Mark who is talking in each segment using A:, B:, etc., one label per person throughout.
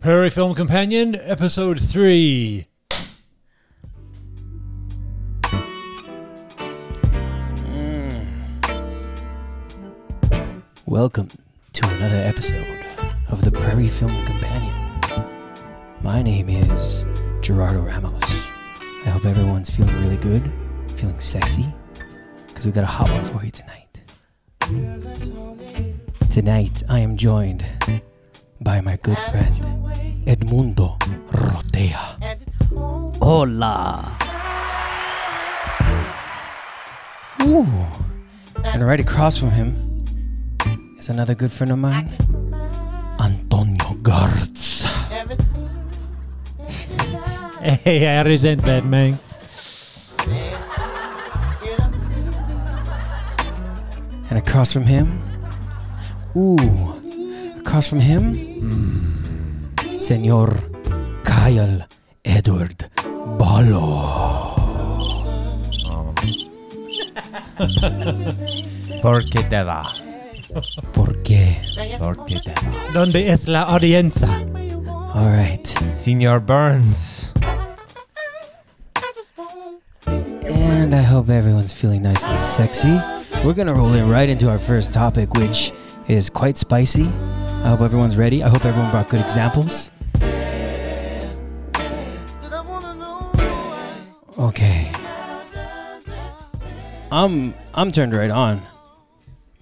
A: Prairie Film Companion, Episode 3.
B: Welcome to another episode of the Prairie Film Companion. My name is Gerardo Ramos. I hope everyone's feeling really good, feeling sexy, because we got a hot one for you tonight. Tonight, I am joined by my good friend Edmundo Rotea.
C: Hola.
B: Ooh. And right across from him is another good friend of mine, Antonio Gartz.
A: Hey, I resent that, man.
B: And across from him, ooh, across from him,
C: Hmm.
B: Senor Kyle Edward Balo.
C: Porque te va.
B: Porque,
C: Porque te va.
A: Donde es la audiencia?
B: all right,
C: Senior Burns.
B: and I hope everyone's feeling nice and sexy. We're gonna roll in right into our first topic, which is quite spicy. I hope everyone's ready. I hope everyone brought good examples. Okay. I'm I'm turned right on.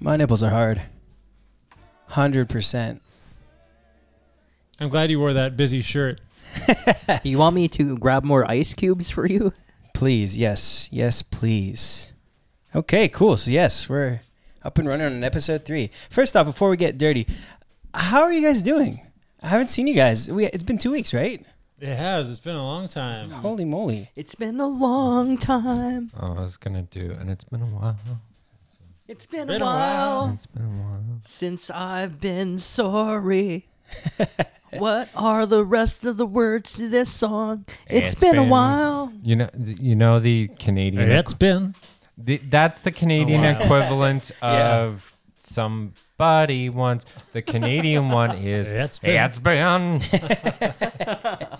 B: My nipples are hard. Hundred percent.
A: I'm glad you wore that busy shirt.
D: You want me to grab more ice cubes for you?
B: Please, yes, yes, please. Okay, cool. So yes, we're up and running on episode three. First off, before we get dirty, how are you guys doing? I haven't seen you guys. We it's been two weeks, right?
A: It has. It's been a long time.
B: Holy moly!
D: It's been a long time.
C: Oh, I was gonna do, and it's been a while.
D: It's been,
A: Been a
D: a while,
A: while.
C: It's been a while.
D: since I've been sorry. what are the rest of the words to this song?
C: It's
D: it's been,
C: been-
D: a while.
C: You know, you know the Canadian.
A: It's been.
C: the, that's the Canadian
A: Oh, wow.
C: equivalent of somebody once. The Canadian one is
A: It's been.
C: it's been.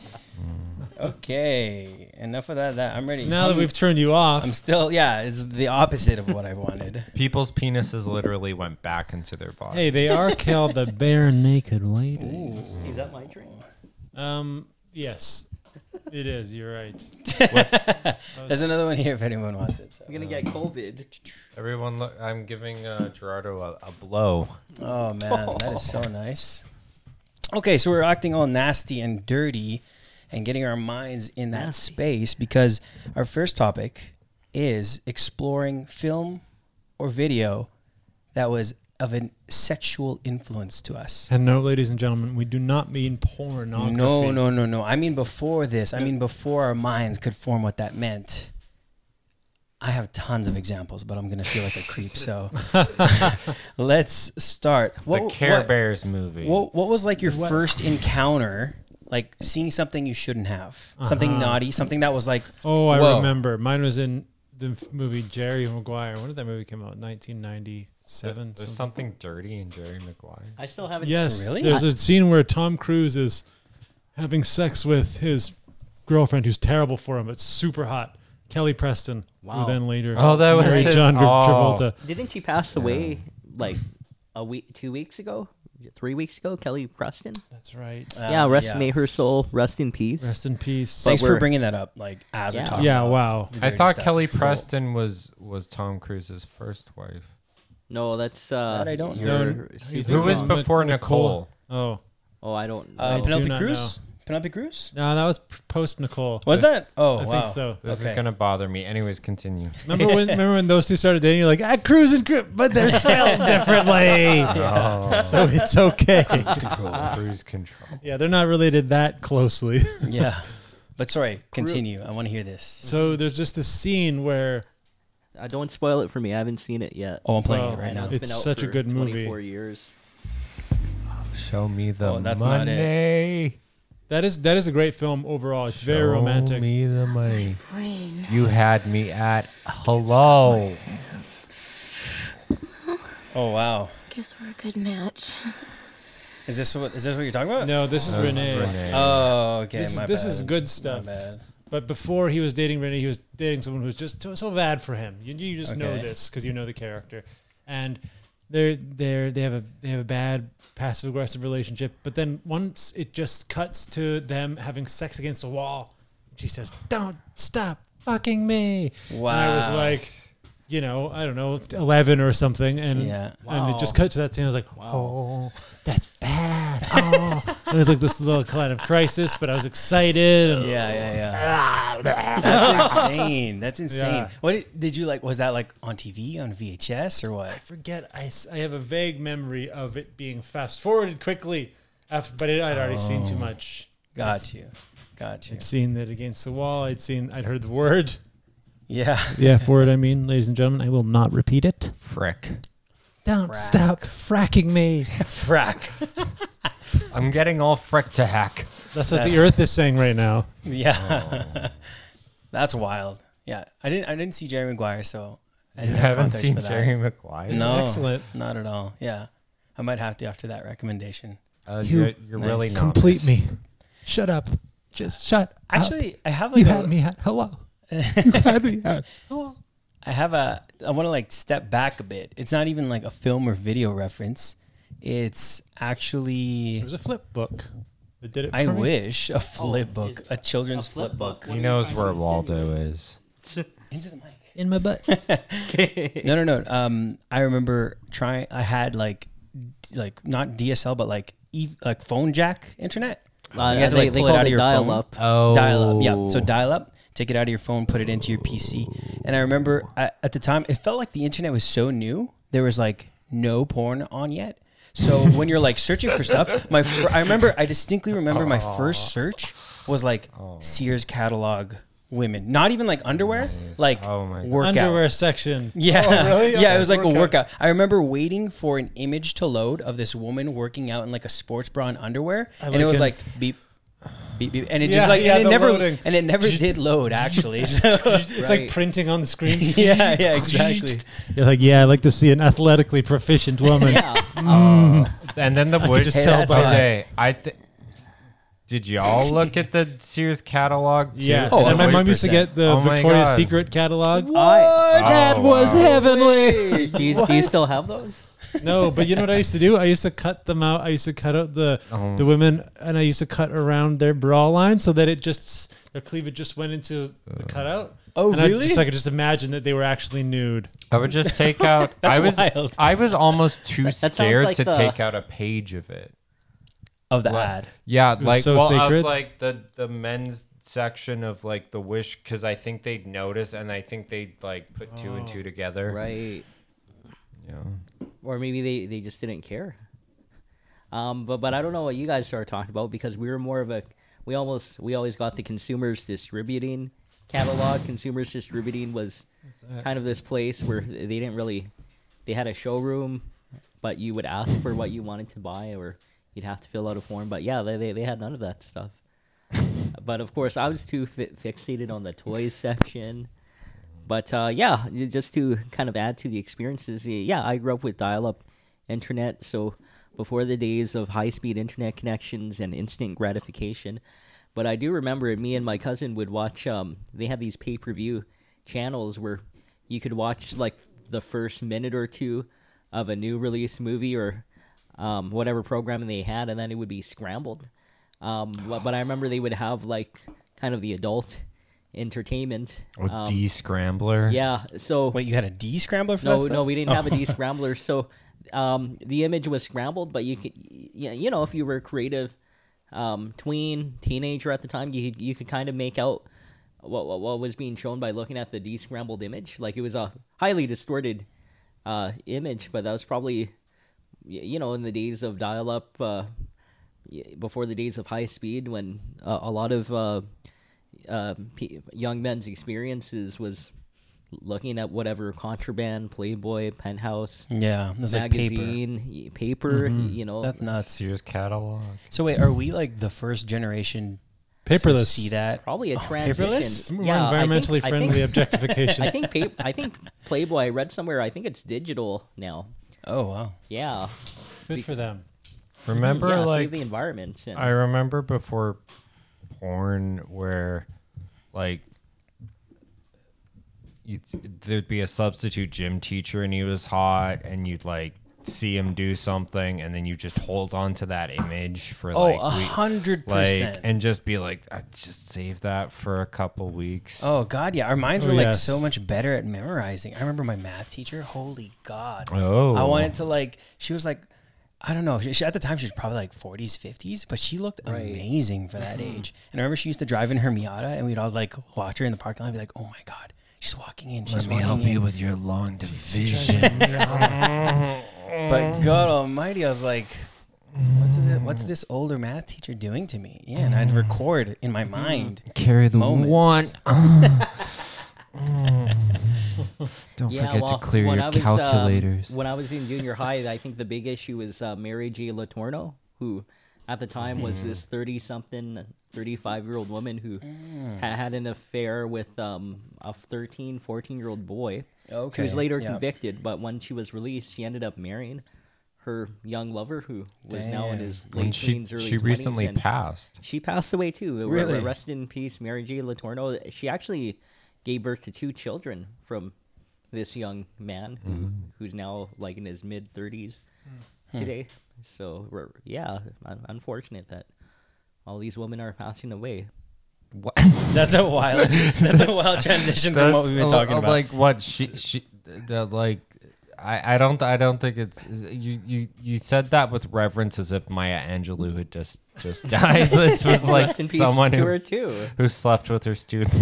B: Okay, enough of that. That I'm ready.
A: Now that
B: I'm-
A: we've turned you off,
B: I'm still yeah. It's the opposite of what I wanted.
C: People's penises literally went back into their body.
A: hey, they are called the bare naked lady.
D: Is that my drink?
A: Um, yes, it is. You're right.
B: There's another one here if anyone wants it. So.
D: I'm gonna get COVID.
C: Everyone, look, I'm giving uh, Gerardo a, a blow.
B: Oh man, that is so nice. Okay, so we're acting all nasty and dirty and getting our minds in that
D: Nasty.
B: space because our first topic is exploring film or video that was of a sexual influence to us.
A: And no, ladies and gentlemen, we do not mean pornography.
B: No, no, no, no. I mean before this. I mean before our minds could form what that meant. I have tons of examples, but I'm gonna feel like a creep. So let's start.
C: the
B: What-
C: Care
B: what-
C: Bears movie.
B: What What was like your
A: What-
B: first encounter? Like seeing something you shouldn't have, something
A: Uh-huh.
B: naughty, something that was like,
A: Oh, I
B: Whoa.
A: remember. Mine was in the f- movie Jerry Maguire. When did that movie come out? 1997.
C: There's
A: something?
C: something dirty in Jerry Maguire.
D: I still haven't.
A: Yes,
B: Really?
A: there's a scene where Tom Cruise is having sex with his girlfriend, who's terrible for him, but super hot, Kelly Preston.
D: Wow.
A: Who then later,
C: Oh, that was
A: married
C: his-
A: John Tra-
C: oh.
A: Travolta.
D: Didn't she pass away like a week, two weeks ago, three weeks ago? Kelly Preston.
A: That's right.
B: uh,
D: yeah, rest
B: yeah.
D: may her soul rest in peace.
A: Rest in peace.
B: Thanks for
D: we're-
B: bringing that up. Like as we're
D: Yeah.
B: talking.
A: yeah,
B: about
A: wow.
B: the
C: I
B: dirty
C: thought
B: stuff.
C: Kelly
B: Cool.
C: Preston was was Tom Cruise's first wife.
D: no, that's uh.
B: That I don't know.
D: your
A: No,
D: super-
A: Who
C: Who
A: was
C: was
A: Um,
C: before
A: Nicole. Oh,
C: Nicole?
D: Oh, I don't. Know.
B: Uh,
A: do
B: Penelope
A: not
B: Cruz. Penelope Cruz.
A: no, that was post Nicole.
B: Was that? Oh,
A: I
B: wow.
A: think so.
C: This
B: Okay.
C: is gonna bother me. Anyways, continue.
A: Remember when? remember when those two started dating? You're like, ah, Cruise and Cruise, but they're spelled differently,
C: Oh,
A: so it's okay.
C: Cruise control.
A: yeah, they're not related that closely.
B: yeah, but sorry. Continue. I want to hear this.
A: so there's just this scene where
D: Uh, don't spoil it for me. I haven't seen it yet.
B: Oh, I'm playing
A: Well,
B: it right now.
A: it's- such a good movie.
D: 24 years.
C: Show me the
B: Oh, that's not it.
C: money.
A: That is that is a great film overall. It's very
C: Show
A: romantic.
C: me the money. You had me at hello.
B: Oh wow. Oh,
E: Guess we're a good match.
B: Is this what is this what you're talking about?
A: No, this is
C: That was
A: Renee.
C: Renee.
B: Oh, okay.
A: This,
B: my
A: is, this
B: bad.
A: is good
B: My
A: stuff.
B: bad.
A: But before he was dating Renee, he was dating someone who was just so, so bad for him. You, you just know
B: Okay.
A: this because you know the character, and they're they're they have a they have a bad passive aggressive relationship. But then once it just cuts to them having sex against a wall, she says, "Don't stop fucking me." And I was
B: Wow.
A: like, you know, I don't know, eleven or something, and
F: Yeah.
A: and it just
D: Wow.
A: cut to that scene. I was like, oh, that's bad. Oh, it was like this little kind of crisis, but I was excited. And
B: Yeah, yeah, yeah. That's insane. That's insane.
A: Yeah.
B: What did, did you like? Was that like on TV, on VHS, or what?
A: I forget. I, s- I have a vague memory of it being fast forwarded quickly, after, but it, I'd already seen too much.
B: Got you. Got you.
A: I'd seen it against the wall. I'd seen. I'd heard the word.
B: Yeah.
A: The F word. I mean, ladies and gentlemen, I will not repeat it.
C: Frick.
A: Don't
B: Frack.
A: stop fracking me.
B: Frack.
C: I'm getting all frick to hack.
A: That's what the Earth is saying right now.
B: Yeah. That's wild. Yeah. I didn't. I didn't see Jerry Maguire, so I
C: You
B: didn't have
C: haven't
B: context
C: seen
B: for that.
C: Jerry Maguire?
B: No.
A: Excellent.
B: Not at all. Yeah. I might have to after that recommendation.
C: Uh,
A: You-
C: you, are you're really
B: Nice.
C: not.
A: Complete me. Shut up. Just shut.
B: Actually, I have
A: up. you
B: like
A: had
B: a,
A: me at hello. you had me at
B: I have a I want to like step back a bit. It's not even like a film or video reference. It's actually
A: It was a flip book. It did it.
B: I
A: for me.
B: wish a flip book,
D: is-
B: Oh, a children's
D: a flip
B: flip book.
D: book.
C: He knows where Waldo is.
B: Into the mic.
A: in my butt.
B: No, no, no. Um, I remember trying. I had like, d- like not DSL, but like e- like phone jack internet.
D: Uh,
B: You had to,
D: they
B: like,
D: they
B: pull it
D: call
B: out
D: it
B: of your phone.
D: dial up.
C: Oh.
B: dial up. Yeah. So dial up, take it out of your phone, put it into your PC. And I remember at, at the time, it felt like the internet was so new. There was like no porn on yet. So when you're like searching for stuff, my fir- I remember I distinctly remember my first search was like
C: Oh.
B: Sears catalog women, not even like underwear, like
C: Oh my God.
B: workout.
A: Underwear section.
B: Yeah.
A: really?
B: Yeah,
A: Okay.
B: it was like a
A: Workout.
B: workout. I remember waiting for an image to load of this woman working out in like a sports bra and underwear, and it
A: like
B: was
A: it.
B: like beep. Beep, beep. And it
A: Yeah,
B: just like
A: yeah,
B: and
A: the
B: it never
A: loading.
B: and it never did load actually. So,
A: It's like
B: Right.
A: printing on the screen.
B: yeah, yeah, exactly.
A: You're like, yeah, I like to see an athletically proficient woman.
D: Yeah. Oh,
C: And then the wood.
A: just tell
C: that's
A: by-
C: okay. I th- did y'all look at the Sears catalog too?
A: Yes.
B: Oh,
A: and my mom used to
B: 100%.
A: get the
C: Oh my
A: Victoria's
C: God.
A: Secret catalog.
D: I,
A: That
C: Oh,
A: was
C: wow.
A: heavenly.
D: do, you, do you still have those?
A: no, but you know what I used to do? I used to cut them out. I used to cut out the
B: Oh.
A: the women, and I used to cut around their bra line so that it just their cleavage just went into the cutout.
B: Oh,
A: and I
B: really?
A: just, I could just imagine that they were actually nude.
C: I would just take out. I was.
B: wild.
C: I was almost too
D: sounds
C: scared
D: like
C: to
D: the-
C: take out a page of it.
B: Of the
C: What?
B: ad.
C: Yeah,
A: was
C: like
A: so
C: well, of,
A: sacred.
C: like the the men's section of like the wish because I think they'd notice and I think they'd like put two and two together.
D: Oh. Right.
C: Yeah.
D: Or maybe they, they just didn't care. Um, but but I don't know what you guys started talking about because we were more of a we almost we always got the consumers distributing catalog. consumers distributing was kind of this place where they didn't really they had a showroom, but you would ask for what you wanted to buy or you'd have to fill out a form. But yeah, they they, they had none of that stuff. but of course, I was too fi- fixated on the toys section. But uh, yeah, j- just to kind of add to the experiences, y- yeah, I grew up with dial up internet. So before the days of high speed internet connections and instant gratification. But I do remember me and my cousin would watch, um, they had these pay per view channels where you could watch like the first minute or two of a new release movie or um, whatever programming they had, and then it would be scrambled. Um, but, but I remember they would have like kind of the adult entertainment.
C: Or
D: um,
C: D scrambler.
D: yeah. So
B: Wait, you had a D scrambler for that
D: no,
B: stuff?
D: no, we didn't have a D scrambler. So um, the image was scrambled, but you could, yeah, you know, if you were a creative, um, tween teenager at the time, you could- you could kind of make out what, what what was being shown by looking at the descrambled image. Like it was a highly distorted uh, image, but that was probably y- you know in the days of dial up. Uh, y- before the days of high speed, when uh, a lot of uh, uh, pe young men's experiences was looking at whatever contraband, Playboy, Penthouse,
B: Yeah. It was Mm, like paper.
D: magazine, y- paper. y- You know,
B: That's nuts.
C: Sears catalog.
B: So wait, are we like the first generation to
A: Paperless.
B: see that?
D: probably a
A: It's
D: transition.
A: more
D: Yeah, I think-
A: environmentally
D: I think-
A: friendly objectification.
D: I think pa- I think Playboy. I read somewhere. I think it's digital now.
B: Oh wow.
D: Yeah,
A: Good for them.
C: Remember,
D: yeah,
C: like
D: save the environment. And,
C: I remember before porn where like you'd, there'd be a substitute gym teacher and he was hot and you'd like see him do something and then you just hold on to that image for
B: Oh,
C: like
B: a
C: week-
B: hundred
C: like
B: percent.
C: and just be like I just save that for a couple weeks.
B: Oh God, yeah. Our minds
A: Oh,
B: were like
A: yes.
B: so much better at memorizing. I remember my math teacher. Holy God.
C: Oh.
B: I wanted to like. She was like, I don't know. She, she- at the time, she was probably like 40s, 50s, but she looked amazing for that
F: Mm-hmm.
B: age. And I remember she used to drive in her Miata, and we'd all like watch her in the parking lot and be like, Oh my God, she's walking in. She's walking in.
F: with your long division.
B: But God Almighty, I was like, What's this, what's this older math teacher doing to me? Yeah, and I'd record in my mind.
F: Mm. Mm-hmm. Carry the
B: Moments.
F: one. Don't
D: yeah,
F: forget
D: well,
F: to clear
D: when
F: your
D: I was, um,
F: calculators.
D: when I was in junior high, I think the big issue was uh, Mary G. Latorno, who at the time was this 30 something, 35 year old woman who ha- had an affair with um, a 13, 14 year old boy. She was
B: Okay,
D: later
B: yeah.
D: convicted, but when she was released, she ended up marrying her young lover who was now in
B: Damn.
D: his late
C: and she
D: teens, early
C: she
D: 20s,
C: recently
D: and-
C: passed.
D: she passed away too. Re-
B: Really?
D: Rest in peace, Mary G. Latorno. She actually gave birth to two children from this young man who,
C: Mm-hmm.
D: who's now like in his mid 30s
C: Hmm.
D: today. So re- yeah, un- unfortunate that all these women are passing away.
B: That's a wild. that's a wild transition from what we've been
C: Uh,
B: talking
C: uh,
B: about.
C: Like what she she the, like I, I don't I don't think it's you, you you said that with reverence as if Maya Angelou had just just died. this was like
D: Rest in peace
C: someone
D: to
C: who,
D: her too.
C: who slept with her student.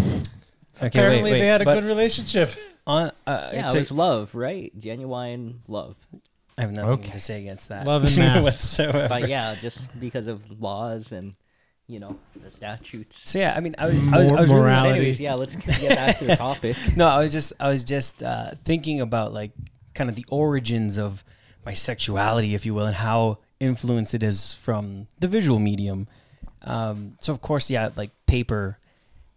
B: Okay, wait,
A: Apparently,
B: wait,
A: they had a
B: but
A: good relationship.
B: on- uh,
D: Yeah,
B: it's
D: it
B: a-
D: was love, right? Genuine love.
B: I have nothing
C: Okay.
B: to say against that.
A: Love and math.
B: whatsoever.
D: But yeah, just because of laws and you know the statutes.
B: So yeah, I mean, I was, I was, I was really-
A: morality.
D: Anyways, yeah, let's get back to the topic.
B: no, I was just, I was just uh, thinking about like kind of the origins of my sexuality, if you will, and how influenced it is from the visual medium. Um, so of course, yeah, like paper.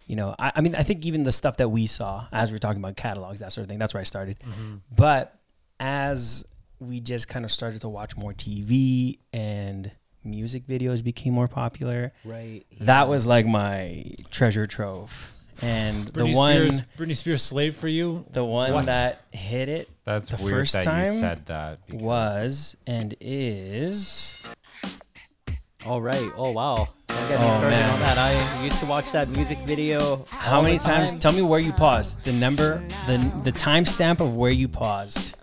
B: You know, I, I mean, I think even the stuff that we saw as we are talking about catalogs, that sort of thing. That's where I started.
A: Mm-hmm.
B: But as we just kind of started to watch more TV and music videos became more popular,
D: Right.
B: That was like my treasure trove, and
A: Britney
B: the one,
A: Spears, Britney Spears, slave for you.
B: the one
A: What?
B: that hit it
C: That's
B: The
C: weird
B: first
C: that
B: time
C: you said that. because-
B: was and is.
D: All right. Oh wow. Don't get me started
B: man.
D: on that. I used to watch that music video.
B: How
D: all
B: many
D: the
B: times?
D: time.
B: Tell me where you paused. The number, the the timestamp of where you paused.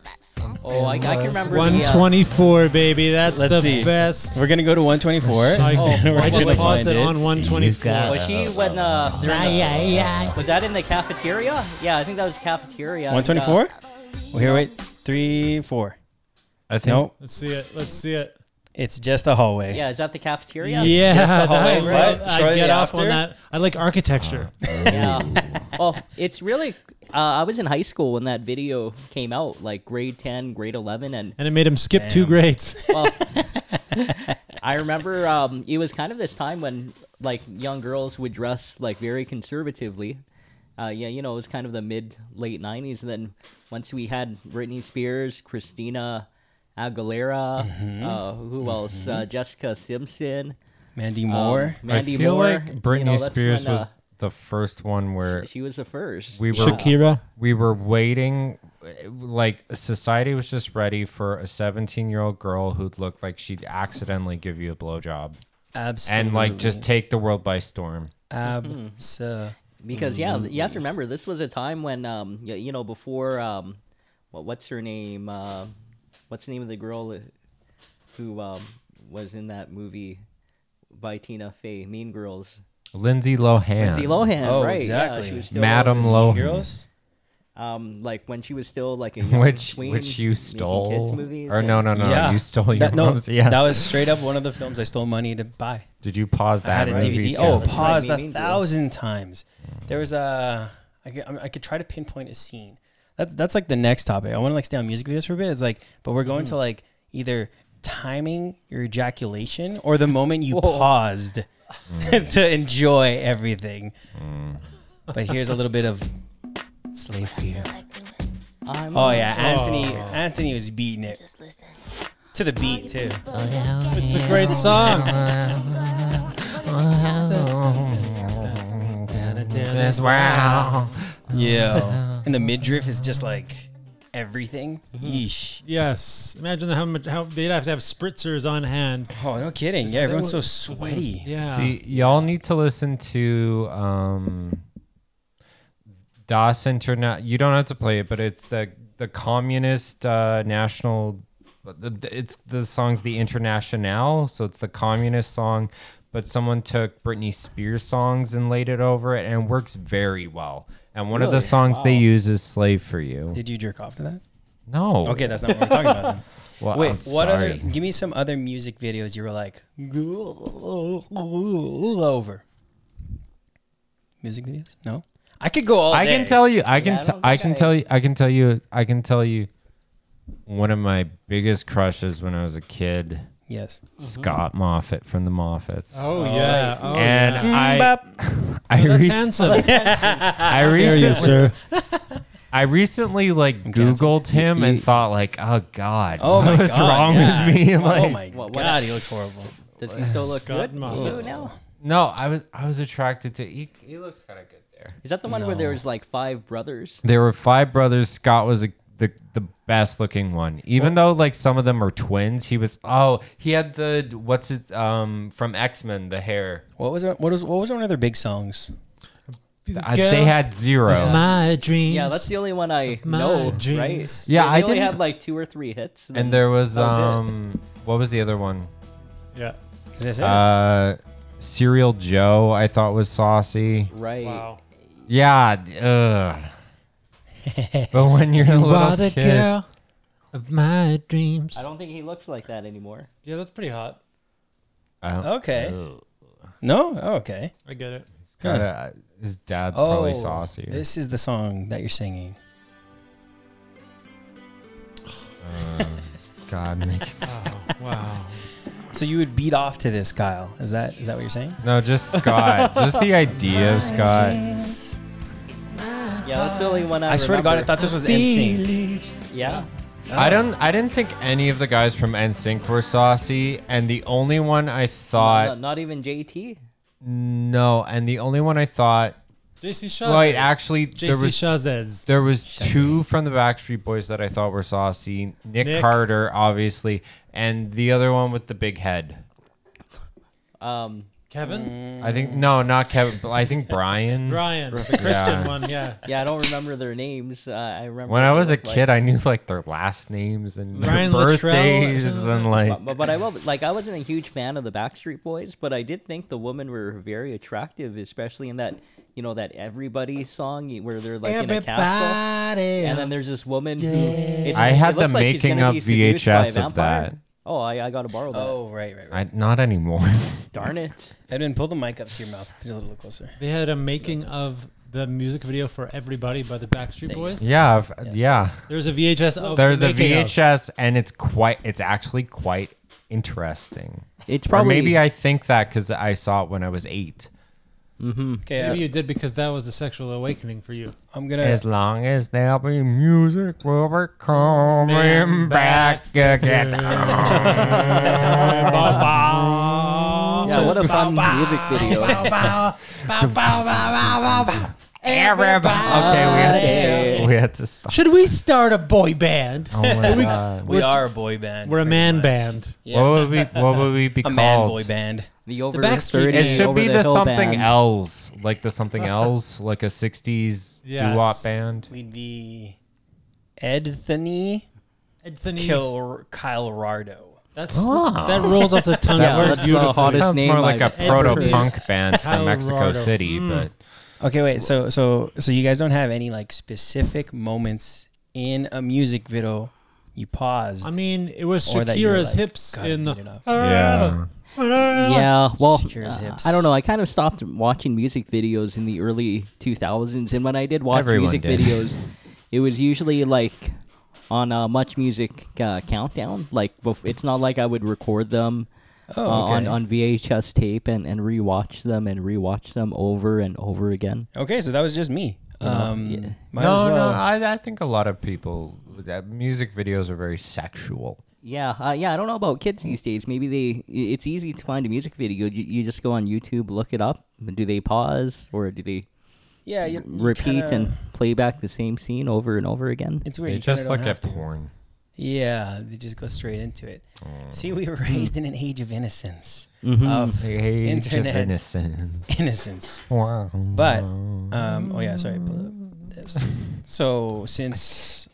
D: oh, I, I can remember.
A: One
D: The, uh,
A: twenty-four, baby. That's
B: Let's
A: the
B: see.
A: best.
B: We're gonna go to 124.
A: I
D: Oh,
A: I just
D: wait,
A: paused
B: wait.
A: it on one twenty-four.
D: was she when? Uh, yeah, yeah. Was that in the cafeteria? Yeah, I think that was cafeteria. uh,
B: 124. Well, here, wait, three, four.
C: I think
B: Nope,
A: Let's see it. Let's see it.
B: it's just a hallway.
D: Yeah. yeah, is that the cafeteria?
A: Yeah,
B: just the
A: that
B: hallway,
A: I
B: right?
A: love- I
B: Shortly
A: get off on
B: after?
A: that. I like architecture.
D: Yeah. well, it's really. Uh, I was in high school when that video came out, like grade ten, grade eleven, and
A: and it made him skip two grades.
D: I remember um, it was kind of this time when like young girls would dress like very conservatively. Uh, yeah, you know, it was kind of the mid late '90s. Then once we had Britney Spears, Christina Aguilera, uh, who else? Uh, Jessica Simpson,
B: Mandy Moore.
D: um, Mandy
C: I feel
D: Moore.
C: like
D: you know,
C: Britney
D: that's
C: Spears
D: when,
C: was the first one where
D: uh, she was the first.
C: we were
A: Shakira.
C: we were waiting like society was just ready for a 17 year old girl who looked like she'd accidentally give you a blowjob
B: Absolutely.
C: and like just take the world by storm
B: Abso-
D: because yeah, you
C: Mm-hmm.
D: have to remember this was a time when um, you, you know before um, what, what's her name? Uh, what's the name of the girl who um, was in that movie by Tina Fey, Mean Girls?
C: lindsay lohan
D: Lindsay Lohan,
B: Oh,
D: right?
B: exactly.
D: Yeah, she was still
C: madam lohan
B: girls.
D: Um, like when she was still like a young
C: which
D: queen,
C: which you
D: making
C: stole
D: kids movies.
C: or no no no you stole your
B: that, no,
C: mom's yeah
B: That was straight up one of the films I stole money to buy.
C: did you pause that
B: I had a
C: movie
B: DVD.
C: too?
B: Oh,
D: That's right,
B: paused
D: me
B: a
D: mean to.
B: thousand times. There was a. I could, I mean, I could try to pinpoint a scene. That's that's like the next topic. I want to like stay on music videos for a bit. It's like, but we're going to
D: Hmm.
B: like either timing your ejaculation or the moment you paused to enjoy everything. But here's a little bit of slave fear.
D: I'm
B: Oh yeah, Oh, Anthony. Anthony was beating it
G: Just listen.
B: to to the beat too. Oh,
A: It's a great song.
C: As well.
B: Yeah. and the midriff is just like everything.
C: Mm-hmm.
B: Yeesh.
A: Yes. Imagine how much how they'd have to have spritzers on hand.
B: Oh, no kidding. Yeah, everyone's so sweaty.
C: Mm-hmm.
A: Yeah.
C: See, y'all need to listen to um, Das Internet. You don't have to play it, but it's the the communist uh, national. but the- the- It's the song's the Internationale, so it's the communist song. But someone took Britney Spears songs and laid it over it, and it works very well. And one of the
B: Really?
C: songs they use is "Slave for You."
B: Did you jerk off to that?
C: No.
B: Okay, that's not what we're talking about. Then.
C: Well,
B: Wait,
C: I'm
B: what other?
C: sorry.
B: Give me some other music videos you were like over. Music videos? No, I could go all.
C: I can
B: day.
C: tell you. I
D: I
C: can.
D: don't
C: t- I
D: think
C: can
D: I-
C: tell you. I can tell you. I can tell you. One of my biggest crushes when I was a kid,
B: Yes.
C: Scott Moffat from the Moffats.
A: Mm-hmm. Oh yeah. Oh,
C: and
A: yeah.
B: Bop.
C: I, I,
A: That's
C: rec-
A: handsome.
C: I recently, I recently like Googled him and thought like, oh God,
B: Oh my
C: what was
B: God,
C: wrong
B: yeah.
C: with me? Like,
B: oh my
D: What- what-
B: god, he looks horrible.
D: Does he still look
A: Scott
D: good to
A: Moffat.
D: you now?
C: No, I was I was attracted to. He, he looks kind of good there.
D: Is that the one where there was like five brothers?
C: There were five brothers. Scott was a, the the best looking one. Even though like some of them are twins, he was oh he had the what's it um from X Men the hair.
B: What was what was what was one of their big songs?
C: I, they had zero.
A: my dreams.
D: Yeah, that's the only one I
A: my
D: know,
A: dreams.
D: right?
C: Yeah,
D: They
C: I
D: only
C: didn't-
D: had like two or three hits. And,
C: And there was
D: That was it.
C: um what was the other one?
A: Yeah.
B: Is this it?
C: Uh, Serial Joe I thought was saucy.
D: right.
A: Wow.
C: Yeah. d- Ugh. but when you're a
A: You
C: little
A: are the
C: kid,
A: girl of my dreams.
D: I don't think he looks like that anymore.
A: Yeah, that's pretty hot.
C: I don't-
B: Okay.
C: Ugh.
B: no. Oh, okay. Oh,
A: I get it.
C: It's gotta- his dad's probably saucier.
B: This is the song that you're singing.
C: God, make it s-
A: Wow.
B: So you would beat off to this, Kyle? Is that is that what you're saying?
C: no, just Scott. just the idea of Scott.
D: Yeah, that's the only one I.
B: I swear to God, I
D: remember.
B: thought this was NSYNC.
D: Yeah.
C: I don't. I didn't think any of the guys from NSYNC were saucy, and the only one I
D: No,
C: thought
D: not even JT.
C: no, and the only one I thought
A: JC Shazes.
C: right actually there
A: JC
C: was
A: Shazes.
C: There was two from the Backstreet Boys that I thought were saucy. Nick,
A: Nick.
C: Carter, obviously, and the other one with the big head.
B: Mm.
D: Um,
A: Kevin?
C: I think no, not Kevin. But I think Brian.
A: Brian. The Christian
C: Yeah.
A: one, yeah.
D: yeah, I don't remember their names. Uh, I remember
C: When I
D: what they
C: was a
D: looked like.
C: kid, I knew like their last names and their
A: Brian Luttrell.
C: birthdays and like.
D: But, but I will like I wasn't a huge fan of the Backstreet Boys, but I did think the women were very attractive, especially in that you know that everybody song where they're like in a castle, and then there's this woman. Who, it's,
C: I
D: it
C: had the
D: looks like she's
C: making
D: gonna
C: of
D: be seduced by a
C: VHS of
D: vampire.
C: that.
D: Oh, I, I got to borrow that.
B: Oh, right, right, right.
C: I, not anymore.
D: Darn it!
B: Edwin, pull the mic up to your mouth. Get a little closer.
A: They had a making of the music video for Everybody by the Backstreet Boys.
C: yeah, I've- yeah.
A: There's a VHS of the
C: There's a
A: making of.
C: VHS, and it's quite. It's actually quite interesting.
D: It's
C: Or
D: probably
C: maybe I think that because I saw it when I was eight.
A: Maybe
B: Okay, I,
A: you did because that was the sexual awakening for you.
B: I'm gonna.
C: As long as there'll be music, we'll be coming
A: Man
C: back
A: back
C: again.
D: yeah. What a fun music video.
C: Everybody. Okay, we had to, we had to stop.
A: Should we start a boy band?
C: Oh my God.
B: we are a boy band.
A: We're a
B: pretty
A: man
B: much.
A: band.
B: Yeah.
C: What would we? What would we be
B: A
C: called?
B: man boy band.
D: The over
A: Backstreet
D: 30,
A: Boys.
C: It should
D: over
C: be
D: the,
C: the
D: hill
C: something
D: band.
C: else, like the something else, like a '60s
A: Yes.
C: doo-wop band.
B: We'd be Anthony
A: Anthony,
B: Kil Kyle Rardo.
A: that's
C: Oh.
A: that rolls off the tongue
D: That
A: so
D: works. That's the
A: beautiful.
D: hottest
C: sounds
D: name
C: more like a
D: I've
A: ever
C: proto-punk band
A: Colorado.
C: from Mexico City,
A: Mm.
C: but
B: Okay, wait. So, so, so you guys don't have any like specific moments in a music video you paused.
A: I mean, it was
B: Or that you were
A: Shakira's
B: like,
A: hips
B: "God,
A: in
B: I
A: the. Ah,
B: need it up."
C: yeah.
D: Yeah, well,
B: Shakira's
D: uh,
B: hips.
D: I don't know. I kind of stopped watching music videos in the early 2000s, and when I did watch
C: Everyone
D: music
C: did.
D: videos, it was usually like on a Much Music uh, countdown. Like, bef- it's not like I would record them
B: Oh,
D: uh,
B: okay.
D: on on VHS tape and and rewatch them and rewatch them over and over again.
B: okay, so that was just me. Um,
D: yeah.
B: might
C: Oh, no,
B: as well.
C: uh, no. I, I think a lot of people that music videos are very sexual.
D: Yeah, uh, yeah. I don't know about kids these days. Maybe they. i- It's easy to find a music video. You, you just go on YouTube, look it up. Do they pause or do they
B: Yeah, you, you
D: repeat
B: kinda-
D: and play back the same scene over and over again?
B: it's weird.
C: They
B: you kinda
C: just
B: don't
C: look at
B: have to.
C: porn.
B: Yeah, they just go straight into it.
A: Mm.
B: See, we were
C: Hmm.
B: raised in an age of innocence.
D: Mm-hmm.
B: Of
C: Age of
B: Internet.
C: innocence.
B: innocence.
C: Wow.
B: But um, oh yeah, sorry. Pull up this. So since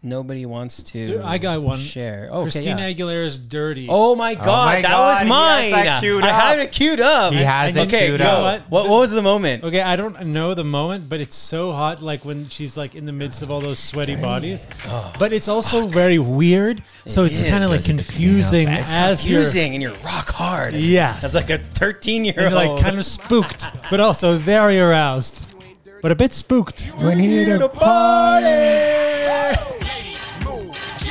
B: nobody wants to,
A: Dude, I got one.
B: Share. Oh, okay,
A: Christina
B: yeah.
A: Aguilera's "Dirty."
B: Oh my God,
C: my
B: that
C: God,
B: was
C: he
B: mine.
C: has that queued
B: I
C: up.
B: had it queued up.
C: He has
B: And-
C: it
B: okay,
C: queued
B: go.
C: up.
B: What, what was the moment?
A: Okay, I don't know the moment, but it's so hot, like when she's like in the midst of all those sweaty bodies.
C: Oh.
A: But it's also very weird, so
B: It
A: it's kind of
B: is.
A: like confusing as
B: Confusing, and you're rock hard.
A: you're. Yes,
B: As like a 13 year
A: you're
B: old.
A: like kind of spooked, but also very aroused, but a bit spooked.
C: we need a party.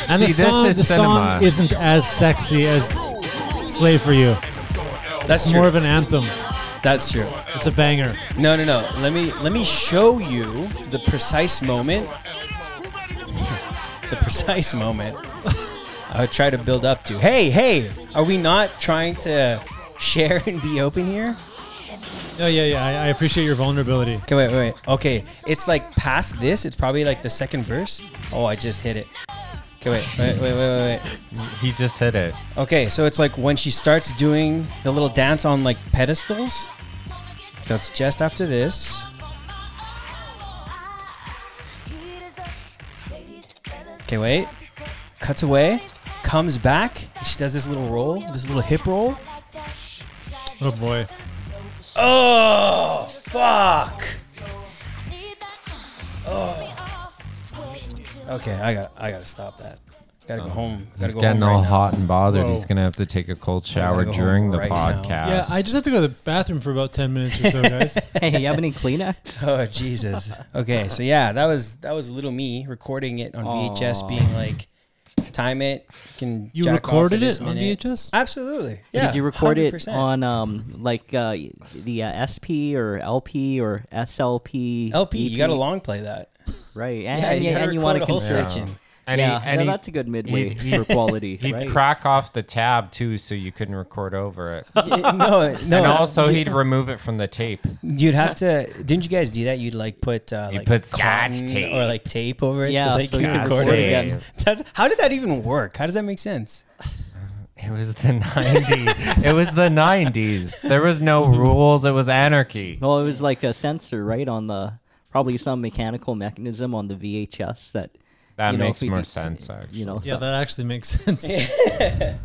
A: And the
C: See, this
A: song,
C: is
A: the
C: cinema.
A: song isn't as sexy as "Slave for You."
B: That's
A: It's
B: true.
A: more of an anthem.
B: That's true.
A: It's a banger.
B: No, no, no. Let me let me show you the precise moment. The precise moment. I would try to build up to. Hey, hey, are we not trying to share and be open here?
A: Oh yeah, yeah. I, I appreciate your vulnerability.
B: Okay, wait, wait. Okay, it's like past this. It's probably like the second verse. Oh, I just hit it. Okay, wait, wait, wait, wait, wait. wait.
C: He just hit it.
B: Okay, so it's like when she starts doing the little dance on like pedestals. So it's just after this. Okay, wait. Cuts away, comes back. She does this little roll, this little hip roll.
A: Oh boy.
B: Oh, fuck. Oh. Okay, I got I gotta stop that. Gotta
D: Oh,
B: go home. Gotta
C: He's
B: go
C: getting
B: home
C: all
B: right now.
C: hot and bothered.
A: Whoa.
C: He's gonna have to take a cold shower
B: go
C: during
B: home
C: the
B: right now.
C: podcast.
A: Yeah, I just have to go to the bathroom for about ten minutes or so, guys.
D: hey, you have any Kleenex?
B: Oh Jesus. Okay, so yeah, that was that was little me recording it on VHS,
D: Aw.
B: being like, time it. Can
A: You
B: jack off
A: recorded
B: for this
A: it on
B: minute.
A: VHS?
B: Absolutely. Yeah.
D: Did you record it
B: 100%.
D: on um like uh, the uh, SP or LP or SLP?
B: LP? You got to
D: EP?
B: long play that.
D: E right? And,
B: Yeah,
D: and
B: you
D: you,
B: gotta
D: want
B: record
D: to
B: a whole
D: consider.
B: section.
C: And
D: yeah,
C: he, and
D: no,
C: he,
D: that's a good midway
C: he'd- he'd-
D: for quality.
C: he'd
D: right?
C: crack off the tab too, so you couldn't record over it.
B: Yeah, no, no.
C: and also, he'd remove it from the tape.
B: you'd have to. Didn't you guys do that? You'd like put uh,
C: You
B: like
C: put scotch
B: cotton
C: tape.
B: or like tape over it.
D: Yeah,
B: to, like
D: so you
B: keep
D: could
B: it
D: record
B: going.
D: it again.
B: That- how did that even work? How does that make sense?
C: It was the '90s. it was the '90s. There was no rules. It was anarchy.
D: Well, it was like a sensor, right, on the probably some mechanical mechanism on the VHS that.
C: That
D: you know, if
C: makes
D: we
C: more
D: did-
C: sense. Actually.
D: You know,
A: Yeah,
D: so-
A: that actually makes sense. it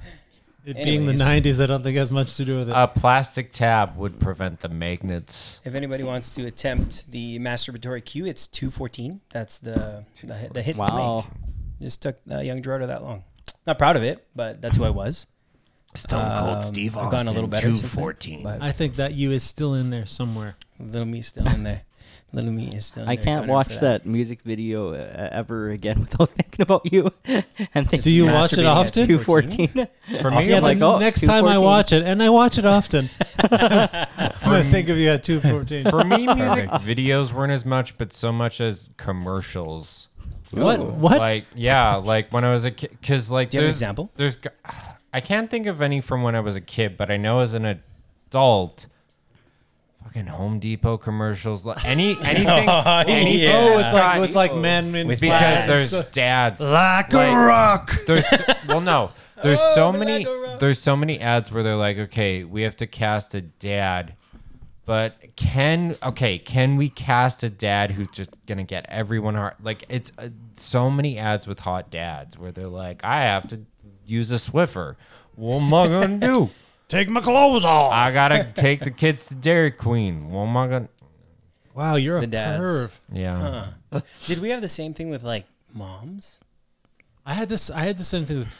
A: being the
B: Anyways.
A: '90s, I don't think has much to do with it.
C: A plastic tab would prevent the magnets.
B: If anybody wants to attempt the masturbatory cue, it's two fourteen. That's the the, hit- the hit
D: Wow.
B: to make. Just took uh, young Gerardo that long. Not proud of it, but that's who I was.
C: Stone
B: Um, I've gotten a little better since then, but
A: I think that you is still in there somewhere.
B: little me still in there. Little me is still. In
D: I
B: there
D: can't
B: gunning for
D: watch that. music video uh, ever again without thinking about you. and think
A: Do you watch it
B: masturbating at
A: often?
D: 214.
C: For me,
A: Yeah,
C: I'm like,
A: the
D: oh,
A: next time I
D: 214.
A: watch it, and I watch it often, I'm gonna think of you at two fourteen.
C: For me, music videos weren't as much, but so much as commercials.
A: What? What?
C: Like, yeah, like when I was a kid, because like,
B: Do you have an
C: there's-
B: example?
C: There's, g- I can't think of any from when I was a kid, but I know as an adult, fucking Home Depot commercials, like any anything, anything
B: yeah.
A: oh, with like
C: that's got-
A: with like men in
C: because
A: black.
C: there's dads.
A: like a
C: like-
A: rock.
C: There's well, no. There's so many. There's so many ads where they're like, okay, we have to cast a dad, but can okay, can we cast a dad who's just gonna get everyone hot? Like it's uh, so many ads with hot dads where they're like, I have to use a Swiffer. What am I gonna do?
A: Take my clothes off.
C: I gotta take the kids to Dairy Queen. What am I gonna?
A: wow, you're
B: The
A: a
B: dads.
A: perv.
C: Yeah.
B: Did we have the same thing with like moms?
A: I had this. I had the same thing. With,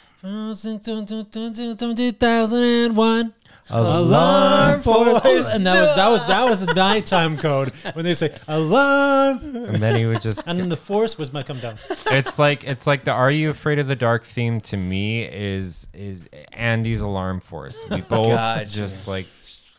A: 2001 alarm for and that was that was that was the nighttime code when they say alarm
C: And then he would just
A: and then the force was my come down
C: it's like it's like the "Are You Afraid of the Dark" theme to me is is Andy's alarm force. We both
B: Gotcha.
C: just like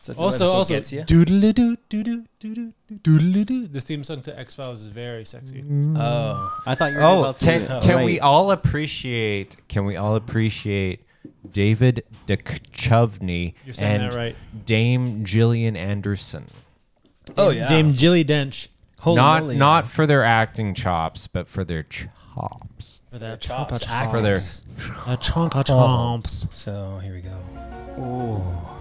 B: That's what
A: also,
B: episode
A: also,
B: gets ya.
A: doodle doo doo doo doo doo doo. The theme song to X Files is very sexy.
B: oh,
D: I thought you were
C: Oh,
D: about
C: can,
D: to. uh,
C: can
D: right.
C: we all appreciate? Can we all appreciate David Duchovny
A: You're saying
C: and
A: that right.
C: Dame Gillian Anderson?
B: oh yeah.
A: Dame Jilly Dench.
B: Holy
C: not
B: moly.
C: not for their acting chops, but for their chops.
A: For that
B: chops.
C: For their
A: A chunk of chomps.
B: So here we go.
C: oh,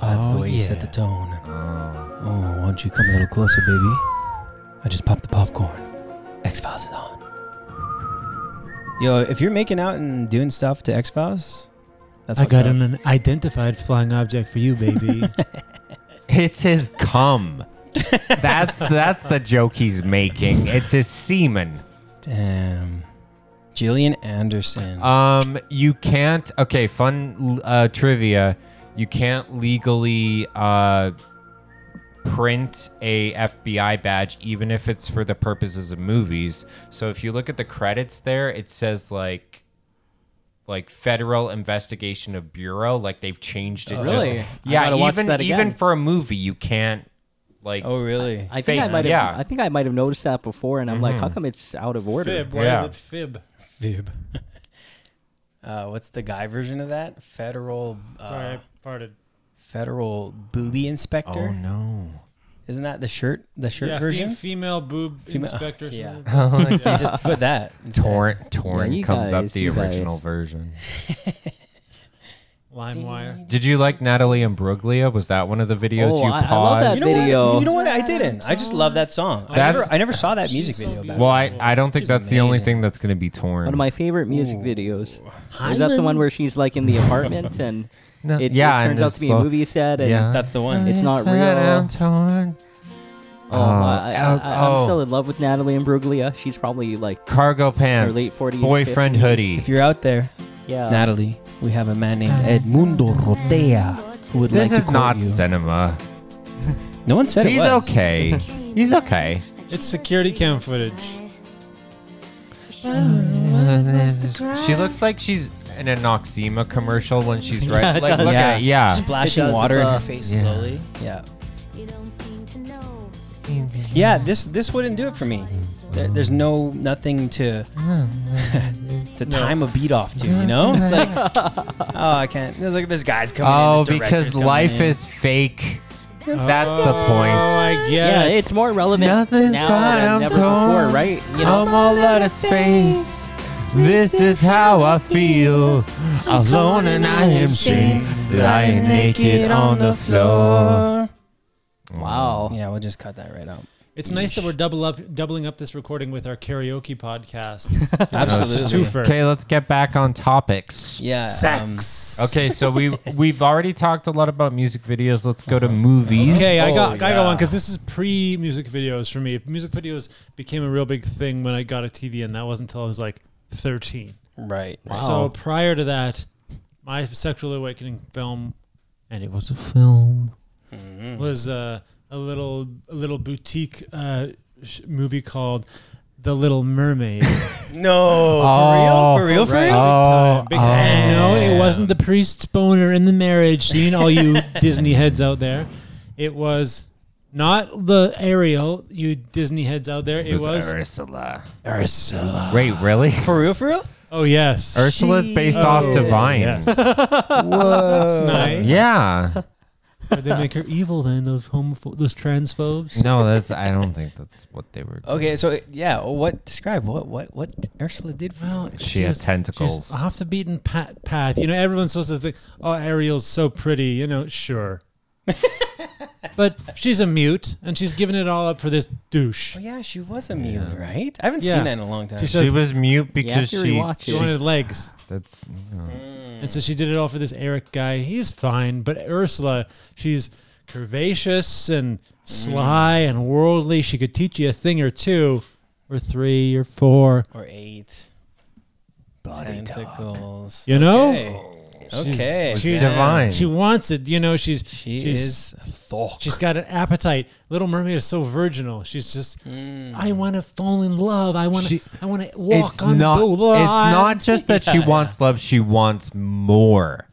F: that's the
C: Oh,
F: way you set
C: yeah.
F: the tone.
C: oh.
F: Oh, why don't you come a little closer, baby? I just popped the popcorn. X Files is on.
B: Yo, if you're making out and doing stuff to X Files, that's
A: I
B: fucked
A: got
B: up.
A: an, an identified flying object for you, baby.
C: it's his cum. that's that's the joke he's making. It's his semen.
B: Damn. Jillian Anderson.
C: Um, you can't. Okay, fun uh, trivia. You can't legally uh, print a FBI badge, even if it's for the purposes of movies. So if you look at the credits there, it says like. Like federal investigation of bureau, like they've changed it.
D: Oh, Really? I
C: Just, yeah,
D: gotta watch
C: even
D: that
C: even
D: again.
C: for a movie, you can't like.
B: oh, really?
D: I think I
C: Fake,
D: might have.
C: yeah. Mm-hmm.
D: I think I might have noticed that before, and I'm like, how come it's out of order?
A: fib. Why
C: Yeah.
A: is it fib?
B: Fib. uh, what's the guy version of that? Federal. Uh,
A: Sorry, I farted.
B: Federal booby
C: oh
B: inspector.
C: no! Oh.
B: Isn't that the shirt? The shirt
A: Yeah,
B: version.
A: fem- female boob
B: Female-
A: inspector.
B: yeah.
A: Yeah.
B: You just put that. instead.
C: Torrent torrent
D: you
C: comes up
D: guys,
C: the
D: you guys.
C: original version.
A: LimeWire.
C: Did you like Natalie and Bruglia? Was that one of the videos
D: Oh,
C: you
D: I- I
C: paused?
D: love that
B: You know
D: Video.
B: what? You know what? I didn't. I just love that song. I
C: That's-
B: never, I never saw that music
A: She's so
B: video. back.
A: beautiful.
C: Well, I, I don't think
B: Just
C: that's the only
B: amazing.
C: thing that's going to be torn.
D: One of my favorite music videos. Is that the one where she's like in the apartment and
C: No,
D: it's,
C: Uh, yeah,
D: it
C: and
D: turns out
C: it's
D: to be
C: slow-
D: a movie set? And
C: Yeah.
B: That's the one.
D: It's not real.
C: I'm torn.
D: Oh, my, I,
C: Oh,
D: I, I'm
C: oh.
D: still in love with Natalie and Bruglia. She's probably like
C: Cargo
D: her
C: pants,
D: late 40s,
C: boyfriend
D: 50s.
C: hoodie.
B: If you're out there, Uh,
D: Yeah.
B: Natalie, we have a man named Edmundo Rotea who would like
C: This
B: to
C: is
B: court
C: not
B: you.
C: cinema.
B: No one said
C: He's
B: it was.
C: okay. He's okay.
A: It's security cam footage.
C: She looks like she's in an Noxema commercial when she's right.
D: Yeah, it
C: like,
D: does.
C: look
B: Yeah.
C: at it. Yeah.
B: Splashing
D: does
B: water in
D: look,
B: her
D: uh,
B: face
C: yeah.
B: slowly. Yeah.
G: You don't seem to know.
B: Yeah, this this wouldn't do it for me. There, there's no nothing to to time a beat off to, you know? It's like oh, I can't. There's like this guy's coming.
C: Oh,
B: in, this director's
C: because
B: coming
C: life
B: in.
C: is fake. That's the point.
A: I get
D: Yeah,
A: it.
D: it's more relevant
C: Nothing's
D: now
C: fine,
D: than
C: I'm
D: never
C: torn.
D: before, right? You know,
C: I'm all out of space. This is how I feel. Alone and I am shamed. Lying naked on the floor.
D: wow.
B: Yeah, we'll just cut that right out.
A: It's nice that we're double up, doubling up this recording with our karaoke podcast. It's a
B: Absolutely.
A: twofer.
C: Okay, let's get back on topics.
B: Yeah. um,
C: Okay, so we we've already talked a lot about music videos. Let's go to movies.
A: Okay, I got
B: Oh,
A: I got
B: yeah.
A: one because this is pre music videos for me. Music videos became a real big thing when I got a TV, and that wasn't until I was like thirteen.
B: right.
A: So prior to that, my sexual awakening film, and it was a film, was uh, a little a little boutique uh, sh- movie called The Little Mermaid.
B: No.
C: Oh,
B: for real? For real? For real?
C: Oh,
A: Big time. No, it wasn't the priest's boner in the marriage scene, all you Disney heads out there. It was not the Ariel, you Disney heads out there. It was
C: Ursula.
A: Ursula.
C: Wait, really?
B: For real? For real?
A: Oh, yes.
C: Ursula's based off Divine.
A: Yes. That's nice.
C: Yeah.
A: Or they make her evil then, those homopho- those transphobes.
C: No, that's. I don't think that's what they were.
B: Okay, so yeah, what describe what what what Ursula did for
A: Well,
B: you?
C: She had
A: was-
C: tentacles.
A: She's off the beaten pat, path. You know, everyone's supposed to think, oh, Ariel's so pretty. You know, sure. but she's a mute, and she's giving it all up for this douche.
B: Oh yeah, she was a mute, right? I haven't
A: Yeah.
B: seen that in a long time.
A: She
C: She
A: says-
C: was mute
D: You have
C: because
D: to
C: she.
D: rewatch
A: She
D: it.
A: wanted legs.
C: That's. You know.
A: And so she did it all for this Eric guy. He's fine, but Ursula, she's curvaceous and
B: Mm.
A: sly and worldly. She could teach you a thing or two, or three, or four.
B: or eight. Tentacles.
A: You know?
B: Okay. okay.
C: It's
A: She-
C: divine.
A: She wants it, you know. She's
B: She
A: she's,
B: is thought.
A: She's got an appetite. Little Mermaid is so virginal. She's just, I want to fall in love. I want to,
C: She-
A: I want to walk on
C: not,
A: the line.
C: It's not just that she
B: Yeah,
C: wants love; she wants more.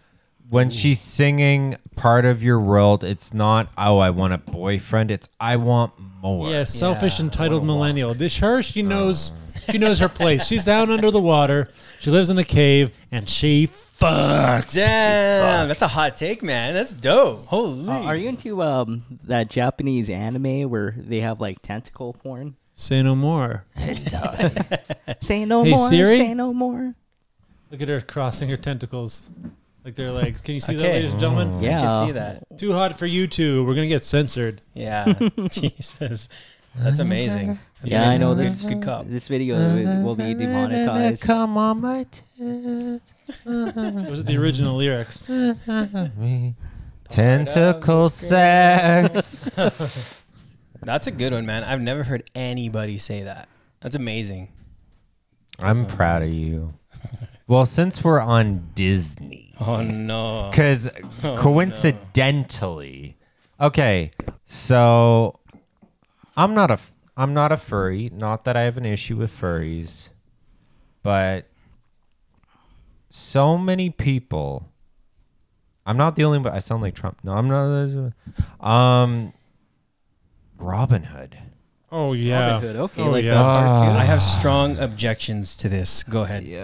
C: When she's singing part of your world. It's not oh I want a boyfriend. It's I want more.
A: Yeah, selfish, entitled millennial. This her, she knows, she knows her place. She's down under the water. She lives in a cave, and she fucks.
B: Damn, that's a hot take, man. That's dope. Holy.
D: Uh, are you into um, that Japanese anime where they have like tentacle porn?
A: Say no more.
D: Say no
A: Hey,
D: more.
A: Siri?
D: Say no more.
A: Look at her crossing her tentacles, like their legs. Can you see that,
B: Okay.
A: ladies and gentlemen?
D: Mm. Yeah.
B: I can see that.
A: Too hot for you two. We're gonna get censored.
B: Yeah. Jesus. That's amazing. That's
D: Yeah, I know
B: Good-
D: this-
B: Good cop.
D: This video will- will
B: Uh-huh.
D: be demonetized.
C: Come on my tits.
A: Those are the original lyrics.
C: Tentacle sex.
B: That's a good one, man. I've never heard anybody say that. That's amazing.
C: I'm proud of you. Well, since we're on Disney,
B: Oh no.
C: because
A: oh,
C: coincidentally, okay, so I'm not a f- I'm not a furry. Not that I have an issue with furries, but so many people. I'm not the only one. I sound like Trump. No, I'm not. Um, Robin Hood.
A: Oh yeah.
D: Robin Hood, okay,
A: Oh,
D: like
A: yeah.
D: the cartoon.
B: I have strong objections to this. Go ahead.
A: He's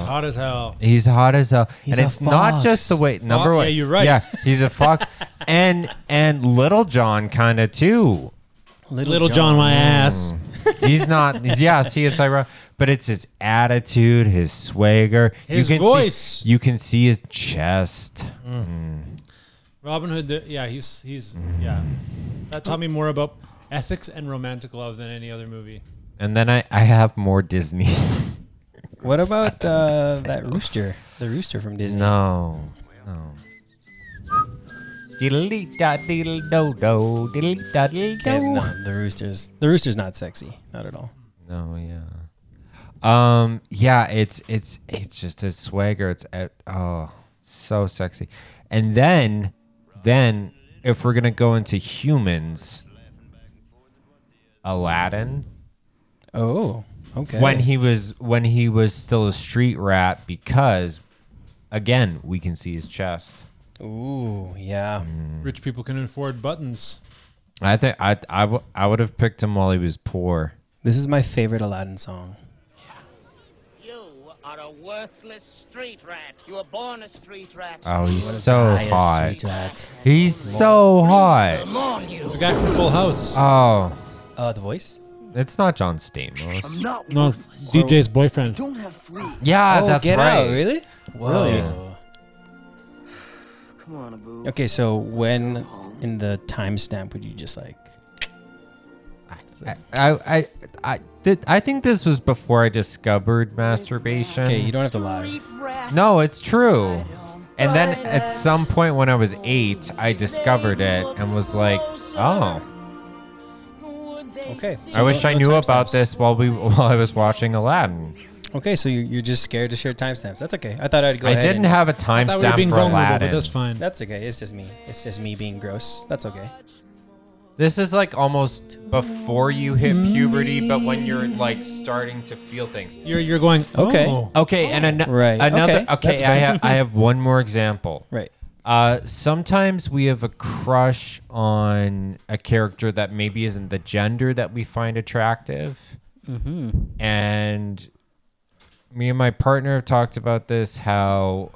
A: hot as hell.
C: He's hot as hell,
B: He's
C: and
B: a
C: it's not just the
B: fox.
C: way. Number
A: Fox-
C: one,
A: yeah, you're right.
C: Yeah, he's a fox, and and Little John kind of too.
A: Little John, my ass.
C: He's not. He's, yeah, see, it's ironic, but it's his attitude, his swagger,
A: His
C: you can
A: voice.
C: See, you can see his chest.
A: Robin Hood. the- yeah, he's he's yeah. That taught me more about ethics and romantic love than any other movie.
C: And then I, I have more Disney.
B: What about uh, that rooster? The rooster from Disney.
C: no, no. Diddle da diddle do do diddle da diddle
B: Okay,
C: do.
B: no, uh, the rooster's the rooster's not sexy, not at all.
C: No, yeah. Um, yeah, it's it's it's just his swagger. It's at, oh, so sexy. And then then if we're going to go into humans, Aladdin
B: Oh, okay.
C: when he was when he was still a street rat because again, we can see his chest.
B: ooh, yeah,
A: Rich people can afford buttons.
C: I think I I, w- I would have picked him while he was poor.
B: this is my favorite Aladdin song.
H: You are a worthless street rat. You were born a street rat.
C: Oh, he's so
B: Highest
C: hot.
B: street rat.
C: He's so hot.
H: Mourn you.
A: The guy from Full House.
C: Oh,
B: Uh, the voice.
C: it's not John Stamos.
H: Not
A: no, DJ's boyfriend.
H: Don't have free.
C: Yeah,
B: oh,
C: Ah, that's
B: get
C: right.
B: out, really? Whoa.
H: Come on, Abu.
B: Okay, so when in the timestamp would you just like?
C: I, I, I, I, th- I think this was before I discovered masturbation.
B: Okay, you don't have to lie.
C: no, it's true. And then at some point when I was eight, I discovered it and was like, oh,
B: Okay.
C: I
B: so
C: wish
B: no-
C: I
B: no
C: knew about
B: timestamps.
C: this while we while I was watching Aladdin.
B: Okay, so you, you're just scared to share timestamps. That's okay. I thought I'd go
C: I
B: ahead.
C: didn't
B: and-
C: have a
A: I thought we were
C: timestamp
A: being
C: for
A: vulnerable,
C: Aladdin.
A: but that's fine.
B: That's okay. It's just me. It's just me being gross. That's okay.
C: This is like almost before you hit puberty, but when you're like starting to feel things.
A: You're you're going
B: Okay.
A: "Oh."
C: Okay, and an-
B: Right.
C: another.
B: Okay,
C: Okay,
B: that's
C: I
B: fine.
C: have I have one more example.
B: Right.
C: Uh, sometimes we have a crush on a character that maybe isn't the gender that we find attractive. Mm-hmm. And me and my partner have talked about this how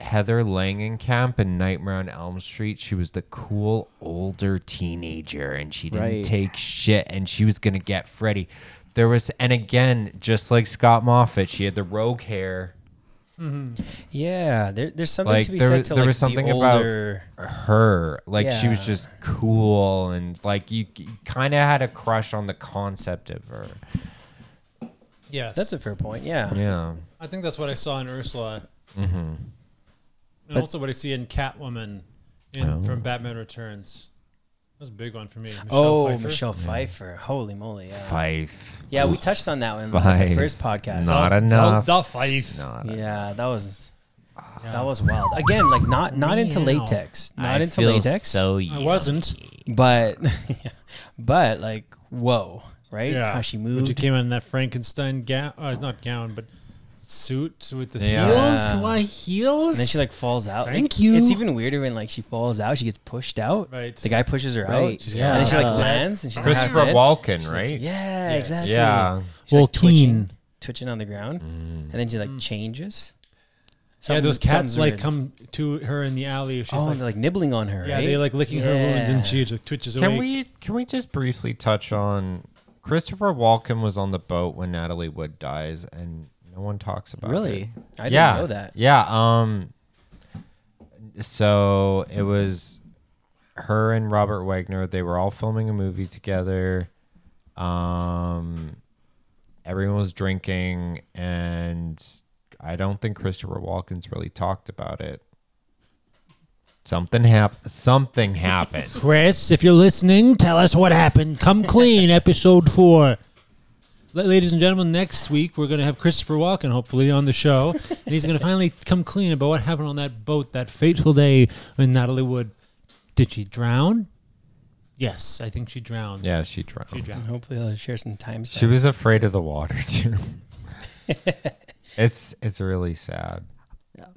C: Heather Langenkamp in Nightmare on Elm Street, she was the cool older teenager and she didn't
D: Right.
C: take shit and she was going to get Freddy. There was, and again, just like Scott Moffat, she had the rogue hair.
B: Yeah, there, there's something
C: Like,
B: to be
C: there
B: said
C: was-
B: to
C: there
B: like
C: was something
B: the
C: about-
B: older.
C: her. Like she was
B: Yeah.
C: just cool and like you, kind of had a crush on the concept of her.
A: Yes.
B: Oh, That's a fair point. Yeah.
C: Yeah.
A: I think that's what I saw in Ursula. Mm-hmm. And also what I see in Catwoman in, from Batman Returns. That's a big one for me. Michelle
B: oh,
A: Pfeiffer.
B: Michelle Pfeiffer. Holy moly. Yeah.
C: Fife.
B: yeah, we touched on that one on
C: Five.
B: the first podcast.
C: Not
A: Oh,
C: enough.
A: the Pfeiffer.
C: Not
B: Yeah, that was that was wild. Again, like not not into
A: Meow.
B: latex. Not
C: I
B: into
C: feel
B: latex.
C: So
A: I
C: young.
A: wasn't.
B: but but like whoa, right?
A: Yeah.
B: How she
A: But you
B: moved.
A: came in that Frankenstein gown. Uh, not gown, but suit with the
C: Yeah.
A: heels. Why heels?
B: And then she like falls out.
A: Thank
B: Like,
A: you.
B: It's even weirder when like she falls out. She gets pushed out.
A: Right.
B: The guy pushes her
D: Right.
B: out. She's
C: Yeah.
B: And then she like
D: Uh,
B: lands and she's like, half
C: Christopher
B: dead.
C: Walken, right?
B: Yeah,
A: Yes.
B: exactly.
C: Yeah.
B: She's, like,
A: Well,
B: twitching,
A: Keen. Mm.
B: twitching on the
C: Mm.
B: ground, and then she like changes.
A: yeah,
B: Something-
A: those cats
B: something's
A: like
B: weird.
A: come to her in the alley. She's
B: Oh,
A: like,
B: and they're like nibbling on her.
A: yeah,
B: right?
A: they like licking her wounds,
B: Yeah.
A: and she like twitches
C: Can
A: awake.
C: we can we just briefly touch on Christopher Walken was on the boat when Natalie Wood dies and no one talks about it.
B: really. I didn't
C: yeah.
B: know that.
C: Yeah. Um. So it was her and Robert Wagner. They were all filming a movie together. Um, everyone was drinking, and I don't think Christopher Walken's really talked about it. Something happened. Something happened.
A: Chris, if you're listening, tell us what happened. Come clean, episode four. La- Ladies and gentlemen, next week we're going to have Christopher Walken, hopefully, on the show. and he's going to finally come clean about what happened on that boat that fateful day in Natalie Wood. Did she drown? Yes, I think she drowned.
C: yeah, she drowned.
A: She
C: She,
A: drowned.
B: Hopefully, I'll share some time.
C: was afraid of the water too. it's it's really sad.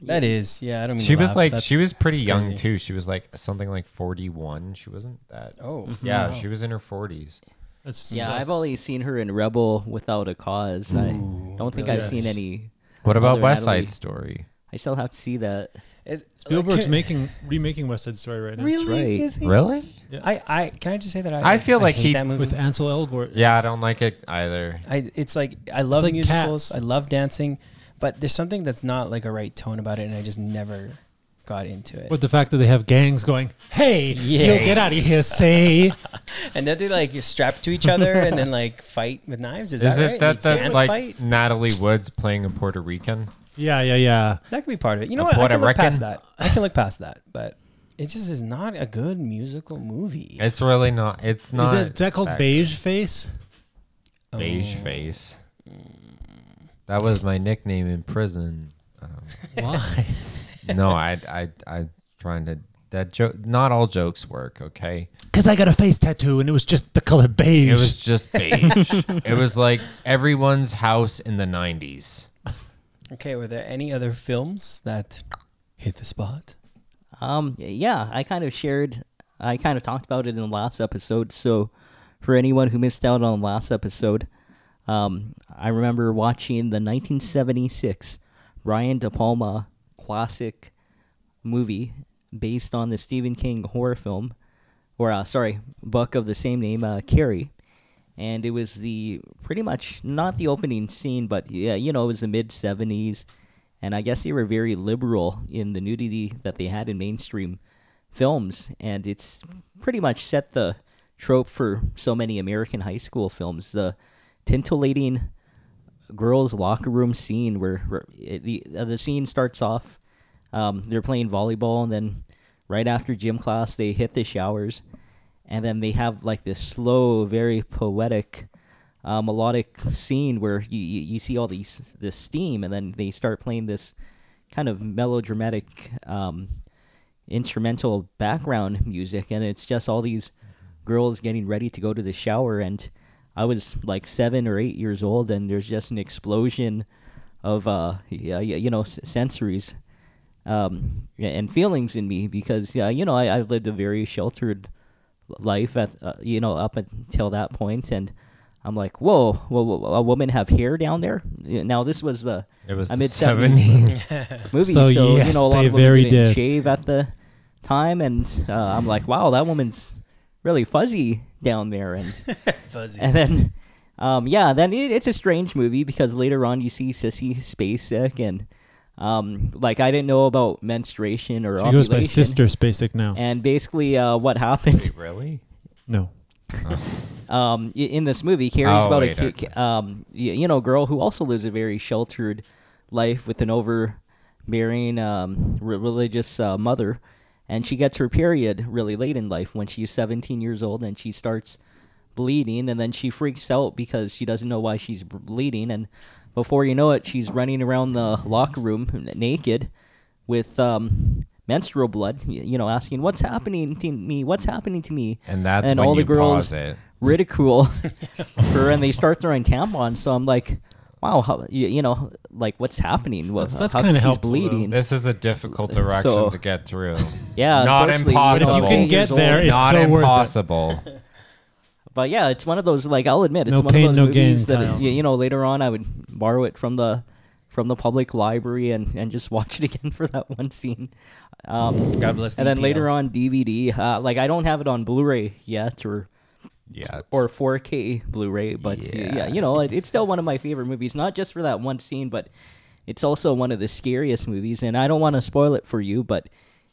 B: That is, yeah. I don't mean.
C: she
B: to
C: was
B: laugh.
C: like
B: That's-
C: she was pretty young
B: crazy.
C: too. She was like something like 41. She wasn't that.
B: Oh,
C: yeah,
B: wow.
C: she was in her 40s.
A: That's-
D: Yeah,
A: sucks.
D: I've only seen her in Rebel Without a Cause. I don't think I've
A: Yes.
D: seen any.
C: What about
D: Mother
C: West
D: Natalie.
C: Side Story?
D: I still have to see that.
B: It's-
A: Spielberg's
B: can-
A: making remaking West Side Story right now
B: really
D: right.
B: is he?
C: Really?
B: I, I can I just say that I,
C: I feel like
B: hate
C: he-
B: that movie.
A: with Ansel Elgort.
C: Yeah, I don't like it either.
B: I it's like I love
A: like
B: musicals.
A: Cats.
B: I love dancing, but there's something that's not like a right tone about it, and I just never got into it.
A: But the fact that they have gangs going, hey,
B: Yeah.
A: you get out of here, say.
B: and then they like strap to each other and then like fight with knives. Is,
C: Is
B: that
C: it
B: right?
C: that
B: They
C: that
B: dance
C: like
B: fight?
C: Natalie Woods playing a Puerto Rican?
A: yeah, yeah, yeah.
B: That could be part of it. You know
C: Uh,
B: what? I
C: Puerto
B: can look past
C: Rican?
B: that. I can look past that, but it just is not a good musical movie.
C: It's really not. It's
A: Is,
C: not.
A: it, is that called Beige Face?
C: Beige face. That was my nickname in prison. I don't know.
A: Why?
C: no, I I I trying to that joke. Not all jokes work. Okay.
A: Because I got a face tattoo and it was just the color beige.
C: It was just beige. it was like everyone's house in the 90s.
B: Okay, were there any other films that hit the spot?
D: Um, yeah, I kind of shared, I kind of talked about it in the last episode. So, for anyone who missed out on the last episode, um, I remember watching the 1976 Brian De Palma classic movie based on the Stephen King horror film, or uh, sorry, book of the same name, uh, Carrie. And it was the pretty much not the opening scene, but yeah, you know, it was the mid 70s. And I guess they were very liberal in the nudity that they had in mainstream films. And it's pretty much set the trope for so many American high school films the tintillating girls' locker room scene where, where it- the uh, the scene starts off. Um, they're playing volleyball, and then right after gym class, they hit the showers, and then they have like this slow, very poetic, uh, melodic scene where you, you, you see all these this steam, and then they start playing this kind of melodramatic um, instrumental background music, and it's just all these girls getting ready to go to the shower. And I was like seven or eight years old, and there's just an explosion of uh, yeah, yeah, you know, s- sensories um, and feelings in me because yeah, you know, I, I've lived a very sheltered life at uh, you know up until that point, and I'm like, whoa, whoa, whoa, a woman have hair down there? Yeah, Now this was the
C: It was
D: a
C: the
D: mid seventies
C: 70s.
D: movie.
A: So,
D: So,
A: yes,
D: you know, a lot
A: they
D: of women
A: very
D: didn't
A: did.
D: shave at the time, and uh, I'm like, wow, that woman's really fuzzy down there, and
B: Fuzzy.
D: and then, um, yeah, then it, it's a strange movie because later on you see Sissy Spacek and. Um, like I didn't know about menstruation or
A: she goes by
D: ovulation.
A: Sister Spacek now.
D: And basically, uh, what happened?
C: really?
A: no.
D: um, i- in this movie, Carrie's
C: Oh,
D: about
C: wait,
D: a cute,
C: okay.
D: um, y- you know, girl who also lives a very sheltered life with an overbearing um, re- religious uh, mother, and she gets her period really late in life when she's 17 years old, and she starts bleeding, and then she freaks out because she doesn't know why she's b- bleeding, and before you know it, she's running around the locker room n- naked with um, menstrual blood, y- you know, asking, "What's happening to me? What's happening to me?"
C: And that's
D: and
C: when
D: all the
C: you
D: girls
C: pause it.
D: ridicule her and they start throwing tampons. So I'm like, wow, how, you, you know, like what's happening. What,
A: That's- that's
D: how-
A: kinda
D: he's
A: helpful, though.
D: bleeding.
C: This is a difficult direction
D: So-
C: to get through.
D: Yeah,
C: Not
D: unfortunately, he's
C: impossible.
D: only
C: But if you
D: 8
C: can
A: get
D: years old.
A: there, it's
C: Not
A: so worth it.
C: impossible.
D: But yeah, it's one of those like I'll admit it's
A: No
D: one
A: pain,
D: of those
A: no gain,
D: movies that
A: Kyle.
D: you, you know later on I would borrow it from the from the public library and and just watch it again for that one scene. Um,
B: God bless.
D: and then later on DVD, uh, like I don't have it on Blu-ray yet or
C: yeah.
D: or 4K Blu-ray, but yeah,
C: Yeah.
D: you know it, it's still one of my favorite movies. Not just for that one scene, but it's also one of the scariest movies. And I don't want to spoil it for you, but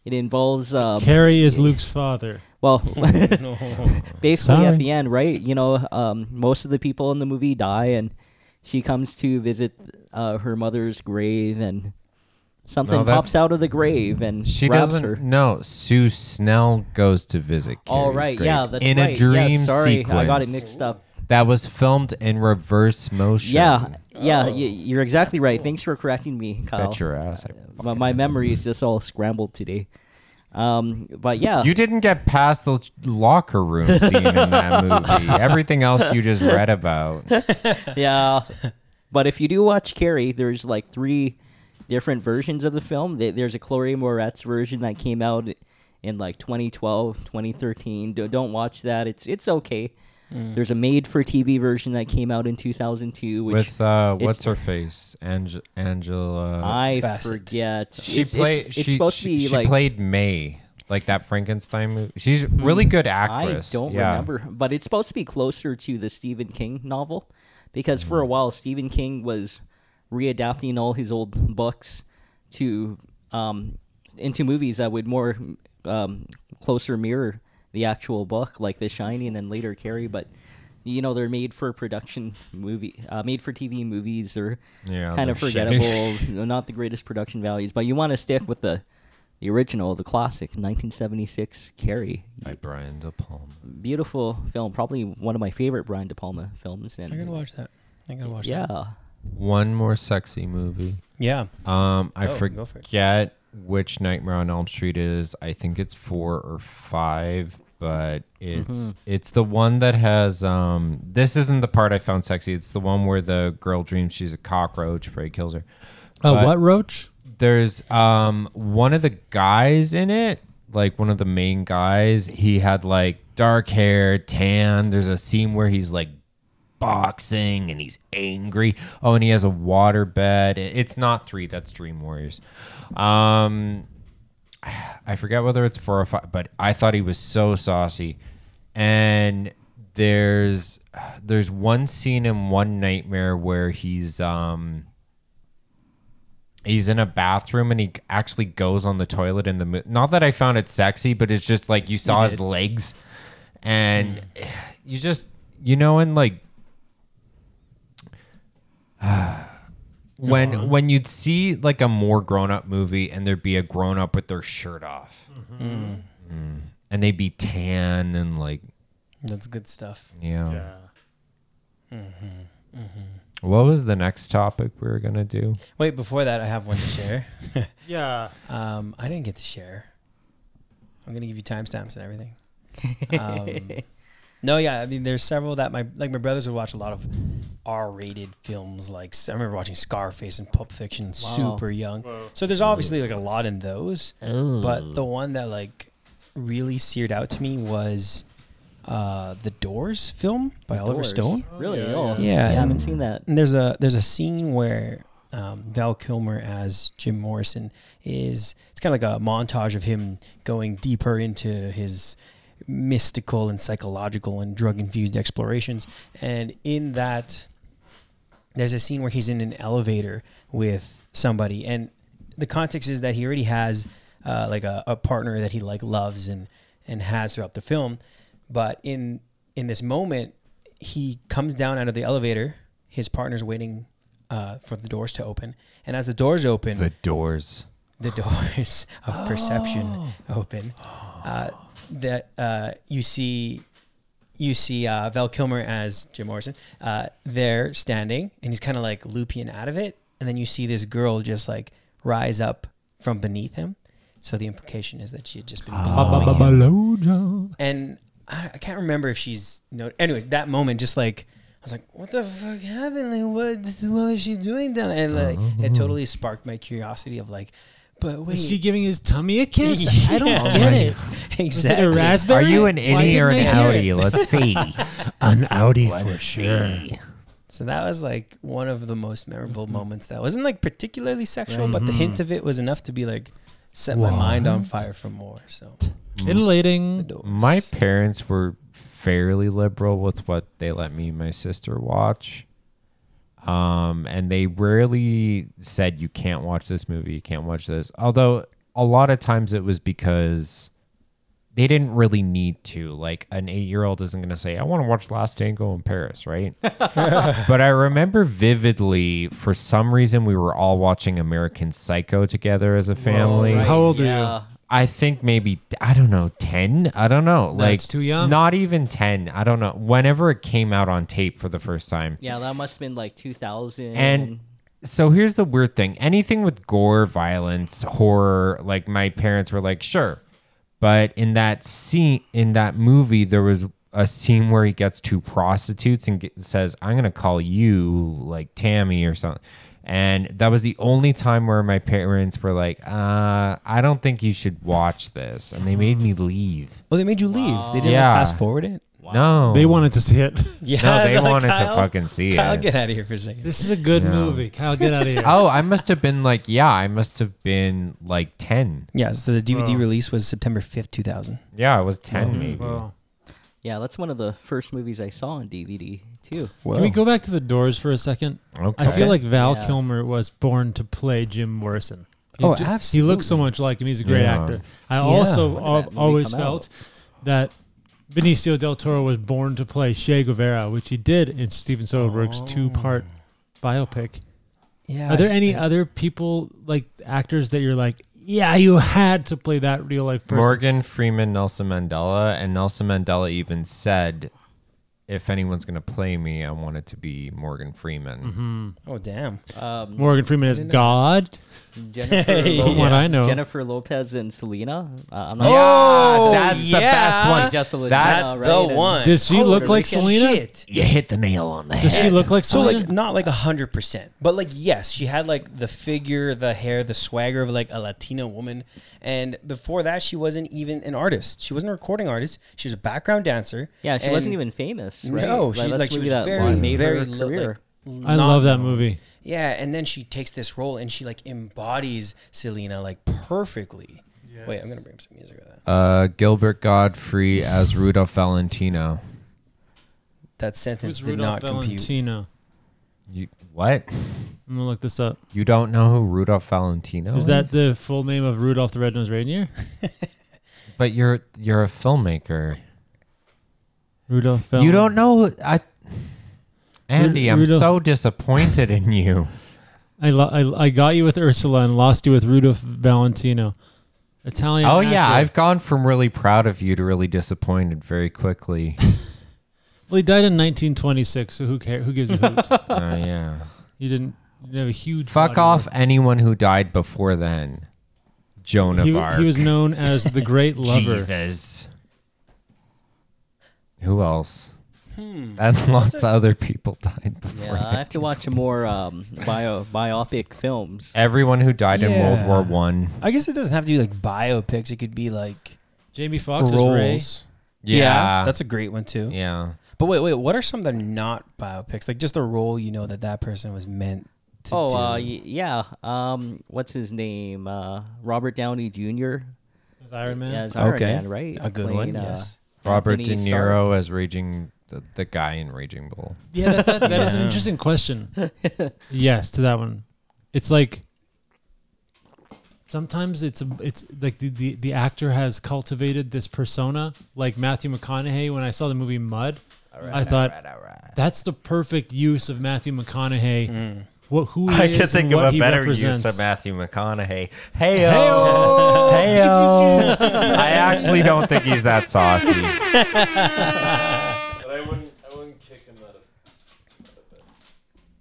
D: it involves um,
A: Carrie is Luke's father.
D: well, basically
A: Sorry.
D: at the end, right? You know, um, most of the people in the movie die, and she comes to visit uh, her mother's grave, and something
C: No, that-
D: pops out of the grave, and
C: She
D: grabs
C: doesn't.
D: Her.
C: No, Sue Snell goes to visit.
D: All
C: Carrie's
D: right,
C: grave
D: yeah, that's
C: in
D: right.
C: a
D: Yeah,
C: dream
D: sorry,
C: sequence.
D: I got it mixed up.
C: That was filmed in reverse motion.
D: Yeah, yeah, y- you're exactly right. Thanks for correcting me, Kyle.
C: bet your ass. I
D: My, my memory is just all scrambled today. Um, but yeah,
C: You didn't get past the locker room scene in that movie. Everything else you just read about.
D: yeah. But if you do watch Carrie, there's like three different versions of the film. Th- There's a Chloe Moretz version that came out in like 2012, 2013. Do- Don't watch that. It's it's okay.
C: Mm.
D: There's a made-for-TV version that came out in 2002, which
C: With uh,
D: it's-
C: what's her face, Ange- Angela.
D: I
B: Bassett.
D: forget.
C: she
D: it's,
C: played.
D: It's,
C: she,
D: it's supposed to
C: she-
D: be
C: she
D: like
C: played May, like that Frankenstein movie. She's a really good actress.
D: Hmm. I don't
C: yeah.
D: remember, but it's supposed to be closer to the Stephen King novel because for a
C: Mm-hmm.
D: while Stephen King was readapting all his old books to um, into movies that would more um, closer mirror the actual book, like The Shining and later Carrie. But you know they're made for production movie, uh, made for TV movies. They're
C: Yeah,
D: kind of
C: they're shitty.
D: forgettable, you know, not the greatest production values. But you want to stick with the. The original, the classic, 1976 Carrie
C: By Brian De Palma.
D: beautiful film, probably one of my favorite Brian De Palma films. And
B: I'm gonna watch that. I'm gonna watch
D: yeah,
B: that.
C: One more sexy movie.
B: Yeah.
C: Um, I
B: Oh, Go, go for it.
C: forget which Nightmare on Elm Street is. I think it's four or five, but it's
B: Mm-hmm.
C: it's the one that has. Um, this isn't the part I found sexy. It's the one where the girl dreams she's a cockroach, Prey kills her.
A: Oh,
C: But-
A: what roach?
C: There's um one of the guys in it, like one of the main guys. He had like dark hair, tan. There's a scene where he's like boxing and he's angry. Oh, and he has a water bed. It- It's not three. That's Dream Warriors. Um, I forget whether it's four or five, but I thought he was so saucy. And there's there's one scene in one nightmare where he's um he's in a bathroom and he actually goes on the toilet in the mo- not that I found it sexy, but it's just like you saw his legs and you just you know and like when when you'd see like a more grown up movie and there'd be a grown up with their shirt off Mm. and they'd be tan and like
B: That's good stuff.
C: you know what was the next topic we were gonna do
B: Wait, before that, I have one to share.
A: Yeah.
B: Um, I didn't get to share. I'm gonna give you timestamps and everything. Um, no, yeah, I mean, there's several that my like my brothers would watch a lot of R-rated films. Like I remember watching Scarface and Pulp Fiction super young. So there's obviously like a lot in those. But the one that like really seared out to me was uh, the Doors film by Oliver
D: Doors.
B: Stone.
D: Really?
A: yeah,
D: oh,
A: yeah.
B: Yeah,
D: I haven't
B: and-
D: seen that.
B: And there's a there's a scene where um, Val Kilmer as Jim Morrison is it's kind of like a montage of him going deeper into his mystical and psychological and drug infused explorations. And in that, there's a scene where he's in an elevator with somebody, and the context is that he already has uh, like a, a partner that he like loves and and has throughout the film, but in in this moment, he comes down out of the elevator. His partner's waiting uh, for the doors to open, and as the doors open,
C: the doors
B: the doors of perception open. Uh, that uh, you see, you see uh, Val Kilmer as Jim Morrison uh, there standing, and he's kind of like looping out of it, and then you see this girl just like rise up from beneath him. So the implication is that she had just been blowing him and I, I can't remember if she's no. Anyways, that moment, just like was like, what the fuck happened? Like, what, what was she doing down there? And like, it totally sparked my curiosity of like, but wait.
A: Is she giving his tummy a kiss? I don't
B: Yeah.
A: get it. Is it a
B: exactly.
A: raspberry? Why didn't they hear it?
C: Let's see.
A: An Audi for sure.
B: So that was like one of the most
C: Mm-hmm.
B: memorable moments. That wasn't like particularly sexual, but the hint of it was enough to be like set my mind on fire for more. So
A: Titillating.
B: doors.
C: My parents were fairly liberal with what they let me and my sister watch. Um, and they rarely said you can't watch this movie, you can't watch this. Although a lot of times it was because they didn't really need to. Like an eight-year-old isn't going to say, "I want to watch Last Tango in Paris," right? but I remember vividly, for some reason, we were all watching American Psycho together as a family.
A: How old are
D: yeah.
C: I think maybe I don't know ten. I don't know. Like
A: That's too young.
C: Not even ten. I don't know. Whenever it came out on tape for the first time.
D: Yeah, that must have been like 2000.
C: And so here's the weird thing. Anything with gore, violence, horror, like my parents were like, sure. But in that scene in that movie, there was a scene where he gets two prostitutes and get, says, "I'm gonna call you like Tammy or something." And that was the only time where my parents were like, uh, "I don't think you should watch this," and they made me leave.
B: Oh, they made you leave. They didn't
C: Yeah.
B: like fast forward it.
C: No,
A: you?
C: Oh.
A: They wanted to see it.
B: Yeah,
C: No, they
B: they're like,
C: wanted
B: "Kyle,
C: to fucking see
B: Kyle,
C: it.
B: get out of here for a second.
A: This is a good
C: Yeah.
A: movie. Kyle, get out of here.
C: oh, I must have been like, yeah, I must have been like ten.
B: Yeah, so the DVD release was September fifth, two thousand.
C: Yeah, I was 10
A: Mm-hmm.
C: maybe.
A: Wow.
D: yeah, that's one of the first movies I saw on DVD too.
A: Can we go back to the Doors for a second?
C: Okay.
A: I feel like Val
D: Yeah.
A: Kilmer was born to play Jim Morrison. He
B: Oh,
A: He looks so much like him. He's a great
C: Yeah.
A: actor. I also
D: When did
A: al-
D: that movie
A: always
D: come
A: felt that Benicio del Toro was born to play Che Guevara, which he did in Steven Soderbergh's two-part biopic.
B: Yeah.
A: Are there any other people like actors that you're like, yeah, you had to play that real life person?
C: Morgan Freeman, Nelson Mandela, and Nelson Mandela even said, if anyone's going to play me, I want it to be Morgan Freeman.
A: Mm-hmm.
B: Oh damn.
D: Um,
A: Morgan Freeman is God,
D: Jennifer,
A: from
D: Lo-
A: what I know.
D: Jennifer Lopez and Selena. Uh, I'm not
B: Oh,
C: that's the best one.
D: Just a little-
C: That's
D: All right, and-
A: Does she
B: Holy
A: look like Selena?
B: Shit.
C: You hit the nail on the head.
A: Does she look like
B: So
D: Oh,
A: Selena?
B: like not like a hundred percent, but like yes, she had like the figure, the hair, the swagger of like a Latina woman. And before that, she wasn't even an artist. She wasn't a recording artist. She was a background dancer.
D: Yeah, she
B: And-
D: wasn't even famous. Right?
B: No, she
D: that's
B: like she
D: maybe
B: was
D: that
B: very
D: made
B: very
D: her
B: low,
D: career.
B: like,
A: I
B: not-
A: love that movie.
B: Yeah, and then she takes this role and she like embodies Selena like perfectly. Wait, I'm gonna bring up some music of that.
C: Uh, Gilbert Godfrey as Rudolph Valentino.
B: That sentence
A: Who's
B: did
A: Rudolph
B: not compute.
A: Valentino?
C: You, what?
A: I'm gonna look this up.
C: You don't know who Rudolph Valentino is?
A: Is that the full name of Rudolph the Red-Nosed Reindeer?
C: But you're you're a filmmaker.
A: Rudolph. Val-
C: You don't know. I, Andy, I'm
A: Rudolph-
C: so disappointed in you.
A: I, lo- I I got you with Ursula and lost you with Rudolph Valentino. Italian.
C: Oh yeah,
A: actor.
C: I've gone from really proud of you to really disappointed very quickly.
A: Well, he died in 1926, so who cares? Who gives a hoot?
C: Oh yeah.
A: he didn't. He didn't have a huge.
C: Fuck
A: body
C: off
A: of
C: anyone who died before then. Joan
A: work.
C: of
A: He,
C: Arc.
A: he was known as the Great Lover.
C: Jesus. Who else?
A: Hmm.
C: And lots of other people died before.
D: Yeah, I have to watch more um, bio biopic films.
C: Everyone who died in World
B: Yeah.
C: War One.
B: I guess it doesn't have to be like biopics. It could be like
A: Jamie Foxx is Ray.
B: roles.
C: Yeah.
B: that's a great one too.
C: yeah.
B: But wait, wait, what are some that are not biopics? Like just the role you know that that person was meant to
D: Oh,
B: do.
D: uh, y- yeah. Um, what's his name? Uh, Robert Downey Jr.
A: As Iron Man.
D: Yeah, as Iron
B: Okay.
D: Man, right? uh,
B: A good one, yes.
C: Robert De
D: Anthony
C: Niro
D: Starr.
C: as Raging the, the guy in Raging Bull.
A: Yeah, that, that, that is an interesting question. yes, to that one. It's like sometimes it's a, it's like the, the the actor has cultivated this persona. Like Matthew McConaughey, when I saw the movie Mud, I thought that's the perfect use of Matthew McConaughey. What who he
C: Hmm. I
A: is
C: could think
A: and
C: of
A: what
C: a
A: he
C: better
A: represents.
C: use of Matthew McConaughey. Heyo, heyo. I actually don't think he's that saucy. but I wouldn't, I wouldn't kick him out of.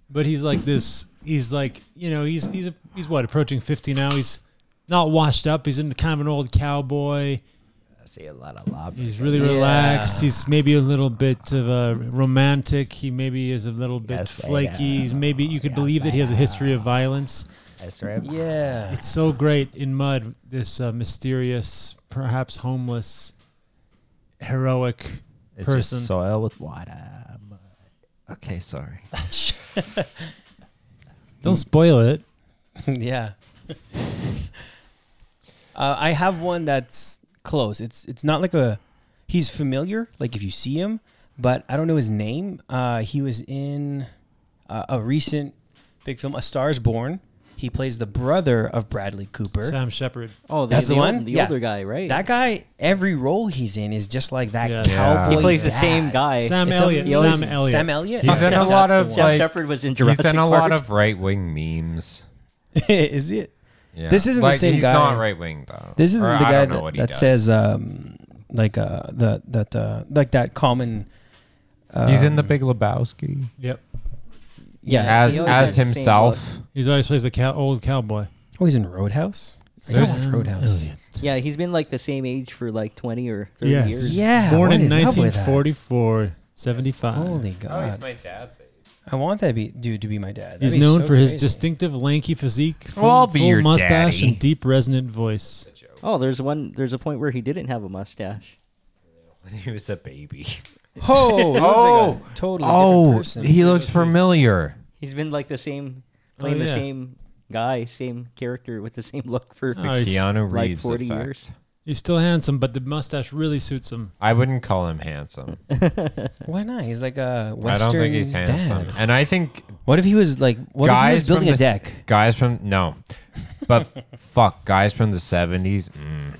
A: but he's like this. He's like you know he's he's a, he's what approaching fifty now. He's not washed up. He's in the kind of an old cowboy.
I: say a lot of lobby.
A: He's really relaxed. He's maybe a little bit of a romantic. He maybe is a little bit
I: Yes, I
A: flaky. He's
I: know.
A: maybe you could
I: Yes,
A: believe that
I: I
A: he has a history of violence.
I: That's right.
B: Yeah.
A: It's so great in Mud. This uh, mysterious, perhaps homeless, heroic
I: It's
A: person.
I: just soil with water. mud. Okay, sorry.
A: Don't spoil it.
B: yeah. uh, I have one that's close. It's it's not like a he's familiar like if you see him, but I don't know his name. Uh, he was in uh, a recent big film, A Star Is Born. He plays the brother of Bradley Cooper.
A: Sam Shepard.
D: Oh, the,
B: That's the
D: the old-
B: one?
D: the
B: Yeah.
D: older guy, right?
B: that guy, every role he's in is just like that
A: Yeah.
B: cowboy.
D: he plays the
B: dad.
D: same guy.
A: Sam
B: It's
A: Elliott.
B: amazing.
A: Sam Elliott.
B: Sam Elliott.
C: He's in a lot
D: Sam
C: of like
D: Shepard was in
C: he's
D: Jurassic
C: in a lot
D: Park.
C: of right wing memes.
B: is it?
C: Yeah.
B: This isn't the
C: like,
B: same
C: he's
B: guy.
C: not right wing though.
B: This isn't
C: Or
B: the
C: I
B: guy
C: don't know
B: that,
C: what he
B: that
C: does.
B: says um, like uh, the that uh, like that common. Um,
C: he's in the Big Lebowski
A: Yep.
B: yeah.
C: as
D: he always
C: as
D: has the same
C: himself.
A: He's always plays the cow- old cowboy.
B: Oh, he's in Roadhouse. I
C: There's-
B: don't watch Roadhouse.
D: Yeah, he's been like the same age for like 20 or 30
A: Yes.
D: years.
B: Yeah,
A: Born
B: what
A: in
B: is up with that?
A: 1944, 75.
B: Holy God!
C: Oh, my dad's age.
B: I want that be, dude to be my dad. That'd
A: He's
B: be
A: known
B: so
A: for his
B: crazy.
A: distinctive lanky physique, full,
C: Well, I'll be
A: full
C: your
A: mustache,
C: daddy.
A: and deep resonant voice.
D: Oh, there's one. There's a point where he didn't have a mustache.
C: When he was a baby.
B: Oh, he looks like a
C: Oh.
B: totally different
C: Oh,
B: person.
C: he looks familiar.
D: He's been like the same, playing the
A: yeah.
D: same guy, same character with the same look for
A: Oh, he's-
C: Keanu
D: like
C: Reeves
D: 40
C: effect.
D: years.
A: He's still handsome, but the mustache really suits him.
C: I wouldn't call him handsome.
B: Why not? He's like a Western
C: I don't think he's handsome.
B: dad.
C: And I think
B: What if he was like? What if he
C: guys
B: was building
C: from
B: a
C: the s-
B: deck?
C: Guys from no, but fuck, guys from the seventies. Mm.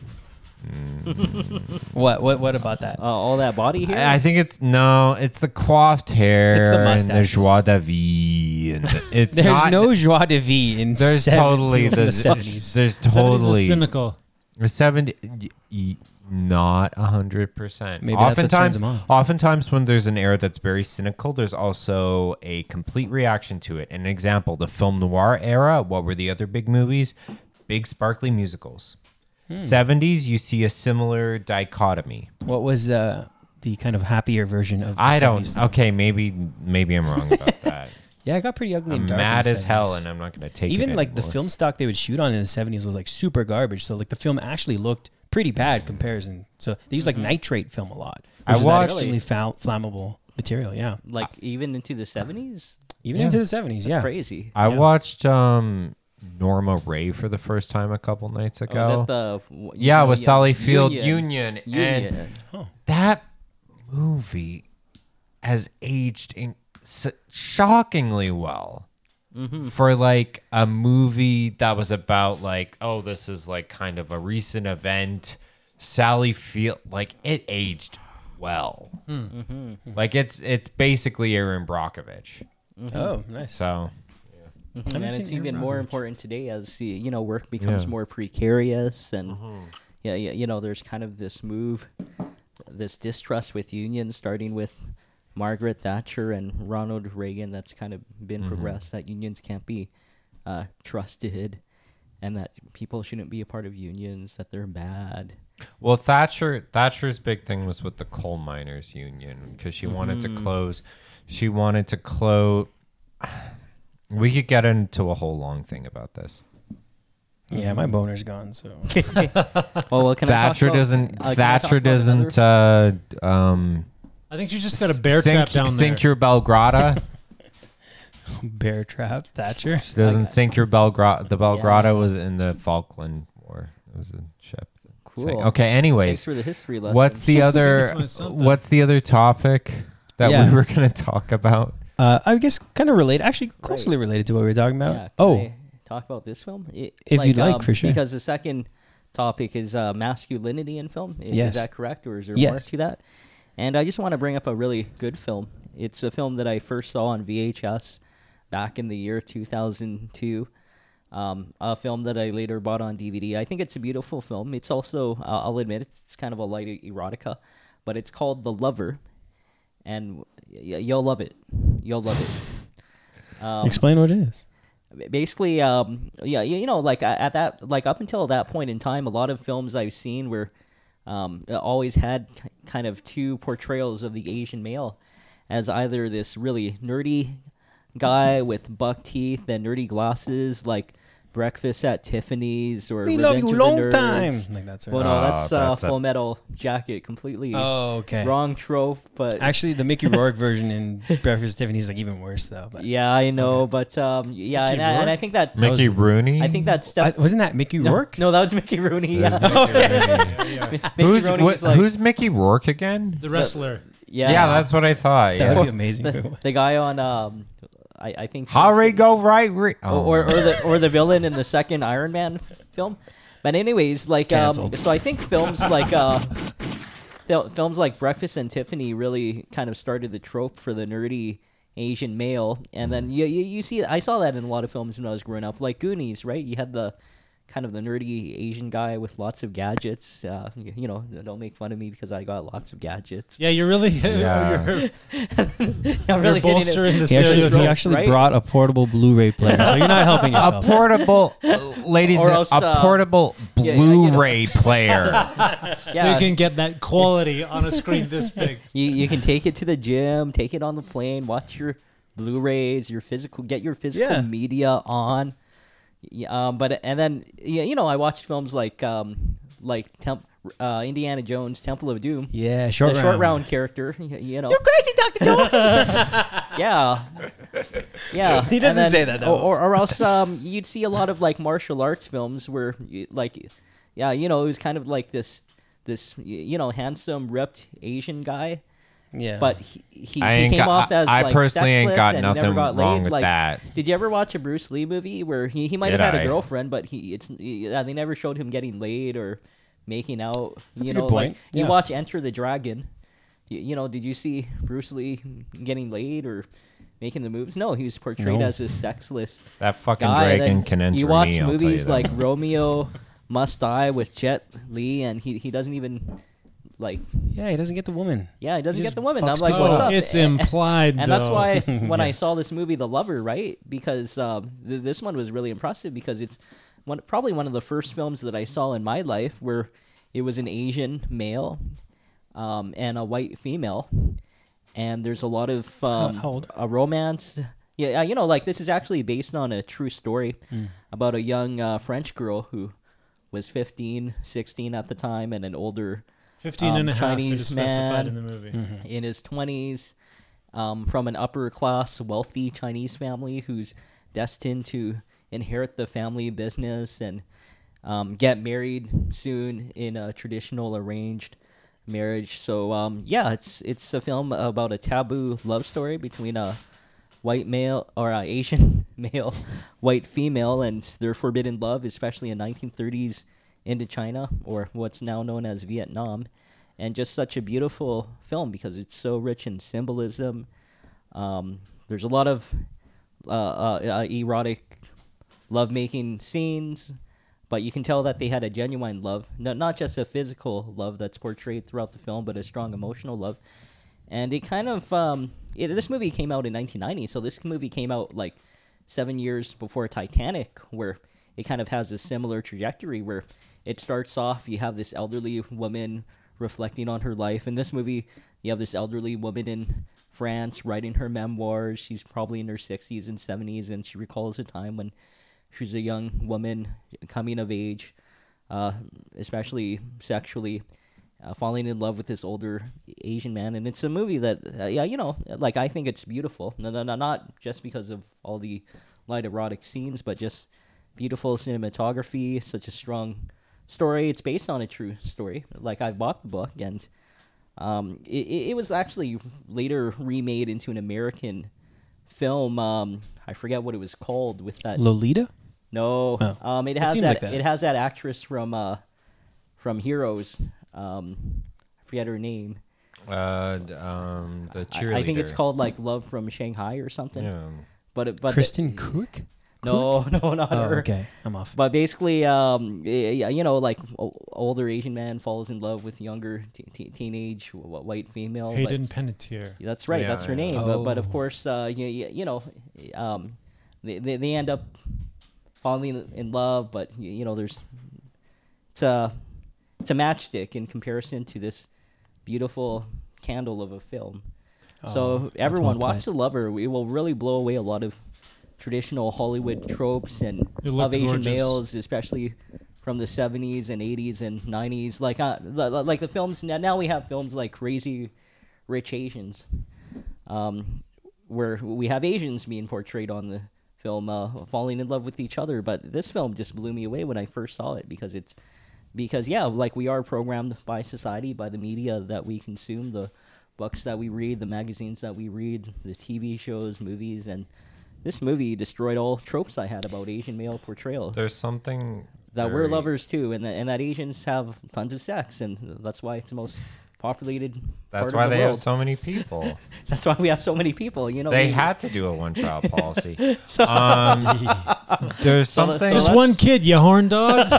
B: What? What? What about that?
D: Uh, all that body hair.
C: I, I think it's no, it's the coiffed hair
B: It's the
C: and the
B: mustaches.
C: joie de vie, and the- it's
B: There's
C: not-
B: no joie de vie in
C: There's
B: seven-
C: totally
B: in
C: the,
B: the seventies.
C: There's
A: 70s was
C: totally
A: cynical.
C: the seventy. y- y- Not a hundred percent.
B: Maybe that's what turns
C: Oftentimes,
B: them on.
C: oftentimes when there's an era that's very cynical, there's also a complete reaction to it. An example: the film noir era. What were the other big movies? Big sparkly musicals.
B: Hmm.
C: 70s, you see a similar dichotomy.
B: What was uh, the kind of happier version of? the
C: I
B: 70s?
C: don't. Okay, maybe maybe I'm wrong about that.
B: Yeah, it got pretty ugly.
C: I'm
B: and dark in
C: mad
B: the
C: as hell,
B: 70s.
C: and I'm not gonna take it
B: even like the
C: anymore.
B: film stock they would shoot on in the seventies was like super garbage. So like the film actually looked pretty bad comparison. So they use like nitrate film a lot,
C: Mm-hmm. I
B: which is
C: watched-
B: that extremely fou- flammable material. Yeah,
D: like even into the 70s.
B: even
C: Yeah.
B: into the seventies.
D: That's
B: Yeah,
D: crazy.
C: I
B: yeah.
C: watched um Norma Ray for the first time a couple nights
D: Oh, was
C: ago.
D: that the w-
C: yeah, with
D: Union-
C: Sally Field
D: Union?
C: Union,
D: Union.
C: and that movie has aged in s- shockingly well
D: Mm-hmm.
C: for like a movie that was about like oh this is like kind of a recent event sally field like it aged well
D: Hmm.
C: like it's it's basically aaron brockovich
B: Oh, nice.
C: so
D: and
B: haven't
D: it's
B: seen Aaron
D: even more
B: Rodgers.
D: important today as the, you know work becomes
C: Yeah.
D: more precarious and yeah, yeah, you know there's kind of this move, this distrust with unions, starting with Margaret Thatcher and Ronald Reagan. That's kind of been
C: Mm-hmm.
D: progressed that unions can't be uh, trusted, and that people shouldn't be a part of unions. That they're bad.
C: Well, Thatcher Thatcher's big thing was with the coal miners union because she wanted
D: Mm-hmm.
C: to close. She wanted to close. We could get into a whole long thing about this. Mm-hmm.
B: Yeah, my boner's gone. So
D: Well, well can
C: Thatcher
D: I talk about-
C: doesn't.
D: uh, can I talk
C: Thatcher
D: about another-
C: doesn't. Uh, um,
A: I think you just got a bear
C: sink,
A: trap down
C: sink
A: there.
C: your Belgrada.
B: bear trap Thatcher.
C: she doesn't sink your Belgrada. The Belgrada
D: Yeah.
C: was in the Falkland War. It was a ship. that sank.
D: Cool.
C: Okay.
D: Thanks
C: Anyways,
D: for the history lesson.
C: what's the other?
A: Something's something.
C: What's the other topic that
B: Yeah.
C: we were gonna talk about?
B: Uh, I guess kind of related, actually closely related to what we were talking about.
D: Yeah, can
B: oh,
D: I talk about this film It-
B: If you'd like, for sure.
D: Because the second topic is uh, masculinity in film. I- Is,
B: Yes.
D: that correct, or is there more
B: Yes.
D: to that? And I just want to bring up a really good film. It's a film that I first saw on VHS back in the year 2002. Um, a film that I later bought on DVD. I think it's a beautiful film. It's also, uh, I'll admit, it's kind of a light erotica, but it's called The Lover, and y- y- you'll love it. You'll love it. Um,
B: explain what it is.
D: basically um yeah you, you know like uh, at that like up until that point in time a lot of films i've seen were um, always had k- kind of two portrayals of the Asian male as either this really nerdy guy with buck teeth and nerdy glasses, like Breakfast at Tiffany's or
B: We love
D: Revenge
B: you
D: of the
B: long
D: Nerds.
B: time. Like that's
D: Well,
B: right.
D: no,
C: Ah,
D: that's, uh,
C: that's a-
D: Full Metal Jacket. Completely
B: Oh, okay.
D: wrong trope, but
B: Actually, the Mickey Rourke version in Breakfast at Tiffany's is like even worse though. But
D: yeah, I know. But um, yeah,
B: Mickey
D: and I, and I
B: Rourke?
D: think that
C: Mickey Rooney.
D: I think that
B: I-
D: step.
B: wasn't that Mickey
D: no,
B: Rourke?
D: no, that was Mickey Rooney.
C: There's
D: Yeah.
C: Mickey Rooney.
D: Mickey
C: who's
D: Rooney
C: what-
D: was like,
C: who's Mickey Rourke again?
A: The wrestler.
D: yeah,
C: yeah, that's what I thought.
B: That would
C: Yeah.
B: be amazing. if it
D: the,
B: was.
D: the guy on um, I, I think
C: Hurry,
D: Simpson-
C: go right. Re- oh.
D: or, or the or the villain in the second Iron Man film. But anyways, like um,
B: Cancelled.
D: so I think films like uh, fil- films like Breakfast and Tiffany really kind of started the trope for the nerdy Asian male, and
A: Mm.
D: then you, you you see I saw that in a lot of films when I was growing up, like Goonies, right? You had the kind of the nerdy Asian guy with lots of gadgets. Uh, you, you know, don't make fun of me because I got lots of gadgets.
A: Yeah, you're really
C: Yeah.
A: you're,
D: I'm
A: you're
D: really hitting it.
A: bolstering the
B: He actually, he
A: stereotype.
B: actually
D: right?
B: brought a portable Blu-ray player, so you're not helping
C: a
B: yourself.
C: portable, ladies,
D: Or else,
C: a
D: uh,
C: portable
D: yeah, yeah, you know.
C: Blu-ray player.
A: So you
D: Yeah.
A: can get that quality on a screen this big.
D: You you can take it to the gym, take it on the plane, watch your Blu-rays, your physical, get your physical
B: Yeah.
D: media on. Yeah, um, but and then yeah, you know, I watched films like um, like Temp, uh, Indiana Jones, Temple of Doom.
B: Yeah,
D: The
B: short round.
D: short round character, y- you know. You're crazy, Doctor Jones. yeah, yeah.
B: He doesn't
D: And
B: say that, though.
D: Or, or, or else, um, you'd see a lot of like martial arts films where, y- like, yeah, you know, it was kind of like this, this, y- you know, handsome, ripped Asian guy,
B: Yeah,
D: but he, he,
C: I
D: he
C: ain't
D: came
C: got-
D: off as
C: I
D: like
C: personally ain't
D: sexless
C: got
D: and never
C: nothing
D: got
C: wrong
D: laid.
C: with
D: like,
C: that.
D: Did you ever watch a Bruce Lee movie where he, he might
C: Did
D: have had
C: I?
D: a girlfriend, but he it's yeah, they never showed him getting laid or making out.
B: That's
D: you
B: a
D: know,
B: good point.
D: like you
B: Yeah.
D: watch Enter the Dragon. You, you know, did you see Bruce Lee getting laid or making the moves? No, he was portrayed
B: No.
D: as a sexless
C: that fucking
D: guy. and
C: dragon
D: then
C: can enter
D: you watch
C: me. I'll tell you
D: movies
C: that.
D: like Romeo Must Die with Jet Li, and he he doesn't even like
B: yeah, he doesn't get the woman.
D: yeah, he doesn't
B: Just
D: get the woman. I'm
B: fucks
D: like,
B: people
D: what's
B: up.
D: up?
A: Oh, It's
D: A- a-
A: implied,
D: and that's
A: though.
D: why when I saw this movie, The Lover, right? Because um, th- this one was really impressive because it's one, probably one of the first films that I saw in my life where it was an Asian male um, and a white female, and there's a lot of um,
B: how old?
D: a romance. Yeah, uh, you know, like this is actually based on a true story
B: Mm.
D: about a young uh, French girl who was 15, 16 at the time, and an older
A: 15 and
D: Um,
A: a half
D: Chinese
A: is specified
D: man.
A: in the movie.
D: Mm-hmm. in his 20s um, from an upper class, wealthy Chinese family who's destined to inherit the family business and um, get married soon in a traditional arranged marriage. So um, yeah, it's it's a film about a taboo love story between a white male or uh, Asian male, white female, and their forbidden love, especially in 1930s Indochina or what's now known as Vietnam, and just such a beautiful film because it's so rich in symbolism. Um, there's a lot of uh, uh, uh, erotic lovemaking scenes, but you can tell that they had a genuine love, no, not just a physical love that's portrayed throughout the film, but a strong emotional love. And it kind of um, it, this movie came out in 1990, so this movie came out like seven years before Titanic, where it kind of has a similar trajectory where it starts off you have this elderly woman reflecting on her life. In this movie, you have this elderly woman in France writing her memoirs. She's probably in her 60s and 70s, and she recalls a time when she's a young woman coming of age, uh, especially sexually, uh, falling in love with this older Asian man. And it's a movie that, uh, yeah, you know, like I think it's beautiful. No, no, no, not just because of all the light erotic scenes, but just beautiful cinematography, such a strong story. It's based on a true story. Like I bought the book and. Um, it, it it was actually later remade into an American film. Um, I forget what it was called with that.
B: Lolita.
D: No,
B: Oh.
D: um, it
B: It
D: has
B: seems
D: that,
B: like that.
D: It has that actress from uh, from Heroes. Um, I forget her name.
C: uh, d- um, the
D: I-
C: cheerleader.
D: I, think it's called like Love from Shanghai or something.
C: Yeah.
D: But it- but
B: Kristen Cook.
D: no, no, not
B: Oh,
D: her.
B: okay, I'm off.
D: But basically, um, y- y- you know, like o- older Asian man falls in love with younger t- t- teenage wh- white female. but-
A: Hayden Panettiere.
D: That's right.
C: Yeah,
D: that's her
C: yeah.
D: name. But, but
A: Oh.
D: of course, uh, you, you, you know, um, they, they, they end up falling in love, but you, you know, there's it's a it's a matchstick in comparison to this beautiful candle of a film.
A: Oh,
D: so everyone
F: well
D: watch The Lover. It will really blow away a lot of traditional Hollywood tropes and
A: It
D: of
A: looked
D: Asian
A: gorgeous.
D: males, especially from the 70s and 80s and 90s. Like uh, li- li- like the films now, now we have films like Crazy Rich Asians, um, where we have Asians being portrayed on the film uh, falling in love with each other. But this film just blew me away when I first saw it because it's because yeah, like we are programmed by society, by the media that we consume, the books that we read, the magazines that we read, the TV shows, movies, and this movie destroyed all tropes I had about Asian male portrayal.
C: There's something
D: that we're
C: very-
D: lovers too, and that, and that Asians have tons of sex, and that's why it's the most populated.
C: That's
D: part
C: why
D: of the
C: they have
D: world.
C: so many people.
D: That's why we have so many people. You know,
C: they
D: we-
C: had to do a one-child policy. Um, there's something.
D: So
A: Just
D: let's-
A: one kid, you horn dogs.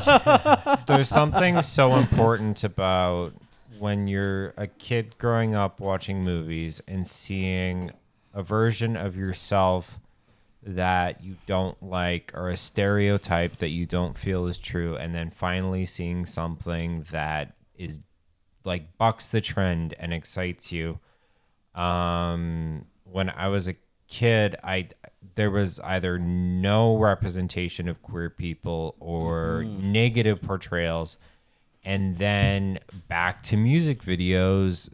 C: there's something so important about when you're a kid growing up watching movies and seeing a version of yourself that you don't like or a stereotype that you don't feel is true and then finally seeing something that is like bucks the trend and excites you um when i was a kid i there was either no representation of queer people or negative portrayals and then back to music videos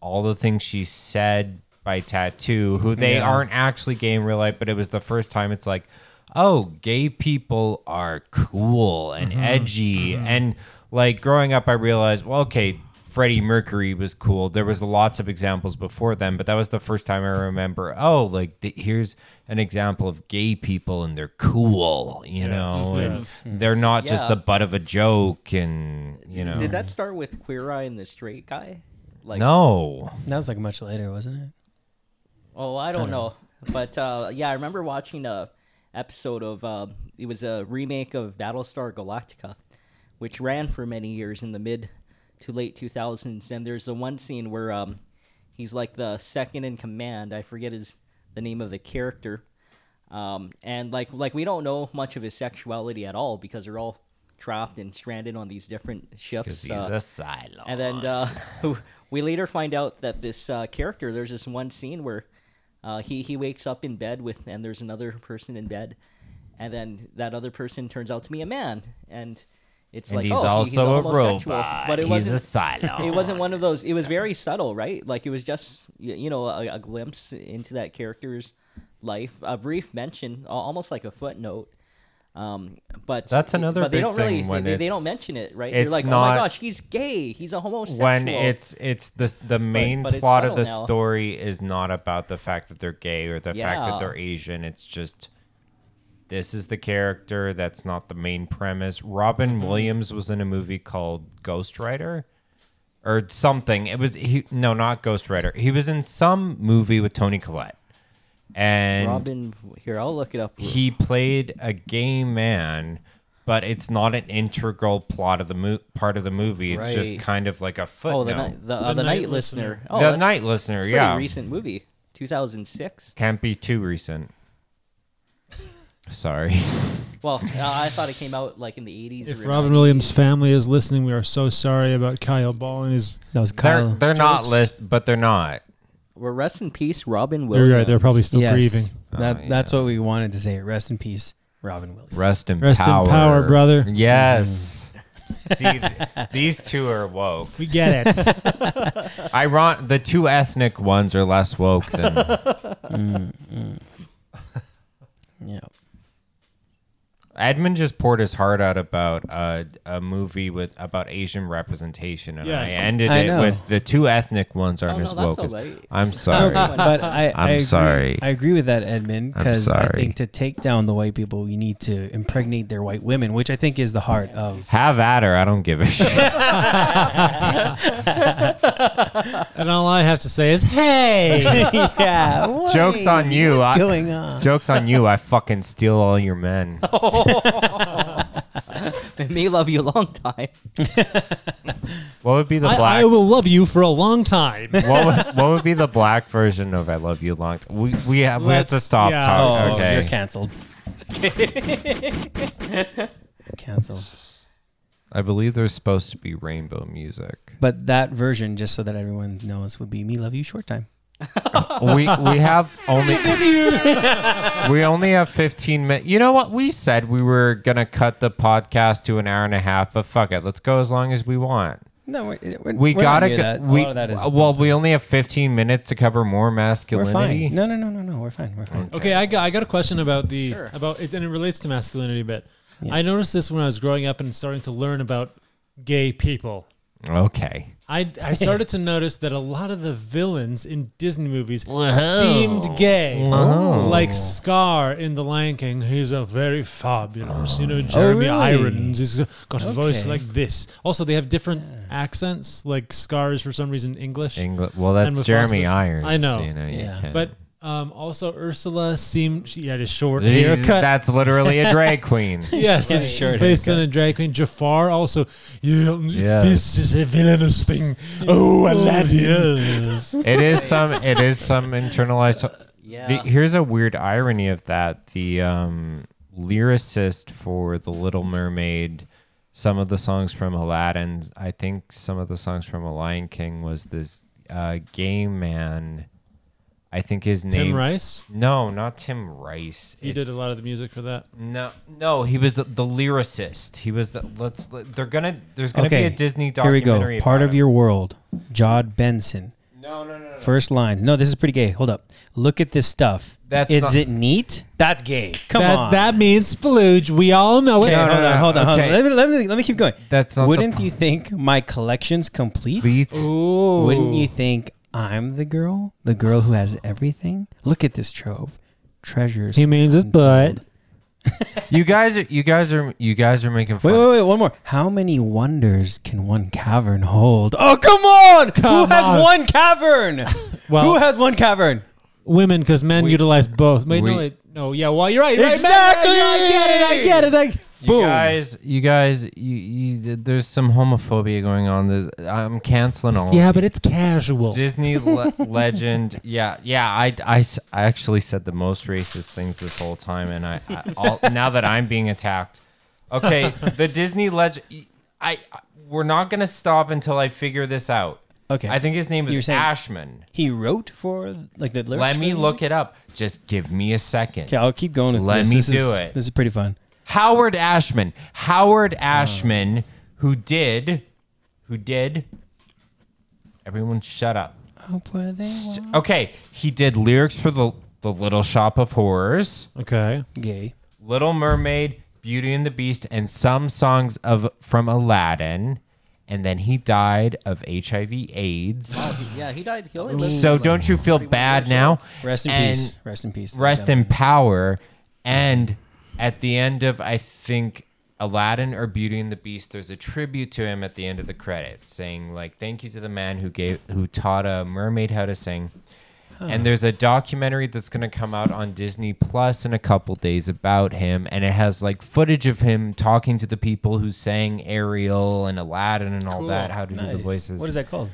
C: all the things she said by tattoo who they aren't actually gay in real life but it was the first time it's like oh gay people are cool and
A: Mm-hmm.
C: edgy and like growing up i realized well okay freddie mercury was cool there was lots of examples before them but that was the first time i remember oh like th- here's an example of gay people and they're cool you know and
A: yes.
C: they're not just
D: Yeah.
C: the butt of a joke and you know
D: Did that start with Queer Eye and the Straight Guy? Like,
C: no
B: That was like much later, wasn't it?
D: Oh, I don't know, but uh, yeah, I remember watching a episode of uh, it was a remake of Battlestar Galactica, which ran for many years in the mid to late 2000s. And there's the one scene where um, he's like the second in command. I forget his the name of the character, um, and like like we don't know much of his sexuality at all because they're all trapped and stranded on these different ships.
C: because he's
D: uh,
C: a silo
D: and then uh, we later find out that this uh, character, there's this one scene where uh, he he wakes up in bed with, and there's another person in bed, and then that other person turns out to be a man, and it's
C: and
D: like
C: he's
D: oh, he-
C: also
D: he's
C: a
D: homosexual,
C: robot.
D: but it
C: he's a
D: wasn't.
C: silo.
D: It wasn't one of those. It was very subtle, right? Like it was just y- you know a, a glimpse into that character's life, a brief mention, al- almost like a footnote. Um, but
C: That's another
D: But they
C: big
D: don't
C: thing
D: really.
C: when
D: they, they
C: it's-
D: don't mention it, right? They're
C: it's
D: like, oh
C: not-
D: my gosh, he's gay. He's a homosexual.
C: when it's it's the the main
D: but it's
C: plot of the
D: subtle now.
C: story is not about the fact that they're gay or the fact that
D: Yeah.
C: they're Asian. It's just this is the character. That's not the main premise. Robin
D: Mm-hmm.
C: Williams was in a movie called Ghost Rider. Or something. It was he, no, not Ghost Rider. He was in some movie with Tony Collette, and
D: Robin. Here, I'll look it up.
C: he played a gay man, but it's not an integral plot of the mo- part of the movie. It's just
D: Right.
C: kind of like a footnote.
D: oh, the night, the, uh,
A: The
D: the,
A: Night
D: night, listener.
A: Listener.
D: Oh,
C: The
D: that's-
C: Night Listener,
D: that's a
C: yeah.
D: pretty recent movie, 2006.
C: Can't be too recent. Sorry.
D: Well, uh, I thought it came out like in the 80s.
A: If
D: or
A: Robin
D: 90s.
A: Williams' family is listening, we are so sorry about Kyle Ball and his.
B: That was
C: they're
B: Kyle.
C: they're not list, but they're not.
D: Well, rest in peace, Robin
A: They're,
D: Williams.
A: right, they're probably still
B: Yes.
A: grieving.
B: That,
C: Oh,
B: That's what we wanted to say. Rest in peace, Robin Williams.
C: Rest in
A: Rest in
C: power.
A: power, brother.
C: Yes. See, th- these two are woke.
A: We get it.
C: Iron- the two ethnic ones are less woke than.
B: Yeah.
C: Edmund just poured his heart out about uh, a movie with about Asian representation, and
A: Yes.
C: I ended
B: I
C: it
B: know.
C: with the two ethnic ones aren't
D: Oh,
C: as
D: no, that's
C: woke. as-
D: all right.
C: I'm sorry.
B: But I,
C: I'm
B: I agree-
C: sorry.
B: I agree with that, Edmund,
C: I'm
B: because I
C: sorry.
B: think to take down the white people, you need to impregnate their white women, which I think is the heart of.
C: Have at her. I don't give a shit.
A: and all I have to say is, hey.
B: yeah. What
C: Jokes on you. I-
B: going on?
C: Joke's on you. I fucking steal all your men.
D: Me love you a long time.
C: What would be the
A: I,
C: black?
A: I will love you for a long time.
C: what, would, what would be the black version of "I love you long"? T- we we have, we have to
A: Let's-
C: stop
A: yeah.
C: talking.
B: Oh,
C: okay.
B: you're canceled. canceled.
C: I believe there's supposed to be rainbow music.
B: But that version, just so that everyone knows, would be "Me Love You" short time.
C: we we have only we only have 15 minutes. You know what? We said we were gonna cut the podcast to an hour and a half, but fuck it, let's go as long as we want.
B: No, we're, we're,
C: We
B: we're not
C: gotta
B: near
C: go-
B: that.
C: we
B: a lot of that is
C: well, we only have 15 minutes to cover more
B: we're
C: masculinity.
B: fine. No, no, no, no, no. We're fine. We're fine.
A: Okay, I got I got a question about the about it, and it relates to masculinity a bit. I noticed this when I was growing up and starting to learn about gay people.
C: Okay.
A: I, I started to notice that a lot of the villains in Disney movies seemed gay,
B: Uh-huh.
A: like Scar in The Lion King. He's a very fabulous, you know. Jeremy
B: Oh, really?
A: Irons, he's got a voice
B: Okay.
A: like this. Also, they have different accents. Like Scar is for some reason English.
C: Engl- well,
A: And
C: that's
A: Mufasa.
C: Jeremy Irons.
A: I know.
C: you know, you
B: Yeah.
C: can't-
A: But um, also Ursula seemed she had a short
C: Jeez,
A: haircut.
C: that's literally a drag queen.
A: yes,
B: Yeah,
A: it's
B: sure,
A: based on
B: haircut.
A: a drag queen. Jafar also, yeah,
C: Yeah.
A: this is a villainous thing. Oh, Aladdin.
C: it is some it is some internalized
D: Yeah.
C: the, here's a weird irony of that the um lyricist for the little mermaid some of the songs from aladdin i think some of the songs from a lion king was this uh gay man i think his name
A: Tim Rice.
C: no not tim rice
A: He did a lot of the music for that.
C: no no he was the, the lyricist he was the let's let, they're gonna there's gonna
B: okay.
C: be a disney
B: Here we
C: documentary
B: go. Part
C: about
B: of
C: him.
B: your world, Jod Benson.
C: no no no, no.
B: First lines. No, this is pretty gay. Hold up. Look at this stuff.
C: That's
B: is
C: not-
B: it neat? That's gay. Come
A: that,
B: on.
A: That means splooge. We all know it.
B: Okay,
C: No, no,
B: hold
C: no,
B: on, hold on,
C: okay.
B: hold on. Let me, let me, let me keep going.
C: That's not the
B: Wouldn't
C: po-
B: you think my collection's complete?
C: Beat.
A: Ooh.
B: Wouldn't you think I'm the girl, the girl who has everything? Look at this trove, treasures.
A: He means his butt.
C: you guys are you guys are you guys are making fun
B: Wait, wait, wait! One more. How many wonders can one cavern hold? Oh, come on!
A: Come
B: who has
A: on.
B: one cavern?
A: Well-
B: who has one cavern?
A: Women, because men utilize both. Wait, no,
C: we-
A: wait, no, yeah, well, you're right. you're right, man,
B: Exactly!
A: yeah, I get it. I get it. I,
C: You guys, you guys, you, you, there's some homophobia going on. There's, I'm canceling all.
A: yeah, but it's casual.
C: Disney le- legend. Yeah, yeah. I, I s- I actually said the most racist things this whole time, and I, I all, now that I'm being attacked. Okay, the Disney legend. I, I we're not gonna stop until I figure this out.
B: Okay.
C: I think his name
B: You're
C: is
B: saying-
C: Ashman.
B: He wrote for like the lyrics.
C: Let
B: for
C: me
B: these?
C: look it up. Just give me a second.
B: Okay, I'll keep going with
C: Let
B: this.
C: me
B: This is-
C: do it.
B: This is pretty fun.
C: Howard Ashman. Howard
B: Uh.
C: Ashman, who did, who did. Everyone, shut up.
B: Up where they
C: St- Okay, he did lyrics for the the Little Shop of Horrors,
A: Okay.
B: gay.
C: Little Mermaid, Beauty and the Beast, and some songs of from Aladdin. And then he died of HIV/AIDS.
D: yeah, he died. He only lived
C: So
D: like
C: don't you feel
D: 41
C: bad
D: years
C: now?
B: Rest in
C: And-
B: peace. Rest in peace.
C: rest in power and at the end of i think aladdin or beauty and the beast there's a tribute to him at the end of the credits saying like thank you to the man who gave who taught a mermaid how to sing and there's a documentary that's going to come out on disney plus in a couple days about him and it has like footage of him talking to the people who sang ariel and aladdin and all that how to do the voices
B: What is that called?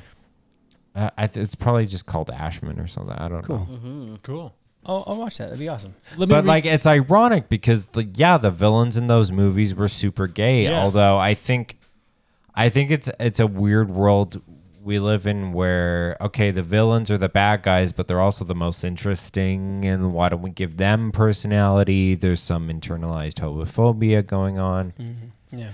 C: uh, I th- it's probably just called ashman or something i don't know
B: Cool.
A: Cool.
B: Oh, I'll watch that. That'd be awesome.
A: Let
C: but
A: re-
C: like it's ironic because the yeah the villains in those movies were super gay
A: Yes.
C: although i think i think it's it's a weird world we live in where okay the villains are the bad guys but they're also the most interesting and why don't we give them personality there's some internalized homophobia going on
B: Yeah.
D: old.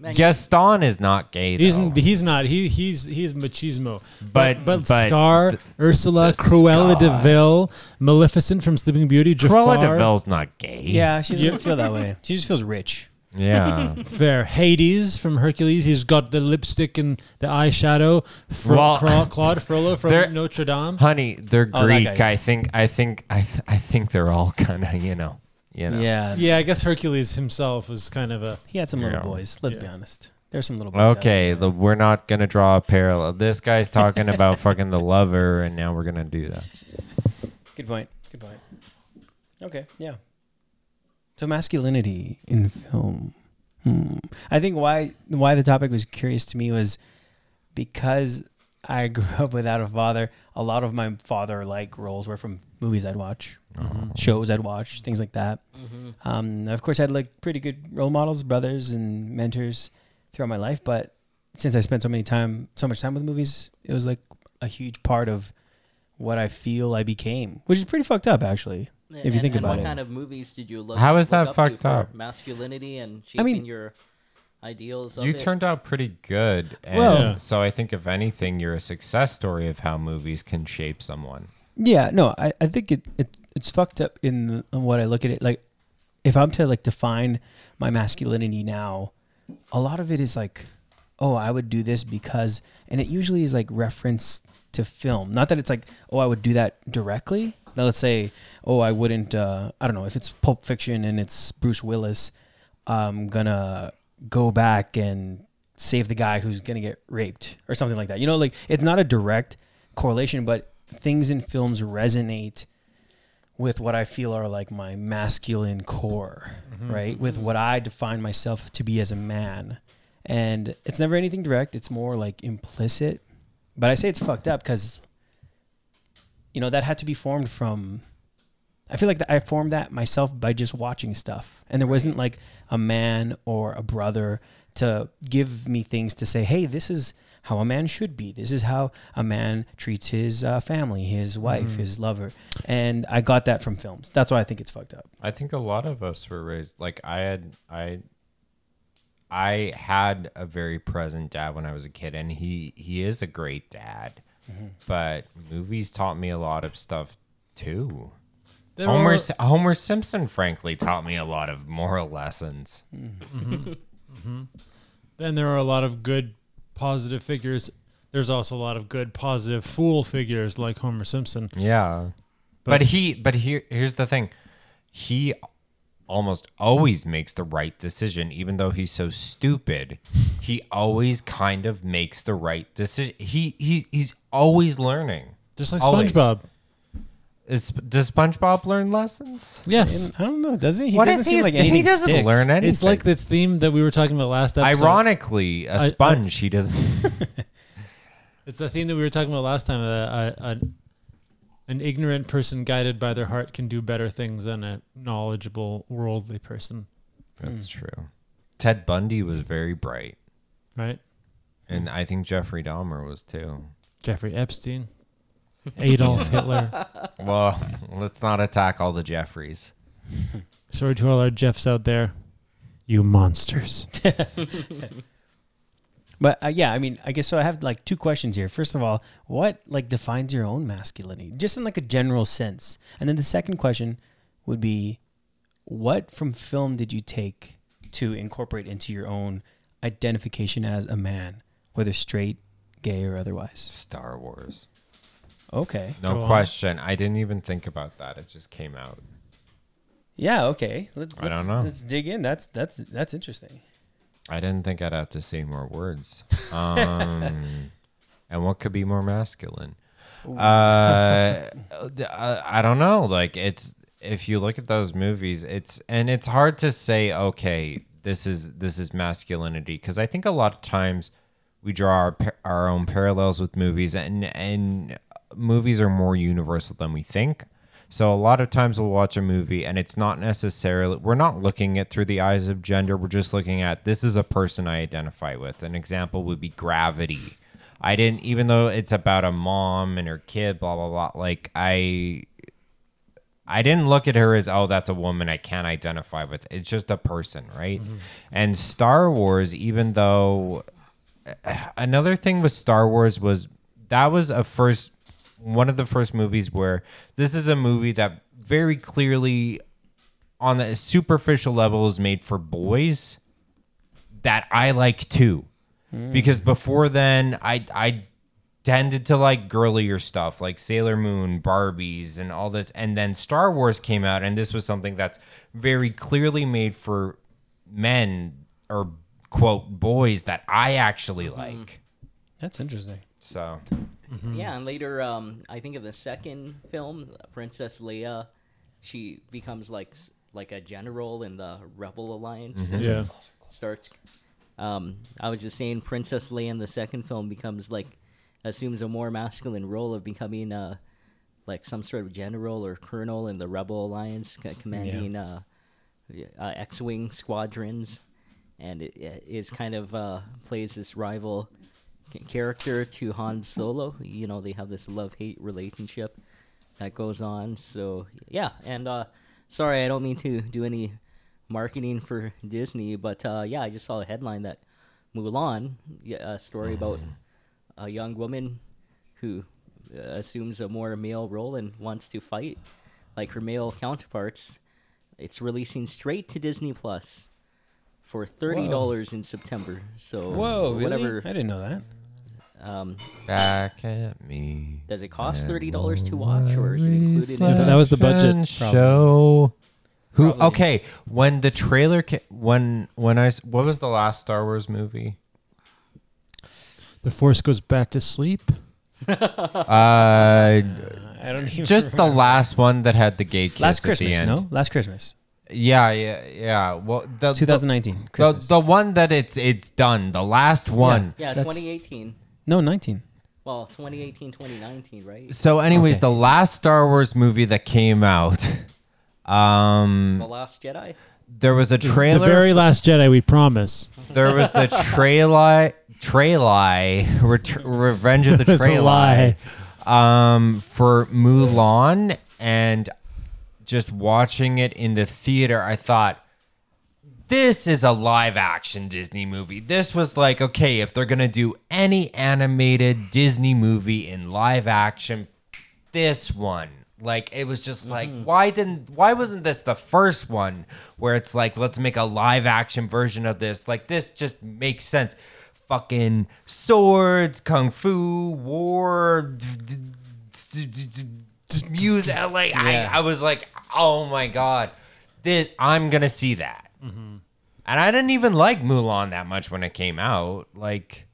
D: Man,
C: gaston is not gay though.
A: He's, he's not. He he's he's machismo.
C: But-
A: but,
C: but
A: Star, Ursula, Cruella De Vil, Maleficent from Sleeping Beauty, Jafar,
C: Cruella de Vil's not gay.
B: Yeah, she doesn't feel that way. She just feels rich.
C: Yeah.
A: Fair. Hades from Hercules. He's got the lipstick and the eyeshadow. Fro-
C: Well,
A: Cla- Claude Frollo
C: there-
A: from Notre Dame.
C: Honey, they're
B: Oh, that
C: Greek.
B: guy.
C: I think I think I th- I think they're all kind of, you know, you know.
B: Yeah.
A: Yeah, I guess Hercules himself was kind of a.
B: He had some little
C: Yeah.
B: boys. Let's be
A: Yeah.
B: honest. There's some little boys. out
C: Okay, the, we're not gonna draw a parallel. This guy's talking about fucking the lover, and now we're gonna do that.
B: there. Good point. Good point. Okay. Yeah. So masculinity in film. Hmm. I think why why the topic was curious to me was because I grew up without a father. A lot of my father like roles were from movies I'd watch, shows I'd watch, things like that. Um, of course, I had like pretty good role models, brothers and mentors, throughout my life, but since I spent so many time, so much time with movies, it was like a huge part of what I feel I became, which is pretty fucked up, actually. If you
D: And-
B: think
D: and
B: about
D: what
B: it.
D: kind of movies did you look?
C: How is
D: look
C: that
D: up to
C: fucked
D: for
C: up?
D: Masculinity and shaping
B: I mean-
D: your ideals. Of
C: You
D: it?
C: turned out pretty good. And
A: Well-
C: so I think, if anything, you're a success story of how movies can shape someone.
B: Yeah, no, I, I think it, it it's fucked up in, the, in what I look at it. Like, if I'm to like define my masculinity now, a lot of it is like, oh, I would do this because, and it usually is like reference to film. Not that it's like, oh, I would do that directly. Now let's say, oh, I wouldn't. Uh, I don't know if it's Pulp Fiction and it's Bruce Willis. I'm gonna go back and save the guy who's gonna get raped or something like that. You know, like it's not a direct correlation, but things in films resonate with what I feel are like my masculine core, right? With what I define myself to be as a man. And it's never anything direct, it's more like implicit. But I say it's fucked up because, you know, that had to be formed from. I feel like that I formed that myself by just watching stuff. And there wasn't like a man or a brother to give me things to say, hey, this is how a man should be. This is how a man treats his uh, family, his wife, his lover. And I got that from films. That's why I think it's fucked up.
C: I think a lot of us were raised like I had I I had a very present dad when I was a kid and he he is a great dad. But movies taught me a lot of stuff too.
A: There
C: Homer
A: are-
C: S Homer Simpson frankly taught me a lot of moral lessons.
A: then there are a lot of good positive figures. There's also a lot of good positive fool figures like Homer Simpson.
C: Yeah. But, he but here here's the thing. He almost always makes the right decision even though he's so stupid. He always kind of makes the right decision. He he he's always learning.
A: Just like
C: Always.
A: SpongeBob.
C: Is, does SpongeBob learn lessons?
A: Yes.
B: And I don't know. Does he? He
C: What
B: doesn't
C: if
B: seem
C: he-
B: like
C: he
B: anything.
C: doesn't
B: sticks.
C: learn anything.
A: It's like this theme that we were talking about last episode.
C: Ironically, a
A: I-
C: sponge he doesn't.
A: It's the theme that we were talking about last time. That uh, an, an ignorant person guided by their heart can do better things than a knowledgeable, worldly person.
C: That's
A: Hmm.
C: true. Ted Bundy was very bright,
A: Right?
C: and I think Jeffrey Dahmer was too.
A: Jeffrey Epstein, Adolf Hitler.
C: Well, let's not attack all the Jeffreys.
A: Sorry to all our Jeffs out there. You monsters.
B: But uh, yeah, I mean, I guess so. I have like two questions here. First of all, what like defines your own masculinity, just in like a general sense? And then the second question would be, what from film did you take to incorporate into your own identification as a man, whether straight, gay, or otherwise?
C: Star Wars.
B: Okay.
C: No
A: Go on.
C: question. I didn't even think about that. It just came out.
B: Yeah. Okay. Let's.
C: I don't
B: let's-
C: know.
B: Let's dig in. That's that's that's interesting.
C: I didn't think I'd have to say more words. Um, and what could be more masculine? Uh, I, I don't know. Like it's if you look at those movies, it's and it's hard to say. Okay, this is this is masculinity because I think a lot of times we draw our par- our own parallels with movies, and and movies are more universal than we think. So a lot of times we'll watch a movie and it's not necessarily we're not looking at through the eyes of gender. We're just looking at this is a person I identify with. An example would be Gravity. I didn't even though it's about a mom and her kid blah blah blah like I I didn't look at her as oh that's a woman I can't identify with. It's just a person, right? And Star Wars even though uh, another thing with Star Wars was that was a first one of the first movies where this is a movie that very clearly on a superficial level is made for boys that I like too. Because before then I I tended to like girlier stuff like Sailor Moon, Barbies and all this and then Star Wars came out and this was something that's very clearly made for men or quote boys that I actually
D: Mm-hmm.
C: like.
B: That's interesting.
C: So
D: Yeah, and later, um, I think in the second film, uh, Princess Leia, she becomes like s- like a general in the Rebel Alliance. and
A: Mm-hmm. Yeah.
D: starts. Um, I was just saying, Princess Leia in the second film becomes like assumes a more masculine role of becoming uh, like some sort of general or colonel in the Rebel Alliance, c- commanding uh, yeah, uh, X-wing squadrons. and it, it is kind of uh, plays this rival c- character to Han Solo. You know, they have this love hate relationship that goes on. So yeah, and uh, sorry, I don't mean to do any marketing for Disney, but uh, yeah, I just saw a headline that Mulan, y- a story about a young woman who uh, assumes a more male role and wants to fight like her male counterparts. It's releasing straight to Disney Plus for thirty dollars in September. So
B: Whoa, really?
D: whatever.
B: I didn't know that.
D: Um,
C: Back at me.
D: does it cost thirty dollars to watch, or is it included?
A: Yeah,
D: in
A: but that was the budget,
C: Reflection
A: probably.
C: Show. Who?
D: Probably.
C: Okay, when the trailer ca- when when I s- what was the last Star Wars movie?
A: The Force goes back to sleep.
C: Uh,
B: I don't even
C: just the last one that had the gay kiss
B: last
C: at the
B: Christmas.
C: end.
B: No, last Christmas,
C: Yeah, yeah, yeah. Well, the, the,
B: 2019.
C: the
B: Christmas.
C: the one that it's it's done. The last one.
D: yeah,
B: That's-
D: 2018.
B: no, 19.
D: Well, 2018, 2019, right?
C: So, anyways,
B: Okay.
C: the last Star Wars movie that came out, um,
D: The Last Jedi.
C: there was a trailer.
A: The very last Jedi, we promise.
C: there was the trailer. Trailer, Ret- Revenge of the
A: It's a
C: Trailer.
A: lie.
C: um, for Mulan and just watching it in the theater, I thought, this is a live action Disney movie. This was like, okay, if they're going to do any animated Disney movie in live action, this one. Like it was just like why didn't why wasn't this the first one where it's like let's make a live action version of this like this just makes sense fucking swords kung fu war d- d- d- d- d- d- use LA I, I was like oh my god this I'm gonna see that and I didn't even like Mulan that much when it came out like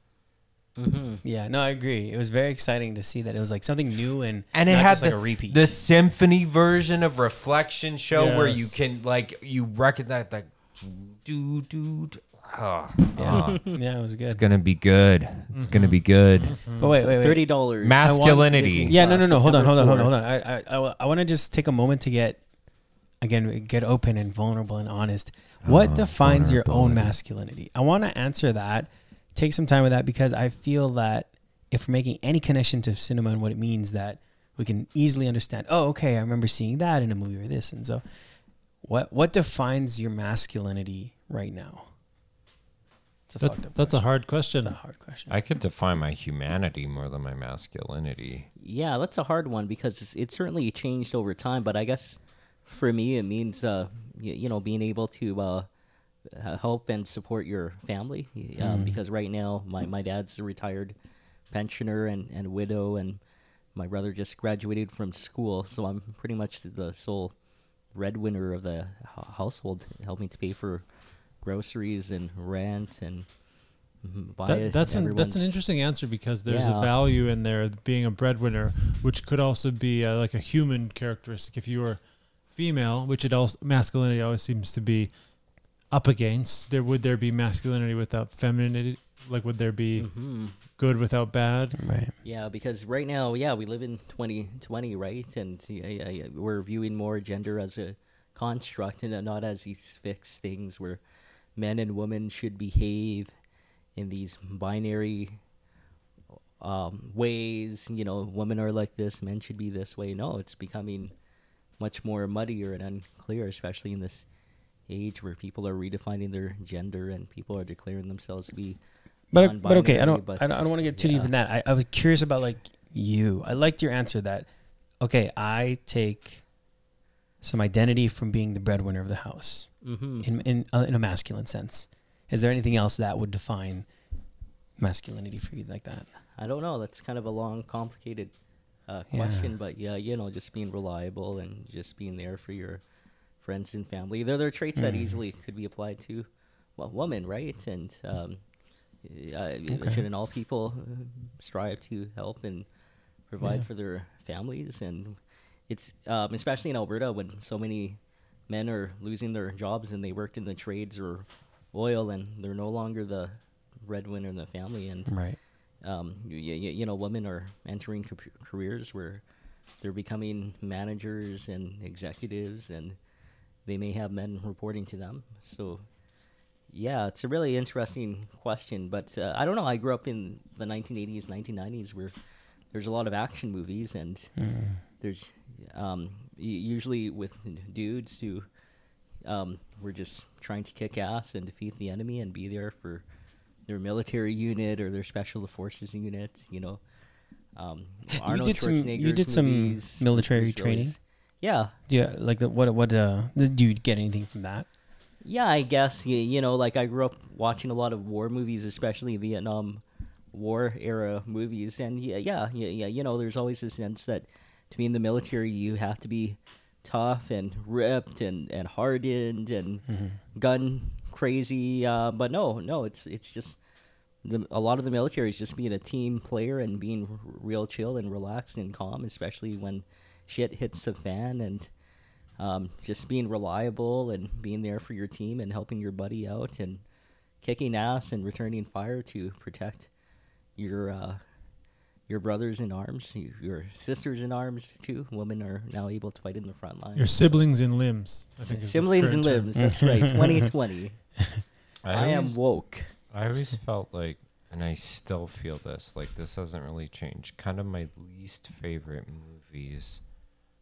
B: Yeah, no, I agree. It was very exciting to see that it was like something new and
C: and it
B: not
C: has
B: just like
C: the,
B: a repeat.
C: the symphony version of reflection show where you
A: Yes.
C: can like you recognize like do do do. Oh,
B: yeah, it was good.
C: it's gonna be good. It's gonna
B: Mm-hmm.
C: be good.
B: But wait, wait, wait.
D: Thirty dollars.
C: Masculinity.
B: Yeah, no, no, no. Hold on, hold on, hold on, hold
D: September
B: on. I, I, I, want to just take a moment to get, again, get open and vulnerable and honest. What defines your own masculinity? I want to answer that. Take some time with that because I feel that if we're making any connection to cinema and what it means, that we can easily understand. Oh, okay, I remember seeing that in a movie or this, and so what? What defines your masculinity right now? It's a fucked
A: That,
B: up.
A: that's a hard question.
B: That's a hard question.
C: I could define my humanity more than my masculinity.
D: Yeah, that's a hard one because it's- it certainly changed over time. But I guess for me, it means uh, you, you know being able to uh, uh, help and support your family y-
A: Mm-hmm.
D: um, because right now my, my dad's a retired pensioner and, and widow, and my brother just graduated from school, so I'm pretty much the- the sole breadwinner of the h- household, helping to pay for groceries and rent and mm, buy
A: That, that's an that's an
D: everyone's-
A: interesting answer because there's
D: Yeah.
A: a value in there being a breadwinner, which could also be uh, like a human characteristic. If you were female, which it also masculinity always seems to be up against, there would there be masculinity without femininity? Like would there be
D: Hmm. Mm-hmm.
A: good without bad?
B: Right.
D: Yeah, because right now, yeah, we live in 2020, right? And yeah, yeah, yeah, we're viewing more gender as a construct and not as these fixed things where men and women should behave in these binary um, ways. You know, women are like this, men should be this way. No, it's becoming much more muddier and unclear, especially in this age where people are redefining their gender and people are declaring themselves to be.
B: but, but okay, I
D: non-binary,
B: don't,
D: but-
B: I don't, I don't want to get too deep
D: yeah.
B: in that. I, I was curious about like you. I liked your answer that, okay, I take some identity from being the breadwinner of the house
D: Mhm.
B: in in, uh, in a masculine sense. Is there anything else that would define masculinity for you like that?
D: I don't know. That's kind of a long, complicated uh,
B: Yeah.
D: question, but yeah, you know, just being reliable and just being there for your friends and family. There, there are traits
B: Hmm.
D: that easily could be applied to a woman, right? And um, uh, shouldn't all people uh, strive to help and provide for their families? And it's um, especially in Alberta when so many men are losing their jobs and they worked in the trades or oil, and they're no longer the breadwinner in the family, and
B: Right.
D: um, you, you, you know, women are entering cap- careers where they're becoming managers and executives, and they may have men reporting to them. So Yeah, it's a really interesting question, but uh, I don't know. I grew up in the 1980s, 1990s, where there's a lot of action movies, and
B: Mm.
D: there's um, y- usually with dudes who um, were just trying to kick ass and defeat the enemy and be there for their military unit or their special forces unit. You know, um, Arnold
B: did some- you
D: Schwarzenegger's
B: did some
D: movies,
B: military
D: Bruce Willis.
B: training?
D: Yeah,
B: Yeah, like the, what? What? Uh, did you get anything from that?
D: Yeah, I guess you, you know, like I grew up watching a lot of war movies, especially Vietnam War era movies, and yeah, yeah, yeah, yeah you know, there's always this sense that to be in the military, you have to be tough and ripped and, and hardened and gun crazy. Uh, but no, no, it's it's just the, a lot of the military is just being a team player and being r- real chill and relaxed and calm, especially when shit hits the fan and um, just being reliable and being there for your team and helping your buddy out and kicking ass and returning fire to protect your uh, your brothers in arms, y- your sisters in arms too. Women are now able to fight in the front line.
A: Your siblings and limbs. I think is the
D: Siblings and
A: current term.
D: limbs. That's right. 2020. I am
C: always-
D: woke.
C: I always felt like, and I still feel this, like this hasn't really changed. Kind of my least favorite movies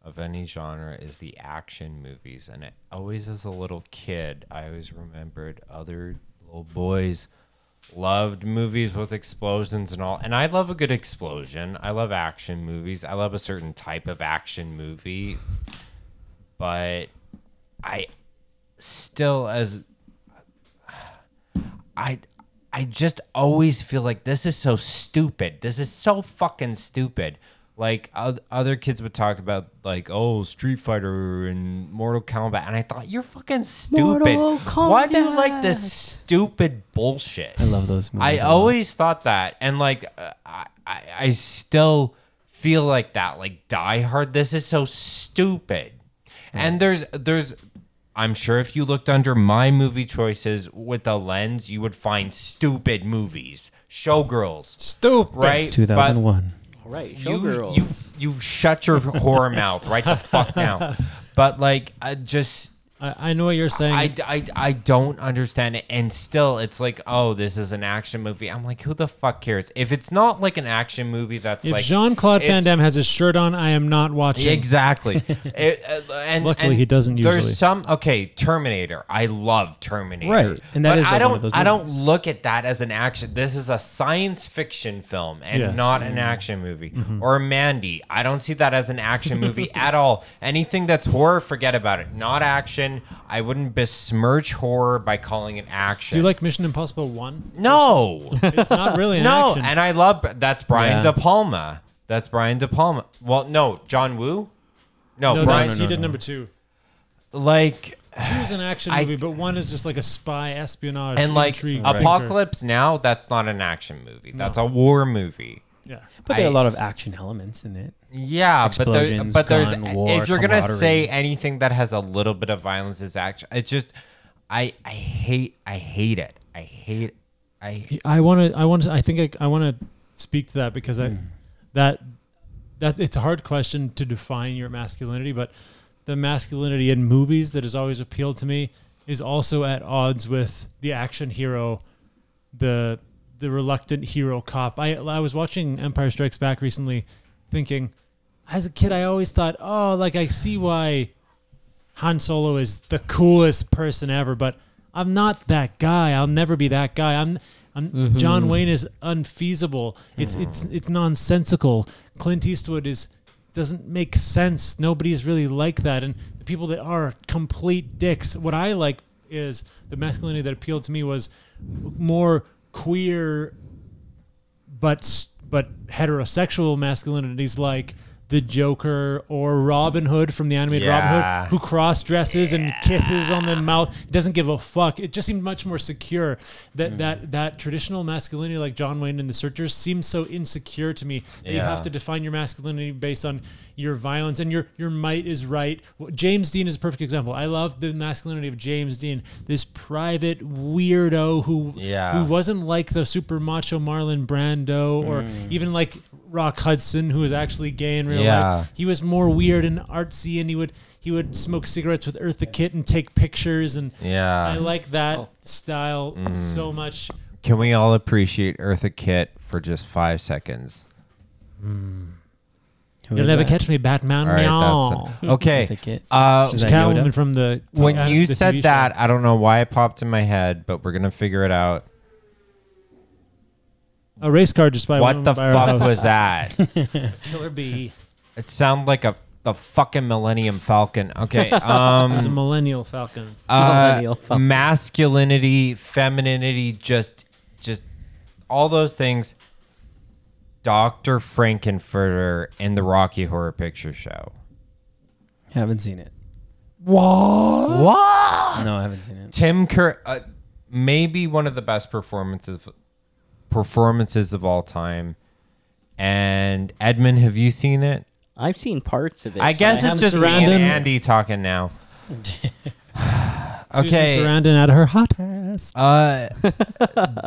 C: of any genre is the action movies. And it always, as a little kid, I always remembered other little boys loved movies with explosions and all. And I love a good explosion. I love action movies. I love a certain type of action movie. But I still, as I I just always feel like this is so stupid. This is so fucking stupid. Like oth- other kids would talk about like oh Street Fighter and Mortal Kombat and I thought you're fucking stupid.
D: Mortal
C: Why do you like
D: Kombat.
C: this stupid bullshit?
F: I love those movies.
C: I
F: a lot.
C: always thought that, and like uh, I, I, I still feel like that. Like Die Hard, this is so stupid. And there's, there's, I'm sure if you looked under my movie choices with a lens, you would find stupid movies, Showgirls,
A: Stupid.
C: right? But
F: 2001.
D: All right,
C: you,
D: showgirls.
C: you, you shut your whore mouth right the fuck now. But like, I just.
A: I, I know what you're saying.
C: I, I, I don't understand it. And still, it's like, oh, this is an action movie. I'm like, who the fuck cares? If it's not like an action movie that's
A: if
C: like.
A: Jean Claude Van
C: it's-
A: Damme has his shirt on, I am not watching.
C: Exactly. It- uh, and,
A: Luckily,
C: and
A: he doesn't usually.
C: There's some okay. Terminator. I love Terminator.
B: Right, and that
C: but
B: is,
C: I
B: like,
C: don't.
B: one of those
C: I don't
B: movies.
C: look at that as an action. This is a science fiction film and
A: Yes.
C: not an action movie. Or Mandy. I don't see that as an action movie at all. Anything that's horror, forget about it. Not action. I wouldn't besmirch horror by calling it action.
A: Do you like Mission Impossible One?
C: No.
A: It's not really an
C: no.
A: action.
C: And I love that's Brian
B: Yeah.
C: De Palma. That's Brian De Palma. Well, no, John Woo. No,
A: no,
C: Brian.
A: that's- he did number two.
C: Like
A: Two is an action
C: I-
A: movie, but one is just like a spy espionage
C: and like
A: intrigue thinker.
C: Apocalypse Now. That's not an action movie. That's a war movie.
A: Yeah.
B: But there are a
C: I-
B: lot of action elements in it.
C: Yeah, but there,
B: Explosions,
C: but there's
B: gun, war,
C: if you're gonna
B: camaraderie.
C: say anything that has a little bit of violence is action. It's just I I hate I hate it. I hate I
A: I want to. I want to. I think I, I want to speak to that because I, that, that it's a hard question to define your masculinity, but the masculinity in movies that has always appealed to me is also at odds with the action hero, the the reluctant hero cop. I I was watching Empire Strikes Back recently, thinking, as a kid, I always thought, oh, like I see why Han Solo is the coolest person ever, but I'm not that guy. I'll never be that guy. I'm, I'm John Wayne is unfeasible. It's it's it's nonsensical. Clint Eastwood is doesn't make sense. Nobody's really like that, and the people that are are complete dicks. What I like is the masculinity that appealed to me was more queer but s- but heterosexual masculinities like the Joker or Robin Hood from the animated
C: Yeah.
A: Robin Hood, who cross dresses and kisses on the mouth, doesn't give a fuck. It just seemed much more secure. That
C: Mm.
A: that that traditional masculinity, like John Wayne and the Searchers, seems so insecure to me. That You have
C: Yeah.
A: to define your masculinity based on your violence and your your might is right. Well, James Dean is a perfect example. I love the masculinity of James Dean, this private weirdo who
C: Yeah. Mm.
A: who wasn't like the super macho Marlon Brando or even like Rock Hudson, who was actually gay in real
C: Yeah.
A: life. He was more weird and artsy, and he would he would smoke cigarettes with Eartha Kitt and take pictures. And
C: Yeah. Mm-hmm.
A: I like that style so much.
C: Can we all appreciate Eartha Kitt for just five seconds?
B: Who
A: You'll
B: is
A: never
B: that?
A: catch me, Batman.
C: All right, that's
A: meow.
C: en- okay.
B: Eartha Kitt.
C: Uh,
B: She's
A: It's
B: Is that
A: Catwoman
B: Yoda?
A: from the
C: when
A: uh,
C: you
A: the TV
C: said
A: show.
C: that, I don't know why it popped in my head, but we're gonna figure it out.
A: a race car just by
C: What the fuck was that?
A: Killer Bee
C: it sounded like a the fucking Millennium Falcon. Okay. Um,
A: was a millennial Falcon.
C: uh,
D: Millennial Falcon.
C: masculinity, femininity, just, just all those things. Doctor Frankenfurter and the Rocky Horror Picture Show.
B: Haven't seen it.
C: What?
B: No, I haven't seen it.
C: Tim Curry, uh, maybe one of the best performances performances of all time. And Edmund, have you seen it?
D: I've seen parts of it.
C: I
D: but
C: guess
A: Ham
C: it's just me and
A: Sarandon.
C: Andy talking now. okay.
A: Susan Sarandon out of her hot ass.
C: Uh,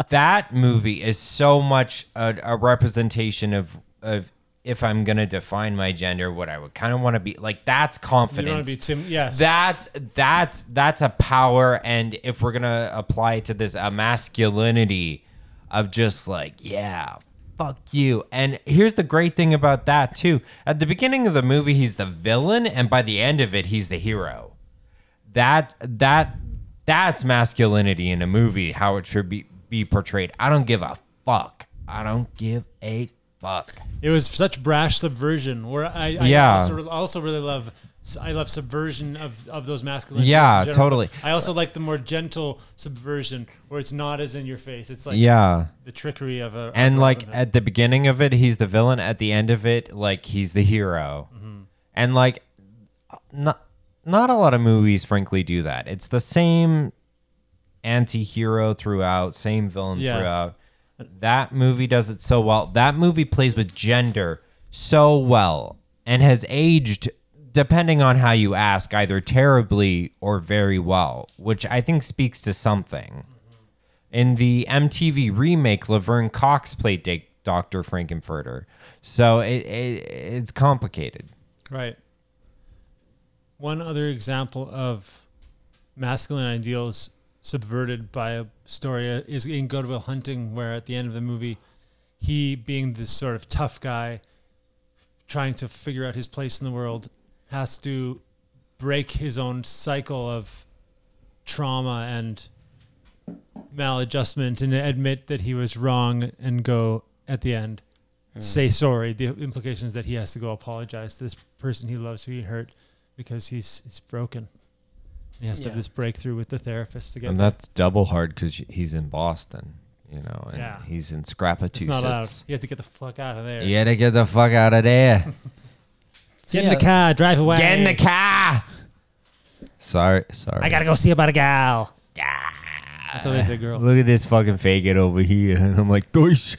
C: that movie is so much a, a representation of of if I'm gonna define my gender, what I would kind of want to be. Like that's
A: You
C: confidence.
A: don't want to be Tim? Yes.
C: That's that's that's a power, and if we're gonna apply it to this a masculinity of just like yeah, fuck you. And here's the great thing about that too. At the beginning of the movie, he's the villain, and by the end of it, he's the hero. That that that's masculinity in a movie. How it should be be portrayed. I don't give a fuck. I don't give a fuck.
A: It was such brash subversion. Where I, I
C: Yeah.
A: also, also really love I love subversion of, of those masculine. things
C: Yeah,
A: in general,
C: totally.
A: but I also like the more gentle subversion where it's not as in your face. It's like
C: Yeah.
A: the trickery of a
C: and
A: of
C: like
A: Robin Hood.
C: at the beginning of it he's the villain at the end of it like he's the hero and like not not a lot of movies frankly do that it's the same anti-hero throughout same villain
A: Yeah.
C: throughout that movie does it so well that movie plays with gender so well and has aged depending on how you ask either terribly or very well which i think speaks to something in the MTV remake, Laverne Cox played Dick- Dr. Frankenfurter. So it, it it's complicated.
A: right. One other example of masculine ideals subverted by a story uh, is in Goodwill Hunting, where at the end of the movie, he being this sort of tough guy trying to figure out his place in the world has to break his own cycle of trauma and maladjustment and admit that he was wrong and go at the end say sorry the implications that he has to go apologize to this person he loves who he hurt because he's he's broken he has to have
B: Yeah.
A: this breakthrough with the therapist to get
C: And that's double hard because he's in Boston, you know, and
A: Yeah.
C: he's in
A: it's not allowed
C: Scrapatussets.
A: you have to get the fuck out of there
C: You gotta get the fuck out of there.
A: get in the car drive away
C: get in the car. Sorry, sorry.
A: I gotta go see about a gal. That's how they say girl.
C: Look at this fucking faggot over here. And I'm like, Doish.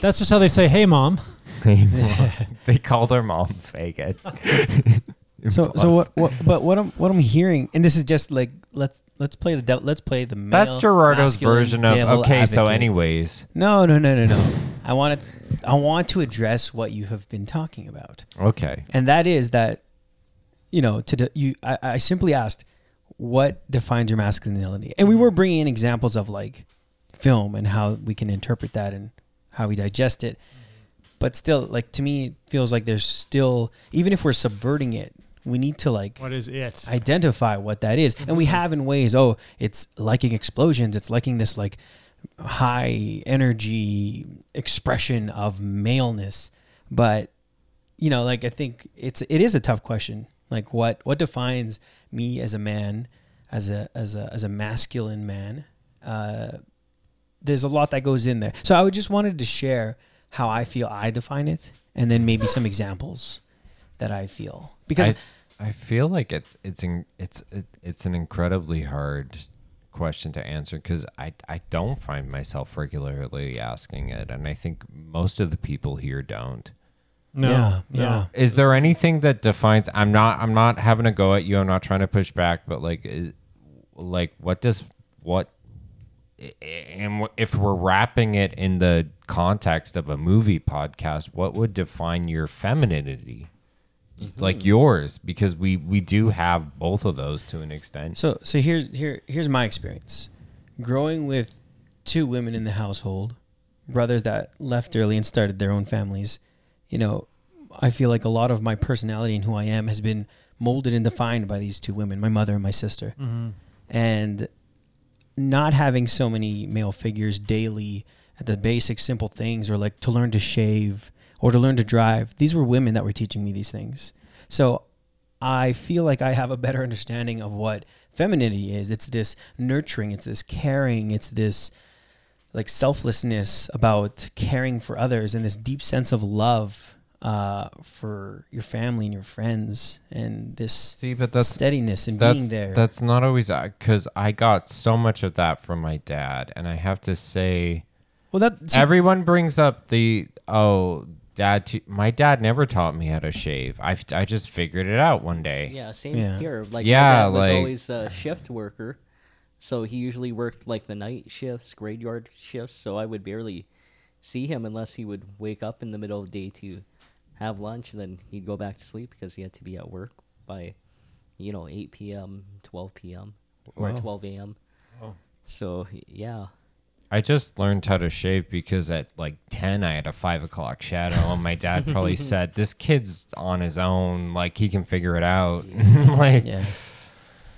A: That's just how they say, hey, mom.
C: they call their mom faggot. In
B: So, so
C: Boston.
B: what, what? But what I'm what I'm hearing, and this is just like let's let's play the devil. Let's play the male
C: That's Gerardo's
B: masculine
C: version of,
B: devil
C: okay, so
B: advocate.
C: anyways.
B: No, no, no, no, no. I want to I want to address what you have been talking about,
C: Okay.
B: and that is that, you know, to de- you. I, I simply asked what defines your masculinity, and we were bringing in examples of like film and how we can interpret that and how we digest it. But still, like to me, it feels like there's still even if we're subverting it, we need to like
A: What is it?
B: identify what that is and we have in ways oh it's liking explosions it's liking this like high energy expression of maleness but you know like i think it's it is a tough question like what what defines me as a man as a as a as a masculine man uh there's a lot that goes in there so i would just wanted to share how i feel i define it and then maybe some examples that i feel because
C: I, I feel like it's it's in, it's it, it's an incredibly hard question to answer because I I don't find myself regularly asking it, and I think most of the people here don't.
A: No.
B: yeah,
A: no.
B: yeah.
C: Is there anything that defines? I'm not I'm not having a go at you. I'm not trying to push back, but like, is, like what does what and w- if we're wrapping it in the context of a movie podcast, what would define your femininity?
B: Mm-hmm.
C: Like yours, because we we do have both of those to an extent.
B: So so here's here here's my experience. Growing with two women in the household, brothers that left early and started their own families, you know, I feel like a lot of my personality and who I am has been molded and defined by these two women, my mother and my sister. And not having so many male figures daily at the basic simple things or like to learn to shave or to learn to drive these were women that were teaching me these things so i feel like i have a better understanding of what femininity is it's this nurturing it's this caring it's this like selflessness about caring for others and this deep sense of love uh, for your family and your friends and this
C: See, but that's
B: steadiness and
C: that's
B: being there
C: that's not always because I got so much of that from my dad, and I have to say,
B: well that see,
C: everyone brings up the oh dad. T- my dad never taught me how to shave. I f- I just figured it out one day.
D: Yeah, same
B: Yeah.
D: here. Like
C: Yeah,
D: my dad was
C: like-
D: always a shift worker, so he usually worked like the night shifts, graveyard shifts. So I would barely see him unless he would wake up in the middle of the day to have lunch, and then he'd go back to sleep because he had to be at work by, you know, eight p.m., twelve p.m., or twelve a.m.
C: Oh.
D: So yeah,
C: I just learned how to shave because at like ten I had a five o'clock shadow, and my dad probably said, "This kid's on his own. Like he can figure it out." like
B: Yeah.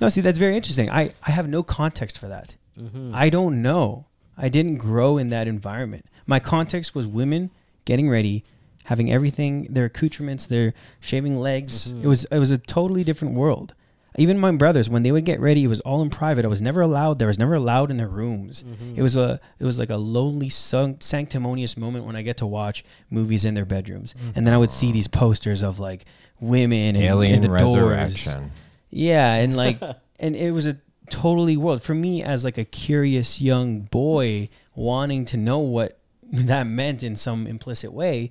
B: No, see, that's very interesting. I, I have no context for that.
C: Mm-hmm.
B: I don't know. I didn't grow in that environment. My context was women getting ready, having everything, their accoutrements, their shaving legs.
C: Mm-hmm.
B: It was it was a totally different world. Even my brothers, when they would get ready, it was all in private. I was never allowed. There was never allowed in their rooms.
C: Mm-hmm.
B: It was a it was like a lonely, sun- sanctimonious moment when I get to watch movies in their bedrooms, and then I would see these posters of like women and
C: alien
B: and the doors.
C: resurrection.
B: Yeah, and like, and it was a totally world for me as like a curious young boy wanting to know what that meant in some implicit way.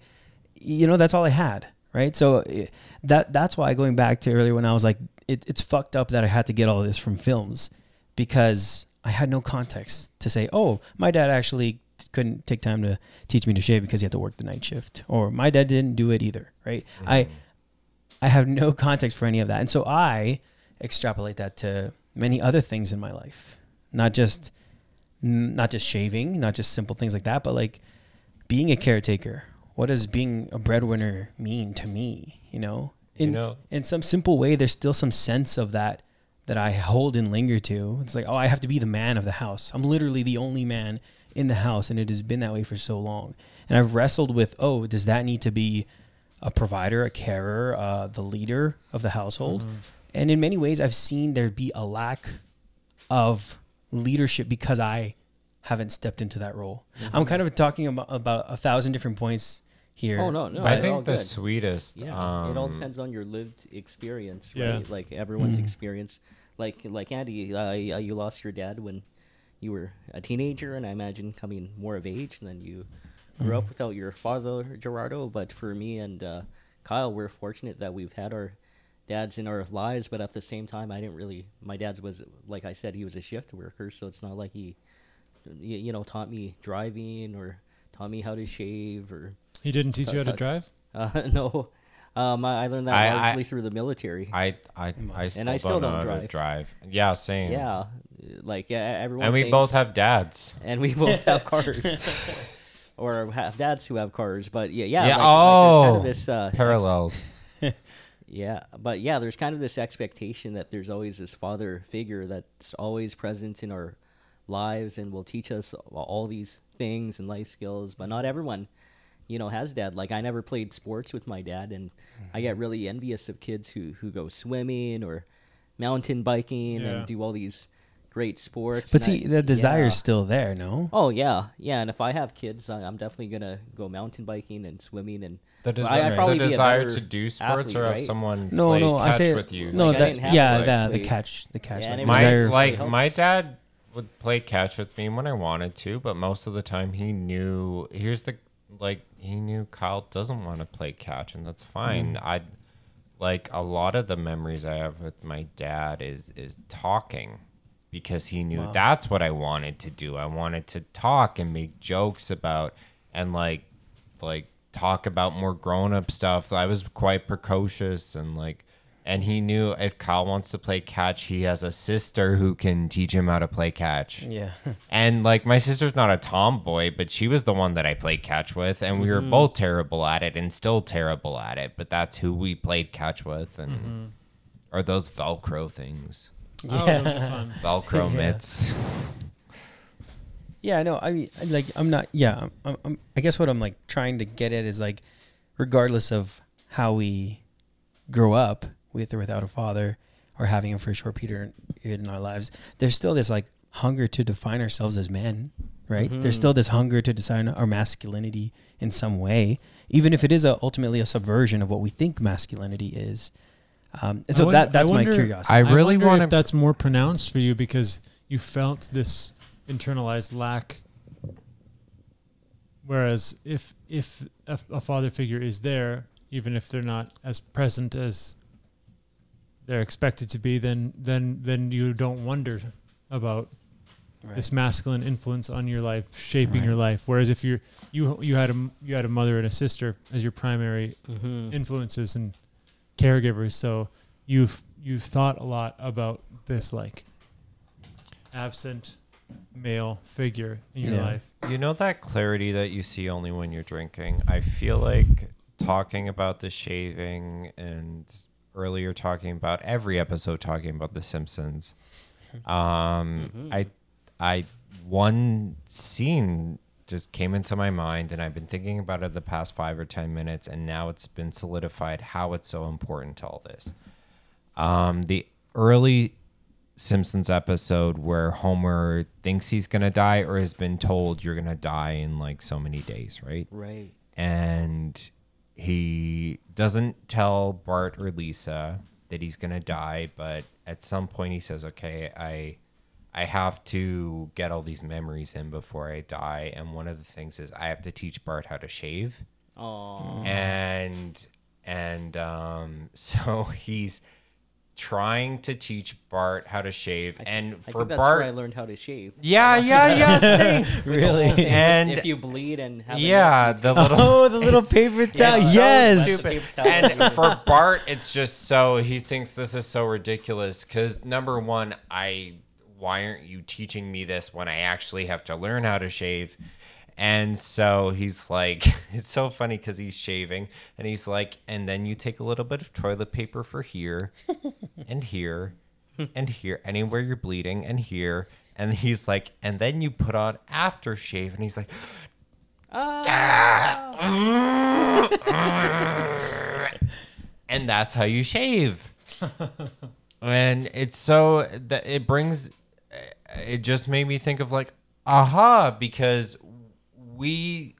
B: You know, that's all I had, right? So eh, that that's why going back to earlier when I was like, it, it's fucked up that I had to get all this from films because I had no context to say, oh, my dad actually couldn't take time to teach me to shave because he had to work the night shift, or my dad didn't do it either, right? I I have no context for any of that. And so I extrapolate that to many other things in my life, not just n- not just shaving, not just simple things like that, but like being a caretaker. What does being a breadwinner mean to me? You know, in
C: know-
B: in some simple way, there's still some sense of that that I hold and linger to. It's like, oh, I have to be the man of the house. I'm literally the only man in the house, and it has been that way for so long. And I've wrestled with, oh, does that need to be a provider, a carer, uh, the leader of the household. And in many ways, I've seen there be a lack of leadership because I haven't stepped into that role.
D: Mm-hmm.
B: I'm kind of talking about, about a thousand different points here.
D: Oh, no, no. they're
C: I
D: all
C: think the
D: good.
C: sweetest.
D: yeah. it all
C: um,
D: depends on your lived experience,
A: Yeah.
D: right? Like everyone's experience. Like like Andy, uh, you lost your dad when you were a teenager, and I imagine coming more of age, and then you grew up without your father, Gerardo. But for me and uh, Kyle, we're fortunate that we've had our dads in our lives. But at the same time, I didn't really. My dad's was like I said, he was a shift worker, so it's not like he, you, you know, taught me driving or taught me how to shave or
A: He didn't teach you how to
D: Sometimes.
A: drive?
D: uh, no, um, I, I learned that
C: I- I-
D: largely through the military.
C: I I I still,
D: I still
C: don't, know
D: don't
C: how to drive. Yeah, same.
D: yeah, like yeah, everyone.
C: and we
D: thinks-
C: both have dads.
D: and we both have cars, or have dads who have cars. But yeah, yeah,
C: Yeah,
D: Like, like, there's kind
C: oh,
D: of this uh,
C: Parallels.
D: Yeah, but yeah, there's kind of this expectation that there's always this father figure that's always present in our lives and will teach us all these things and life skills, but not everyone, you know, has dad. Like I never played sports with my dad and I
B: Mm-hmm.
D: get really envious of kids who who go swimming or mountain biking
A: Yeah.
D: and do all these great sports.
B: But
D: and I-
B: see, the desire is
D: yeah.
B: still there, no?
D: Oh yeah, yeah. And if I have kids, I- I'm definitely gonna go mountain biking and swimming and
C: The
D: Well, I- I'd
C: desire,
D: probably be
C: the
D: a
C: desire
D: better
C: to do sports
D: athlete,
C: or have
D: right?
C: someone
B: No,
C: play
B: no, I
C: catch
B: say
C: with you.
B: no.
D: Like, I
B: that's
D: didn't have
B: yeah,
D: to
B: the, the
D: play.
B: catch, the catch.
D: Yeah,
B: like
D: and it was-
C: my
B: desire-
C: like
D: helps.
C: my dad would play catch with me when I wanted to, but most of the time he knew. Here's the like he knew Kyle doesn't want to play catch, and that's fine.
B: Mm-hmm.
C: I like a lot of the memories I have with my dad is is talking. because he knew that's what I wanted to do. I wanted to talk and make jokes about and like like talk about more grown up stuff. I was quite precocious and like and he knew if Kyle wants to play catch, he has a sister who can teach him how to play catch.
B: Yeah.
C: And like my sister's not a tomboy, but she was the one that I played catch with, and we were both terrible at it and still terrible at it. But that's who we played catch with, and are those Velcro things,
A: Oh, those are fun.
C: Velcro mitts.
B: Yeah, I know. I mean, I- like, I'm not. Yeah, I'm, I'm, I'm. I guess what I'm like trying to get at is like, regardless of how we grow up with or without a father, or having him for a short period in our lives, there's still this like hunger to define ourselves as men, right? There's still this hunger to define our masculinity in some way, even if it is a, ultimately a subversion of what we think masculinity is. Um, and
A: I
B: so
A: wonder-
B: that that's
A: I
B: my
A: wonder-
B: curiosity.
C: I really
A: wonder
C: want
A: if
C: to.
A: that's more pronounced for you because you felt this internalized lack. Whereas if if a, a father figure is there, even if they're not as present as they're expected to be, then then then you don't wonder about this masculine influence on your life, shaping your life. Whereas if you're you you had a m- you had a mother and a sister as your primary
C: Mm-hmm.
A: influences and caregivers, so you've you've thought a lot about this like absent male figure in your
B: Yeah.
A: life.
C: You know that clarity that you see only when you're drinking? I feel like talking about the shaving and earlier talking about every episode talking about the Simpsons. Um I I one scene just came into my mind and I've been thinking about it the past 5 or 10 minutes and now it's been solidified how it's so important to all this. Um the early Simpsons episode where Homer thinks he's gonna die or has been told you're gonna die in like so many days, right?
D: Right.
C: And he doesn't tell Bart or Lisa that he's gonna die, but at some point he says, "Okay, I." I have to get all these memories in before I die. And one of the things is I have to teach Bart how to shave
D: Oh.
C: and and um, so he's trying to teach Bart how to shave, and
D: I
C: for
D: think that's where I
C: Bart,
D: learned how to shave.
C: yeah, yeah, yeah, same.
B: really?
C: and
D: if you bleed and have
C: yeah, the little
B: Oh, the little paper towel.
D: so
B: yes.
D: stupid.
C: stupid.
D: Paper towel
C: And
D: paper.
C: for Bart, it's just so he thinks this is so ridiculous because number one, I why aren't you teaching me this when I actually have to learn how to shave? And so he's like, it's so funny because he's shaving and he's like, and then you take a little bit of toilet paper for here and here and here, anywhere you're bleeding and here. And he's like, and then you put on aftershave. And he's like, and that's how you shave. and it's so that it brings it just made me think of like aha because we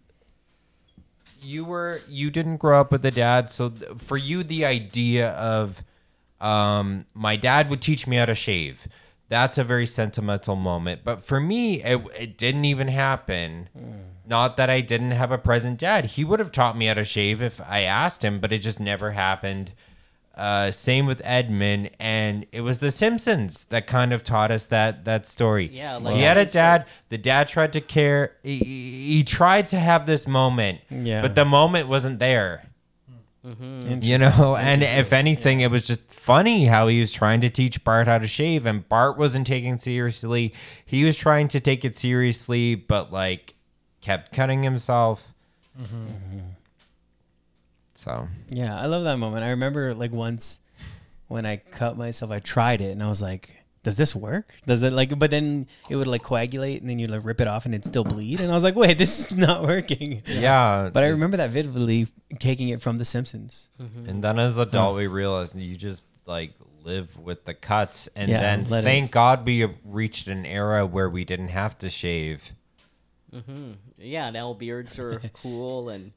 C: you were you didn't grow up with a dad so th- for you the idea of um my dad would teach me how to shave that's a very sentimental moment but for me it, it didn't even happen not that i didn't have a present dad he would have taught me how to shave if i asked him but it just never happened uh, same with Edmund, and it was The Simpsons that kind of taught us that that story.
D: Yeah, like-
C: he had a dad. The dad tried to care. He, he he tried to have this moment,
B: Yeah. Mm-hmm.
C: but the moment wasn't there. You know, and if anything, it was just funny how he was trying to teach Bart how to shave, and Bart wasn't taking it seriously. He was trying to take it seriously, but like kept cutting himself.
B: Mm-hmm.
C: So
B: Yeah, I love that moment. I remember like once when I cut myself, I tried it and I was like, does this work? Does it like, but then it would like coagulate and then you like rip it off and it'd still bleed. And I was like, wait, this is not working.
C: yeah,
B: But I remember that vividly taking it from The Simpsons.
C: And then as adult,
B: Hmm.
C: we realized you just like live with the cuts. And
B: Yeah,
C: then
B: let it-
C: thank God we reached an era where we didn't have to shave.
D: Yeah, now beards are cool and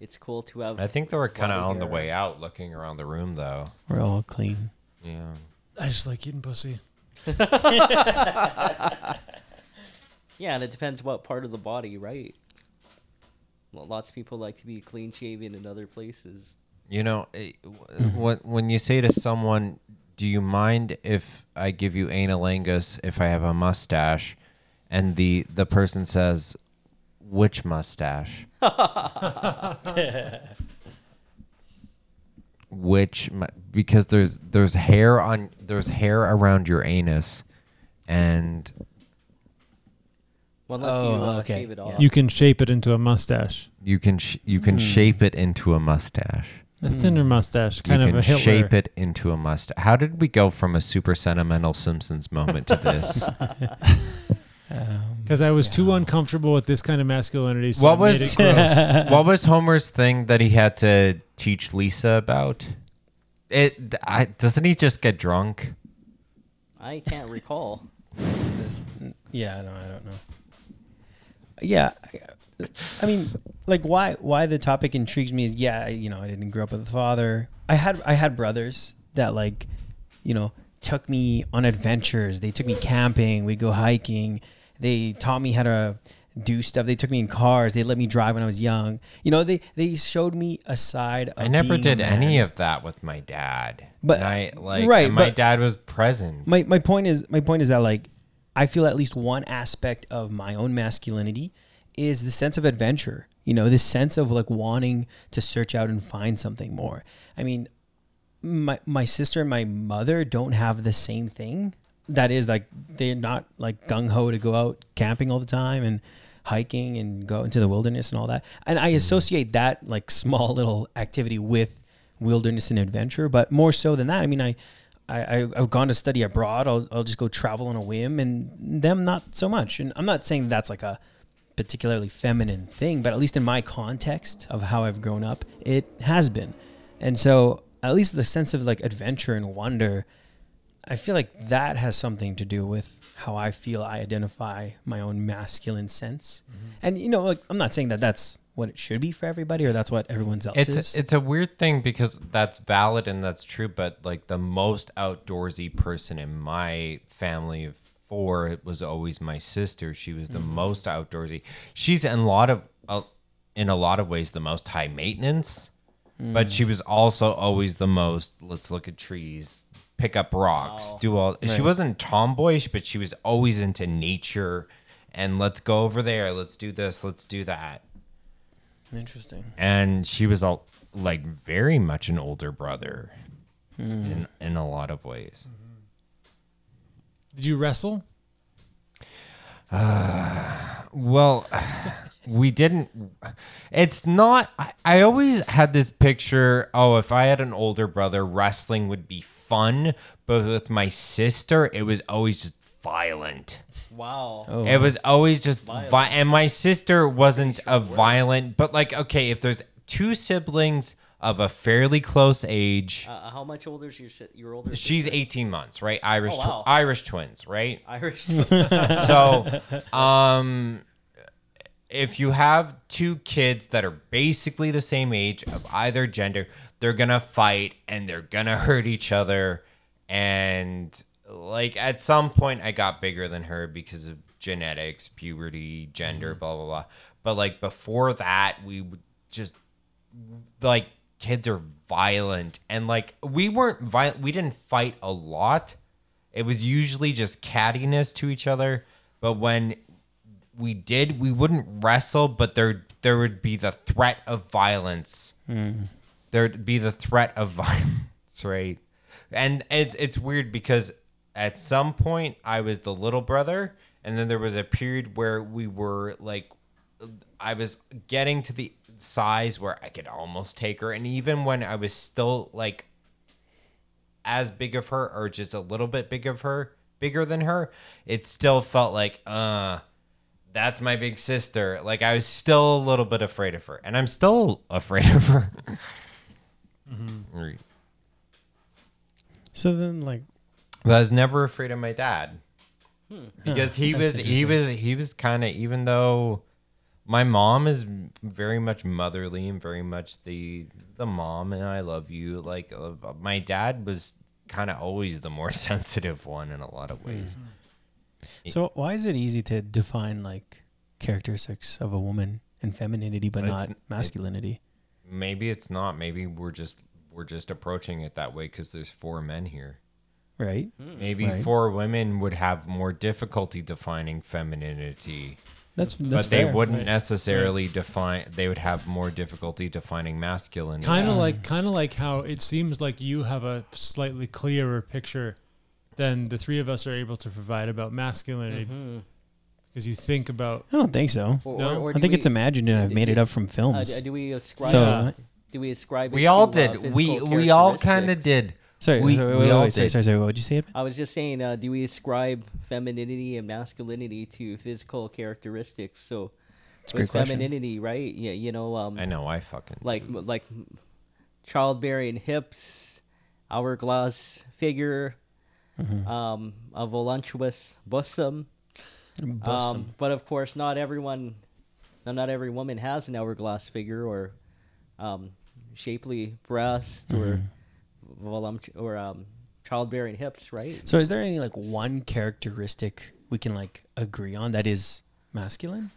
D: it's cool to have.
C: I think they were kind of
D: Bloody
C: on the
D: era.
C: way out looking around the room though.
B: We're all clean.
C: Yeah.
A: I just like eating pussy.
D: Yeah, and it depends what part of the body, right? Well, lots of people like to be clean shaven in other places.
C: eh, You know, it, w- when when you say to someone, "Do "Do you mind if I give you analingus if I have a mustache?" And the the person says, "Which mustache?" Which mu- because there's there's hair on there's hair around your anus, and
D: Well, unless you
B: Oh,
D: uh,
B: okay.
D: shave it off.
A: You can shape it into a mustache,
C: you can sh- you can shape it into a mustache.
A: a thinner mustache, kind
C: Mm. you
A: of
C: can
A: a Hitler.
C: shape it into a mustache. How did we go from a super sentimental Simpsons moment to this?
A: Because I was too uncomfortable with this kind of masculinity. So
C: what
A: I made
C: was
A: it gross.
C: what was Homer's thing that he had to teach Lisa about? It I, doesn't he just get drunk?
D: I can't recall.
B: This, yeah, I don't, I don't know. Yeah, I- I mean, like why why the topic intrigues me is yeah, I- you know, I didn't grow up with a father. I had I had brothers that like, you know, took me on adventures. They took me camping. We go hiking. They taught me how to do stuff. They took me in cars. They let me drive when I was young. You know, they they showed me a side. Of
C: I never
B: being a
C: did any
B: man.
C: of that with my dad.
B: But-
C: And I like
B: right,
C: and my
B: but-
C: dad was present.
B: my my point is my point is that like I feel at least one aspect of my own masculinity is the sense of adventure. You know, this sense of like wanting to search out and find something more. I mean, my my sister and my mother don't have the same thing. That is like they're not like gung ho to go out camping all the time and hiking and go into the wilderness and all that. And I associate that like small little activity with wilderness and adventure, but more so than that, I mean, I. I, I, I've gone to study abroad. I'll, I'll just go travel on a whim, and them not so much. And I'm not saying that's like a particularly feminine thing, but at least in my context of how I've grown up, it has been. And so, at least the sense of like adventure and wonder, I feel like that has something to do with how I feel I identify my own masculine sense. And you know, like, I'm not saying that that's what it should be for everybody or that's what everyone's else
C: It's
B: is.
C: it's a weird thing because that's valid and that's true, but like the most outdoorsy person in my family of four it was always my sister. She was the most outdoorsy. She's in a lot of uh, in a lot of ways the most high maintenance, but she was also always the most. Let's look at trees, pick up rocks, do all. She wasn't tomboyish, but she was always into nature. And let's go over there. Let's do this. Let's do that
B: Interesting.
C: and she was all like very much an older brother in in a lot of ways.
A: Did you wrestle?
C: Well, we didn't. It's not. I, I always had this picture. Oh, if I had an older brother, wrestling would be fun. But with my sister, it was always just violent.
D: Wow.
C: It was always just vi- and my sister wasn't a violent, but like okay, if there's two siblings of a fairly close age,
D: Uh, how much older is your si- your older?
C: She's
D: sister?
C: 18 months, right? Irish,
D: Oh, wow.
C: tw- Irish twins, right?
D: Irish.
C: so, um, if you have two kids that are basically the same age of either gender, they're gonna fight and they're gonna hurt each other. And like at some point, I got bigger than her because of genetics, puberty,
D: Mm-hmm.
C: gender, blah blah blah. But like before that, we would just like kids are violent and like we weren't violent we didn't fight a lot it was usually just cattiness to each other but when we did we wouldn't wrestle but there there would be the threat of violence there'd be the threat of violence right and it, it's weird because at some point i was the little brother and then there was a period where we were like I was getting to the size where I could almost take her. And even when I was still like as big of her or just a little bit big of her, bigger than her, it still felt like, uh, that's my big sister. Like I was still a little bit afraid of her. And I'm still afraid of her. Right.
B: So then, like,
C: But I was never afraid of my dad because he
B: that's
C: was he was he was kind of even though my mom is very much motherly and very much the the mom and I love you like uh, my dad was kind of always the more sensitive one in a lot of ways.
B: So why is it easy to define like characteristics of a woman and femininity, but
C: It's-
B: not masculinity? Mm-hmm.
C: Maybe it's not. Maybe we're just we're just approaching it that way because there's four men here.
B: right?
C: Maybe
B: Right.
C: four women would have more difficulty defining femininity,
B: That's, that's
C: but they
B: fair.
C: wouldn't necessarily define. They would have more difficulty defining masculinity.
A: Kind of like, kind of like how it seems like you have a slightly clearer picture than the three of us are able to provide about masculinity,
C: Mm-hmm.
A: because you think about
B: I don't think so.
D: Or,
A: No.
B: I think it's
D: a.
B: imagined and I've made it up from
D: Uh,
B: films.
D: d- do we ascribe?
B: So-
D: uh, do we ascribe?
C: we
D: it
C: all
D: to, uh,
C: did. We
D: physical
C: we all kind of
D: characteristics?
C: did.
B: sorry,
C: we-
B: sorry,
C: we
B: wait,
C: all
B: wait, sorry,
C: did.
B: sorry, sorry. What did you say? Edmund?
D: I was just saying, uh, do we ascribe femininity and masculinity to physical characteristics? So,
B: a
D: with
B: great question.
D: femininity, right? Yeah, you know, um,
C: I know. I fucking
D: like like childbearing hips, hourglass figure,
B: Mm-hmm.
D: um, a voluptuous bosom. Um, but of course, not everyone, no, not every woman has an hourglass figure or um, shapely breast or
B: Mm-hmm.
D: voluptu- or um, childbearing hips, right?
B: So is there any like one characteristic we can like agree on that is masculine?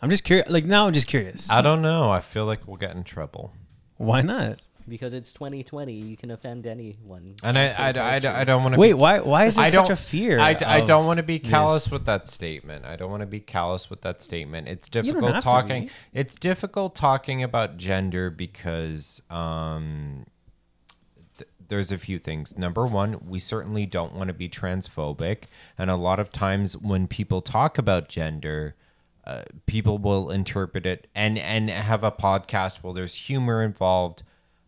B: I'm just curious. Like now, I'm just curious.
C: I don't know. I feel like we'll get in trouble.
B: Why not?
D: Because it's 2020, you can offend anyone.
C: And I I, I, I, I don't want to.
B: Wait, why? Why is there
C: I don't,
B: such a fear?
C: I, I
B: of-
C: don't want to be callous
B: this?
C: with that statement. I don't want to be callous with that statement. It's
B: don't
C: difficult
B: have to
C: talking.
B: be.
C: It's difficult talking about gender because um, th- there's a few things. Number one, we certainly don't want to be transphobic, and a lot of times when people talk about gender. Uh, people will interpret it and and have a podcast where there's humor involved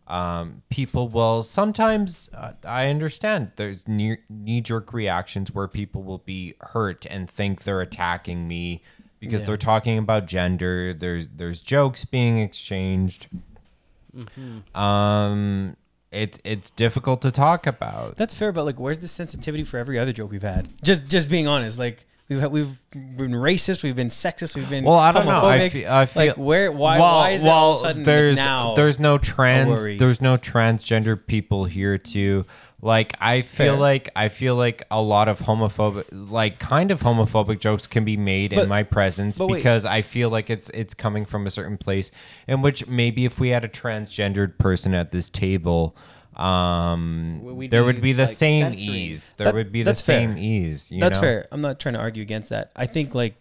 C: um, people will sometimes uh, i understand there's knee- knee-jerk reactions where people will be hurt and think they're attacking me because they're talking about gender there's there's jokes being exchanged um it's it's difficult to talk about
B: That's fair, but like, where's the sensitivity for every other joke we've had? Just, just being honest, like we've had, we've been racist, we've been sexist, we've been
C: well i don't know i
B: homophobic.
C: feel, I feel
B: like where why
C: well,
B: why is that all of a
C: well,
B: sudden
C: there's
B: now?
C: there's no trans
B: worry?
C: there's no transgender people here to like i feel
B: Fair.
C: like i feel like a lot of homophobic like kind of homophobic jokes can be made
B: But-
C: in my presence
B: but wait.
C: because i feel like it's it's coming from a certain place in which maybe if we had a transgendered person at this table um
D: W- we'd
C: there
D: be,
C: would be the
D: like,
C: same
D: censoring.
C: ease there
B: That-
C: would be the
B: that's fair.
C: same ease you
B: that's
C: know?
B: fair. I'm not trying to argue against that. I think like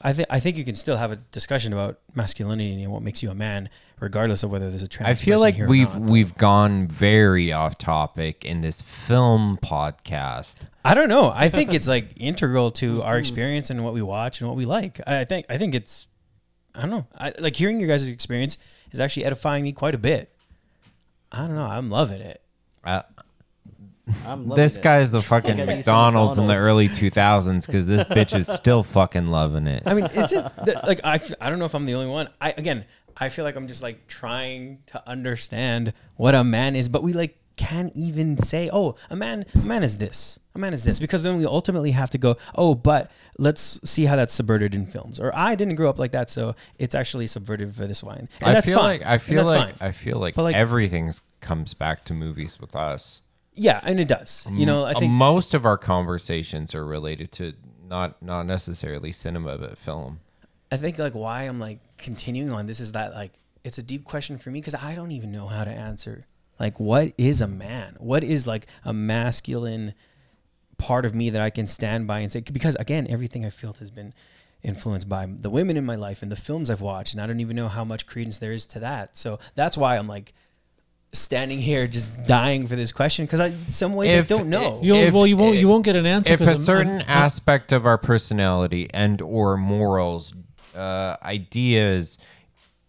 B: I think I think you can still have a discussion about masculinity and what makes you a man, regardless of whether there's a trans.
C: I
B: person
C: feel like
B: here or
C: we've
B: not.
C: we've gone very off topic in this film podcast.
B: I don't know. I think it's like integral to
C: Mm-hmm.
B: our experience and what we watch and what we like. I I think I think it's I don't know. I like hearing your guys' experience is actually edifying me quite a bit. I don't know. I'm loving it.
C: Uh,
D: I'm loving
C: this
D: it.
C: guy's the fucking
D: Gotta eat some
C: McDonald's in the
D: McDonald's.
C: early 2000s because this bitch is still fucking loving it.
B: I mean, it's just the, like I, f- I don't know if I'm the only one. I again, I feel like I'm just like trying to understand what a man is, but we like can't even say, "Oh, a man, a man is this, a man is this," because then we ultimately have to go, "Oh, but let's see how that's subverted in films." Or I didn't grow up like that, so it's actually subverted for this wine, and
C: I
B: that's
C: feel
B: fine.
C: like I
B: and
C: feel
B: that's
C: like
B: fine.
C: I feel like,
B: But, like-
C: everything comes back to movies with us.
B: yeah, and it does. You know, I
C: Uh,
B: think
C: most of our conversations are related to not not necessarily cinema but film.
B: I think like why I'm like continuing on this is that like it's a deep question for me because I don't even know how to answer. Like, what is a man? What is like a masculine part of me that I can stand by and say? Because again, everything I felt has been influenced by the women in my life and the films I've watched, and I don't even know how much credence there is to that. So that's why I'm like standing here just dying for this question because I in some ways
C: If-
B: I don't know.
A: You'll,
C: If-
A: well, you won't.
C: if-
A: You won't get an answer.
C: If
A: 'cause
C: a
A: I'm-
C: certain
A: I'm-
C: aspect of our personality and or morals, uh, ideas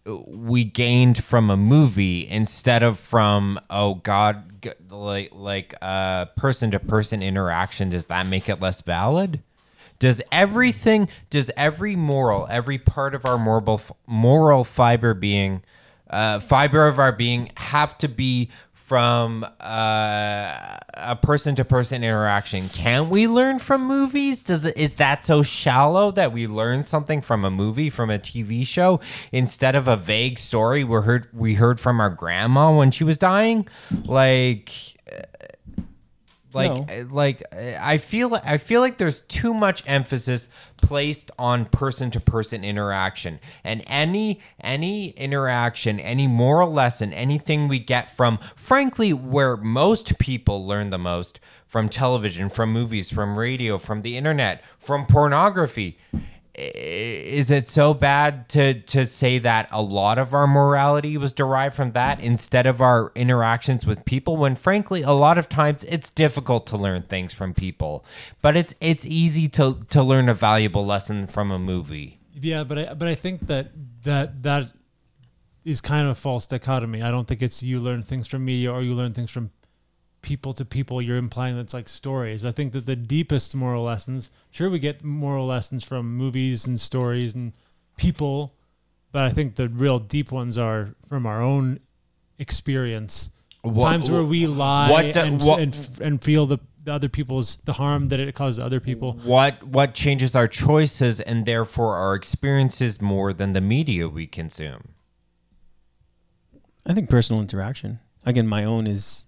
C: uh, we gained from a movie instead of from oh god g- like like uh person to person interaction does that make it less valid does everything does every moral every part of our moral f- moral fiber being uh fiber of our being have to be from uh, a person to person interaction can we learn from movies does it is that so shallow that we learn something from a movie from a tv show instead of a vague story we heard we heard from our grandma when she was dying like Like,
B: No.
C: uh, like uh, I feel, I feel like there's too much emphasis placed on person-to-person interaction, and any any interaction, any moral lesson, anything we get from, frankly, where most people learn the most from television, from movies, from radio, from the internet, from pornography is it so bad to to say that a lot of our morality was derived from that instead of our interactions with people when frankly a lot of times it's difficult to learn things from people but it's it's easy to to learn a valuable lesson from a movie
A: Yeah, but I, but I think that that that is kind of a false dichotomy. I don't think it's you learn things from media or you learn things from people to people. You're implying that's like stories. I think that the deepest moral lessons, sure, we get moral lessons from movies and stories and people, but I think the real deep ones are from our own experience.
C: What-
A: Times where we lie
C: what do-
A: and,
C: what-
A: and f- and feel the, the other people's the harm that it caused other
C: Mm.
A: people.
C: what what changes our choices and therefore our experiences more than the media we consume
B: I think personal interaction. Again, my own is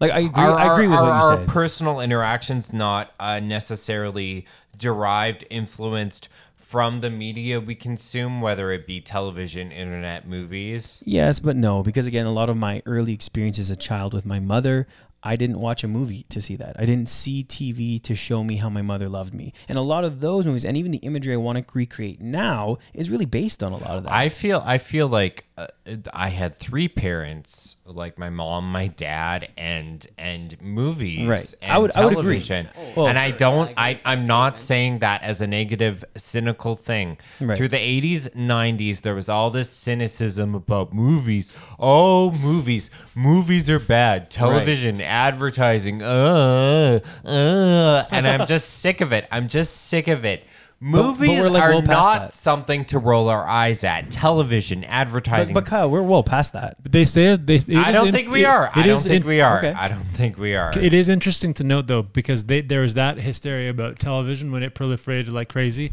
B: like I agree.
C: Are
B: I agree with
C: are-
B: what you
C: are
B: said.
C: personal interactions not uh, necessarily derived, influenced from the media we consume, whether it be television, internet, movies?
B: yes, but no, because again, a lot of my early experience as a child with my mother, I didn't watch a movie to see that. I didn't see TV to show me how my mother loved me, and a lot of those movies, and even the imagery I want to recreate now, is really based on a lot of that.
C: I feel I feel like uh, I had three parents, like my mom, my dad, and and movies,
B: Right.
C: And
B: I would- I would agree.
C: television.
B: Well-
C: and I don't. Oh. I I'm not saying that as a negative, cynical thing.
B: Right.
C: Through the 80s, 90s, there was all this cynicism about movies. Oh, movies! Movies are bad. Television, advertising. Uh, uh, and I'm just sick of it. I'm just sick of it.
B: but
C: Movies
B: we're, like,
C: are
B: well past
C: not
B: that.
C: something to roll our eyes at. Television,
B: but,
C: advertising.
B: but Kyle, we're well past that.
A: But they say they. it
C: I
A: is
C: don't
A: in-
C: think we
A: it-
C: are. I
A: it
C: don't
A: is
C: think
A: in-
C: we are.
B: okay.
C: I don't think we are.
A: It is interesting to note though, because they, there was that hysteria about television when it proliferated like crazy.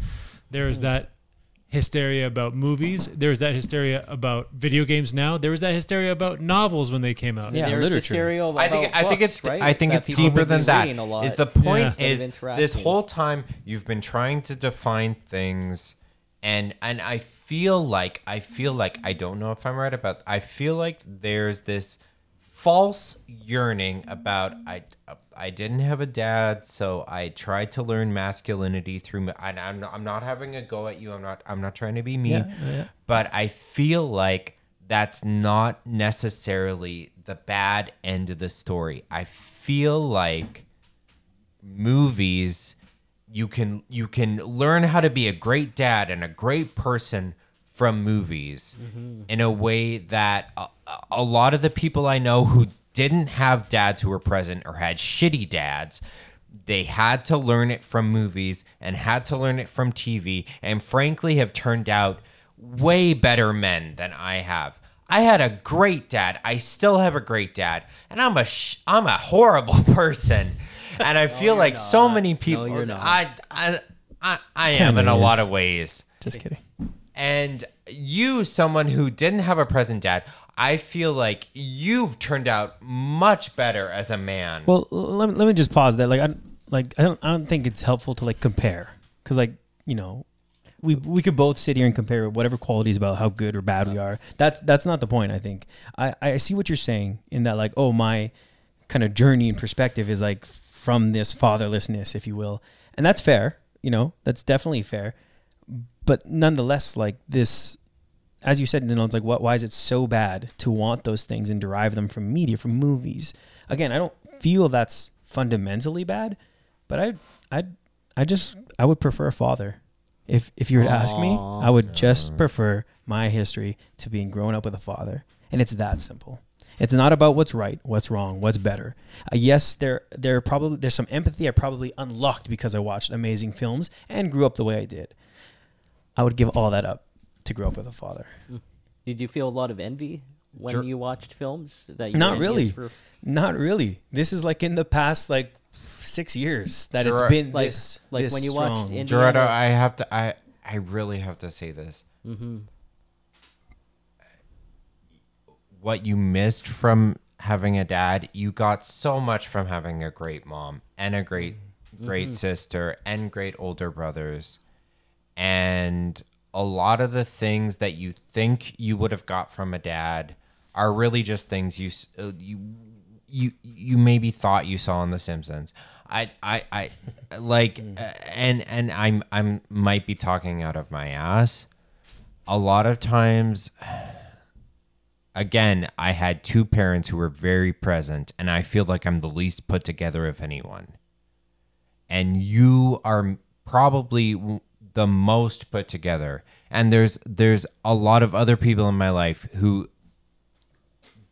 A: There is that hysteria about movies. There is that hysteria about video games now. There was that hysteria about novels when they came out.
B: Yeah,
D: There's
B: literature.
D: hysteria about
C: I think I think
D: books,
C: it's
D: right?
C: I think
D: That
C: it's
D: people
C: deeper
D: would be
C: than that.
D: reading a lot.
C: Is the point
D: Instead of
C: is this
D: interacting.
C: whole time you've been trying to define things and and I feel like I feel like I don't know if I'm right about I feel like there's this false yearning about I I didn't have a dad so I tried to learn masculinity through ma- and I'm not, I'm not having a go at you I'm not I'm not trying to be mean but I feel like that's not necessarily the bad end of the story. I feel like movies you can you can learn how to be a great dad and a great person from movies in a way that a, a lot of the people I know who didn't have dads who were present or had shitty dads they had to learn it from movies and had to learn it from TV and frankly have turned out way better men than I have. I had a great dad. I still have a great dad, and I'm a sh- I'm a horrible person, and I feel like so many people.
D: you're not.
C: I I I, I am in a
B: Kinda
C: lot
B: is.
C: of ways,
B: Just kidding.
C: and you, someone who didn't have a present dad, I feel like you've turned out much better as a man.
B: Well, l- let me, let me just pause that. Like, I like I don't I don't think it's helpful to like compare because like you know, we we could both sit here and compare whatever qualities about how good or bad we are. That's that's not the point. I think I I see what you're saying in that like oh my kind of journey and perspective is like from this fatherlessness, if you will, and that's fair. You know, that's definitely fair. But nonetheless, like this as you said, you know, it's like, what, why is it so bad to want those things and derive them from media, from movies? Again, I don't feel that's fundamentally bad, but I, I, I just, I would prefer a father. If if you were to ask me, I would just prefer my history to being grown up with a father, and it's that simple. It's not about what's right, what's wrong, what's better. Uh, yes, there there are probably there's some empathy I probably unlocked because I watched amazing films and grew up the way I did. I would give all that up to grow up with a father.
D: Did you feel a lot of envy when
C: Sure.
D: you watched films that you were
B: Not
D: envious
B: really.
D: for-
B: Not really. This is like in the past like six years that it's
C: Gerard-
B: been
D: Like-
B: this
D: like
B: this
D: when you
B: strong.
D: watched Indiana-
C: Gerardo, I have to. I I really have to say this. What you missed from having a dad, you got so much from having a great mom and a great great sister and great older brothers. And a lot of the things that you think you would have got from a dad are really just things you s- uh, you you you maybe thought you saw in the Simpsons. I I I like uh, and and I'm I'm might be talking out of my ass. A lot of times again, I had two parents who were very present, and I feel like I'm the least put together of anyone. And you are probably w- the most put together. And there's there's a lot of other people in my life who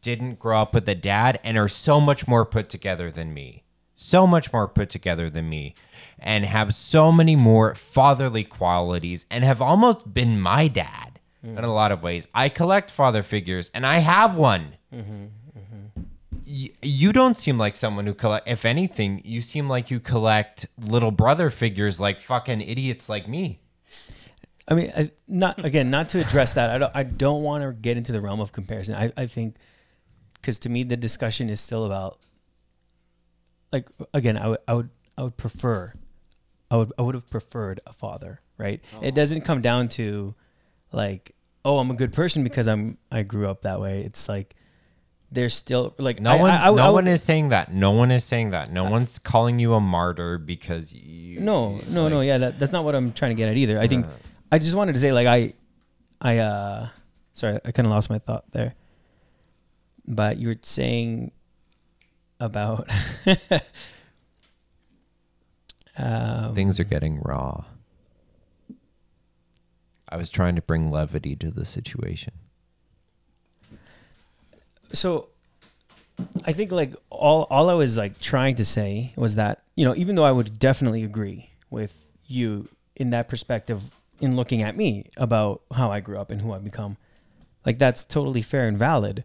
C: didn't grow up with a dad and are so much more put together than me. So much more put together than me and have so many more fatherly qualities and have almost been my dad in a lot of ways. I collect father figures and I have one. Y- you don't seem like someone who collect if anything you seem like you collect little brother figures like fucking idiots like me
B: I mean, I, not again, not to address that. I don't. I don't want to get into the realm of comparison. I, I think because to me the discussion is still about like again. I would I would I would prefer. I would I would have preferred a father, right?
C: Oh.
B: It doesn't come down to like oh I'm a good person because I'm I grew up that way. It's like there's still like
C: no
B: I-
C: one
B: I- I-
C: no
B: I
C: one
B: would-
C: is saying that no one is saying that no one's calling you a martyr because you
B: No, no,
C: like-
B: no. Yeah, that, that's not what I'm trying to get at either. I think I just wanted to say like I, I uh, sorry, I kind of lost my thought there. But you were saying about um,
C: Things are getting raw. I was trying to bring levity to the situation.
B: so I think like all all I was like trying to say was that you know even though I would definitely agree with you in that perspective in looking at me about how I grew up and who I've become, like that's totally fair and valid,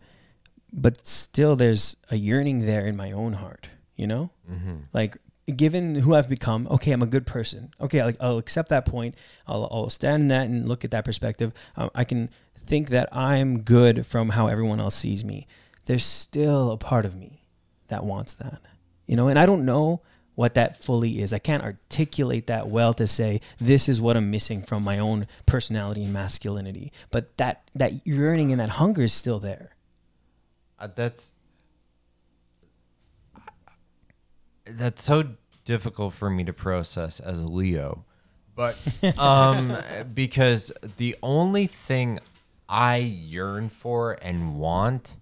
B: but still there's a yearning there in my own heart, you know, like given who I've become, okay, I'm a good person. Okay, like I'll accept that point. I'll, I'll stand in that and look at that perspective. Um, I can think that I'm good from how everyone else sees me. There's still a part of me that wants that, you know, and I don't know what that fully is. I can't articulate that well to say this is what I'm missing from my own personality and masculinity. But that that yearning and that hunger is still there.
C: Uh, that's that's so difficult for me to process as a Leo, but um, because the only thing I yearn for and want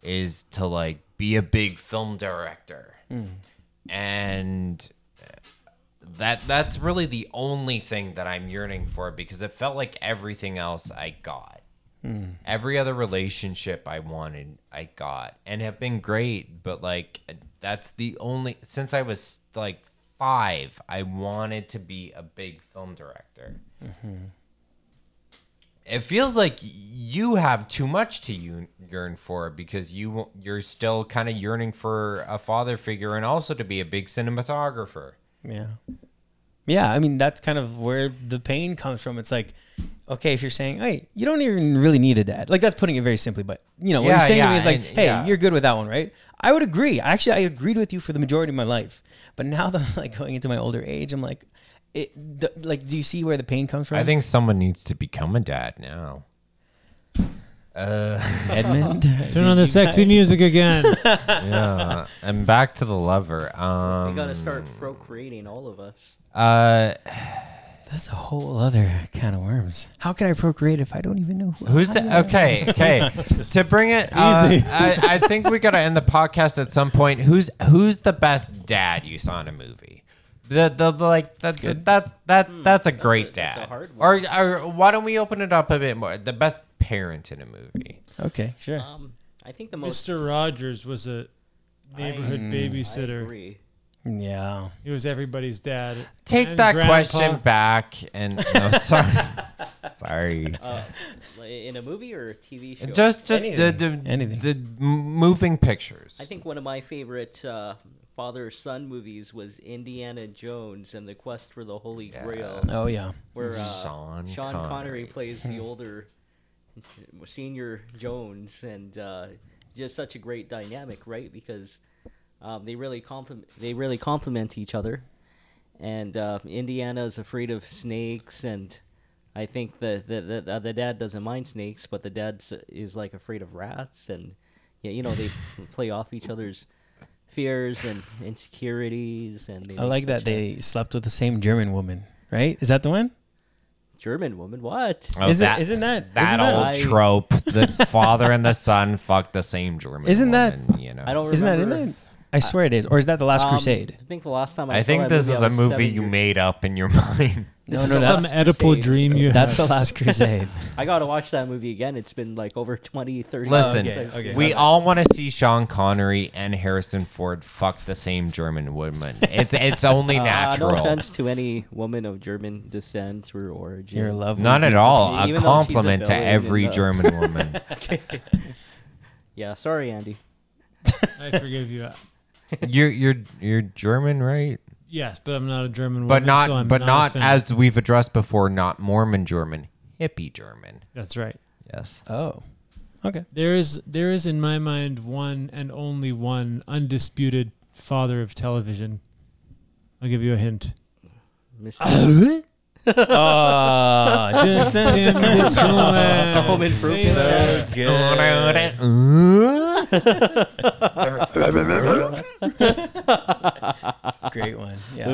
C: is to like be a big film director, and uh, that that's really the only thing that I'm yearning for because it felt like everything else I got. Every other relationship I wanted, I got and have been great, but like that's the only since I was like 5, I wanted to be a big film director. It feels like you have too much to yearn yearn for because you you're still kind of yearning for a father figure and also to be a big cinematographer.
B: Yeah. Yeah, I mean that's kind of where the pain comes from. It's like, okay, if you're saying, hey, you don't even really need a dad. Like that's putting it very simply, but you know, what
C: Yeah,
B: you're saying to
C: yeah,
B: me is like,
C: and-
B: hey,
C: yeah.
B: you're good with that one, right? I would agree. Actually, I agreed with you for the majority of my life. But now that I'm like going into my older age, I'm like, it, the, like, do you see where the pain comes from?
C: I think someone needs to become a dad now. Uh,
B: Edmund.
A: Turn on the sexy music again.
C: yeah. And back to the lover.
D: We
C: Um,
D: gotta start procreating all of us.
C: Uh,
B: That's a whole other can of worms. How can I procreate if I don't even know who?
C: who's okay? Okay, to bring it uh, I, I think we gotta end the podcast at some point. Who's who's the best dad you saw in a movie? The, the, the like that that that, that that's a great
D: Hmm, that's
C: dad.
D: a hard
C: Or or why don't we open it up a bit more? The best parent in a movie.
B: Okay, sure.
D: Um, I think the most.
A: Mr. Rogers was a neighborhood
D: I
A: babysitter.
D: agree.
B: yeah.
A: He was everybody's dad.
C: Take
A: and
C: that
A: grandpa.
C: question back and no, sorry, sorry.
D: Uh, Like, In a movie or a TV show?
C: Just, just
B: Anything.
C: the the,
B: Anything.
C: the m- moving pictures.
D: I think one of my favorite uh, father son movies was Indiana Jones and the Quest for the Holy Grail,
B: Oh yeah.
D: where uh,
C: Sean
D: Sean,
C: Connery.
D: Connery. plays the older senior Jones, and uh, just such a great dynamic, right? Because um, they really compliment they really complement each other, and uh, Indiana is afraid of snakes, and I think the the, the uh, the dad doesn't mind snakes, but the dad s- is like afraid of rats, and yeah, you know they play off each other's fears and insecurities, and they
B: I
D: make
B: like that
D: such a-
B: they slept with the same German woman, right? Is that the one?
D: German woman. What?
C: Oh,
B: isn't,
C: that-
B: isn't that
C: that
B: isn't
C: old
D: I-
C: trope. The father and the son fuck the same German.
B: Isn't that-
C: woman, you know?
D: I don't. Remember.
B: isn't that in that? I swear it is. Or is that the Last
D: Um,
B: Crusade?
D: I think the last time I,
C: I
D: saw
C: think
D: that
C: this
D: movie,
C: is
D: I
C: a
D: was
C: movie
D: seven
C: you
D: years-
C: made up in your mind.
B: No,
D: is
B: no,
D: the
A: Some
B: that's
D: last
A: Oedipal
D: crusade.
A: dream you
B: that's the
A: have.
B: Last Crusade.
D: I gotta watch that movie again. It's been like over 20, 30
C: Listen,
D: Since I've seen it.
C: we all want to see Sean Connery and Harrison Ford fuck the same German woman. It's it's only
D: Uh, no
C: natural.
D: offense to any woman of German descent or origin.
B: You're lovely.
C: Not at all.
D: Even though
C: A
D: she's a
C: compliment to
D: villain in
C: every
D: the-
C: German woman.
D: Yeah, sorry, Andy.
A: I forgive you.
C: you're you're you're German, right?
A: Yes, but I'm not a German.
C: But
A: woman,
C: not
A: so I'm
C: but not,
A: offended.
C: as we've addressed before. Not Mormon German, hippie German.
A: That's right.
C: Yes.
B: Oh, okay.
A: There is there is in my mind one and only one undisputed father of television. I'll give you a hint.
D: Mr.
B: Ah,
A: Tim DeJohnette.
B: so good. Great one. Yeah.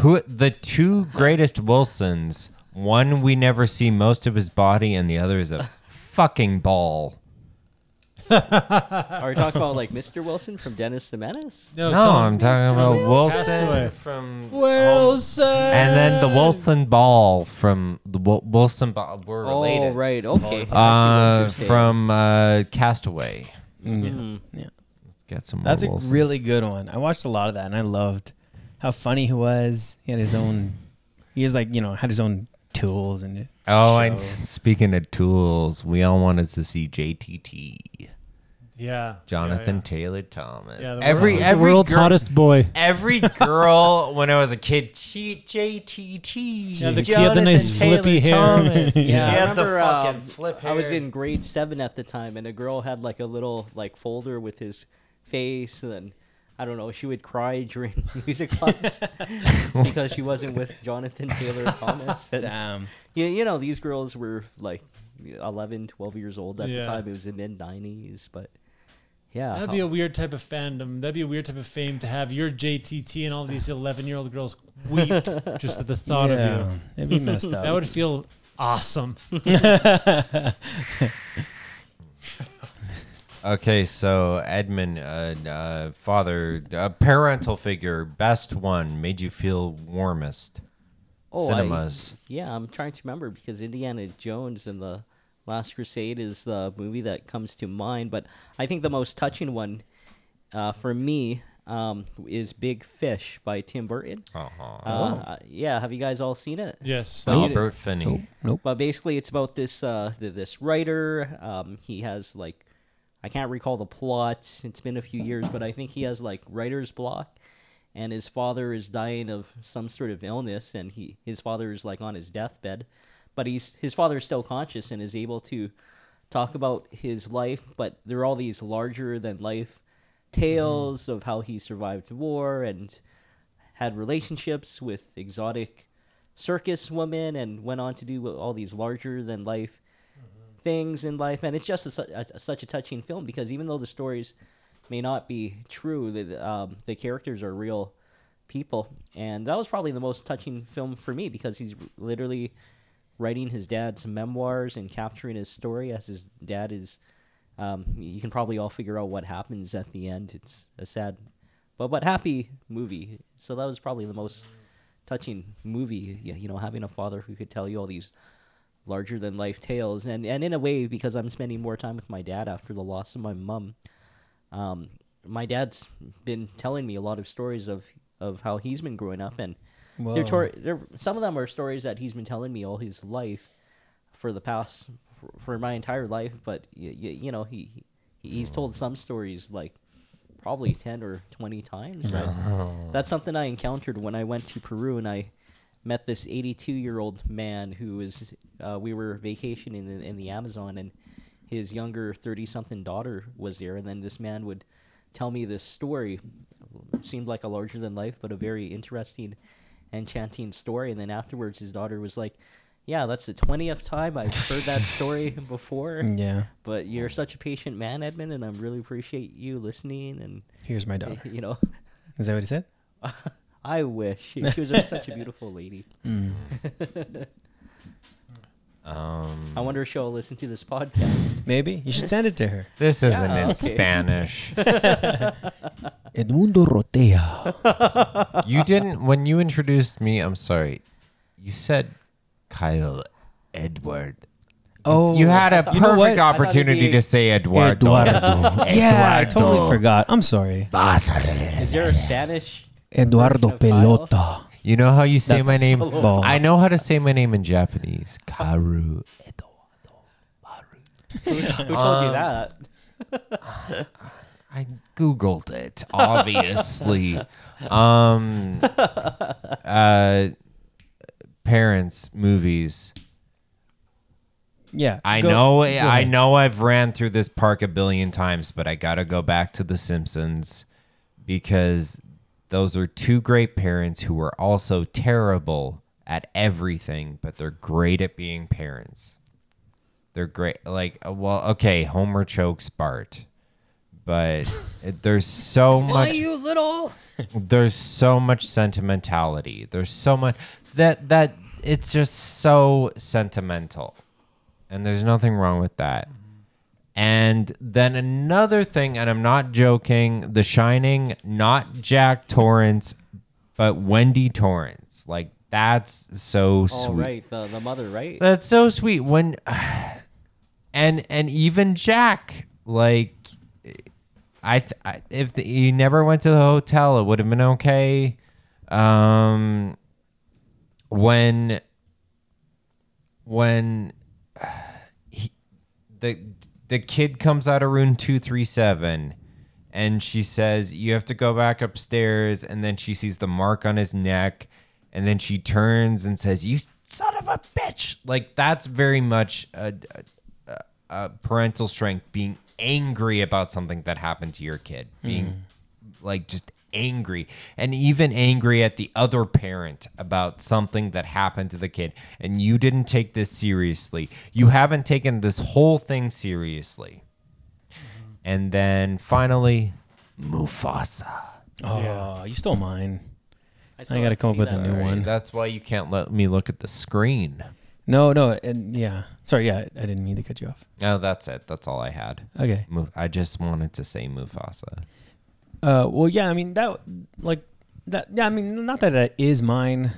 C: Who the two greatest Wilsons? One we never see most of his body, and the other is a fucking ball.
D: Are we talking about like Mr. Wilson from Dennis the Menace?
A: No,
C: no,
A: Tom-
C: I'm talking about Wilson
A: Castaway.
C: from
A: Wilson.
C: and then the Wilson ball from the Wil- Wilson ball. We're
D: Oh,
C: related.
D: right. Okay. I see what
C: Uh,
D: you're saying.
C: from uh, Castaway.
D: Mm.
C: Get some.
B: That's a
C: more Wilsons.
B: really good one. I watched a lot of that and I loved how funny he was. He had his own, he was like, you know, had his own tools and
C: Oh, and
B: So-
C: speaking of tools, we all wanted to see JTT,
A: Yeah.
C: Jonathan Taylor Thomas.
A: Yeah, the
C: every
A: world-
C: every
A: world's
C: girl,
A: hottest boy.
C: Every girl when I was a kid, she JTT.
A: Yeah, the kid had the nice
C: Jonathan
A: flippy hair.
C: Thomas.
A: Yeah.
C: He
D: Yeah, I
C: had the
D: remember,
C: fucking
D: um,
C: flip hair.
D: I was in grade seven at the time, and a girl had like a little like folder with his face, and I don't know. She would cry during music class because she wasn't with Jonathan Taylor Thomas. And,
B: damn.
D: you, you know, these girls were like 11, 12 years old at
A: Yeah.
D: the time. It was the mid nineties, but
C: Oh.
D: yeah,
A: That'd be a weird type of fandom. That'd be a weird type of fame to have your JTT and all these 11 year old girls weep just at the thought
B: yeah.
A: of you.
B: It'd be messed up.
A: That would feel awesome.
C: Okay, so Edmund, uh, uh, father, uh, parental figure, best one, made you feel warmest.
D: Oh, I-
C: Cinemas.
D: yeah. I'm trying to remember because Indiana Jones and the Last Crusade is the movie that comes to mind, but I think the most touching one uh, for me um, is Big Fish by Tim Burton.
C: uh-huh.
D: Uh, uh, yeah, have you guys all seen it?
A: Yes.
C: Albert Finney.
D: But basically, it's about this uh, th- this writer. Um, he has like I can't recall the plot. It's been a few years, but I think he has like writer's block, and his father is dying of some sort of illness, and he his father is like on his deathbed, but he's his father is still conscious and is able to talk about his life. But there are all these larger than life tales of how he survived war and had relationships with exotic circus women and went on to do all these larger than life things in life and it's just a, su- a, such a touching film because even though the stories may not be true the, um, the characters are real people and that was probably the most touching film for me because he's literally writing his dad's memoirs and capturing his story as his dad is um, you can probably all figure out what happens at the end it's a sad but but happy movie so that was probably the most touching movie you, you know having a father who could tell you all these larger than life tales and and in a way because i'm spending more time with my dad after the loss of my mum um, my dad's been telling me a lot of stories of of how he's been growing up and they're, tor- they're some of them are stories that he's been telling me all his life for the past for, for my entire life but y- y- you know he he- he's told some stories like probably 10 or 20 times that, that's something i encountered when i went to peru and i met this 82 year old man who was uh, we were vacationing in, in the amazon and his younger 30 something daughter was there. And then this man would tell me this story. Seemed like a larger than life, but a very interesting, enchanting story. And then afterwards, his daughter was like, Yeah, that's the 20th time I've heard that story before.
B: Yeah.
D: But you're such a patient man, Edmund, and I really appreciate you listening. And,
B: Here's my daughter.
D: you know,
B: Is that what he said?
D: I wish. She, she was such a beautiful lady. Oh.
C: Um,
D: I wonder if she'll listen to this podcast.
B: Maybe you should send it to her.
C: this isn't
D: Yeah,
C: in
D: okay.
C: Spanish.
F: Edmundo Rotea.
C: you didn't when you introduced me. I'm sorry. You said Kyle Edward.
B: Oh,
C: You had a
B: know what? I
C: perfect
D: thought it'd
C: opportunity
D: be-
C: to say Eduardo.
F: Eduardo.
B: yeah, I totally forgot. I'm sorry.
D: Is there a Spanish?
F: Eduardo
D: Version of
F: Pelota.
C: You know how you say my
B: That's
C: name?
B: so long.
C: I know how to say my name in Japanese. Karu.
D: Who told
B: Um,
D: you that?
C: I googled it, obviously. um uh parents movies.
B: Yeah,
C: I
B: go-
C: know
B: go
C: I
B: ahead.
C: know I've ran through this park a billion times, but I got to go back to the Simpsons because those are two great parents who are also terrible at everything, but they're great at being parents. They're great like uh, well, okay, Homer chokes Bart. But it- there's so much
D: little?
C: there's so much sentimentality. There's so much that that it's just so sentimental. And there's nothing wrong with that. And then another thing, and I'm not joking, The Shining, not Jack Torrance, but Wendy Torrance. Like that's so
D: Oh,
C: sweet.
D: right. The, the mother, right?
C: That's so sweet. When and and even Jack, like I, th- I if the, he never went to the hotel, it would have been okay. Um, when when he, the the kid comes out of room two three seven. And she says, You have to go back upstairs. And then she sees the mark on his neck. And then she turns and says, You son of a bitch. Like, that's very much a, a uh, parental strength being angry about something that happened to your kid being like just angry and even angry at the other parent about something that happened to the kid and you didn't take this seriously you haven't taken this whole thing seriously and then finally mufasa
B: Oh, you stole mine.
D: still
B: I gotta
D: have
B: come up
D: see
B: with a
D: that.
B: new
C: Right,
B: one.
C: that's why you can't let me look at the screen
B: No, no, and yeah. Sorry, yeah, I didn't mean to cut you off.
C: no Oh, that's it that's all i had
B: Okay.
C: Muf- i just wanted to say mufasa
B: Uh, well, yeah, I mean that, like that. Yeah, I mean, not that it is mine.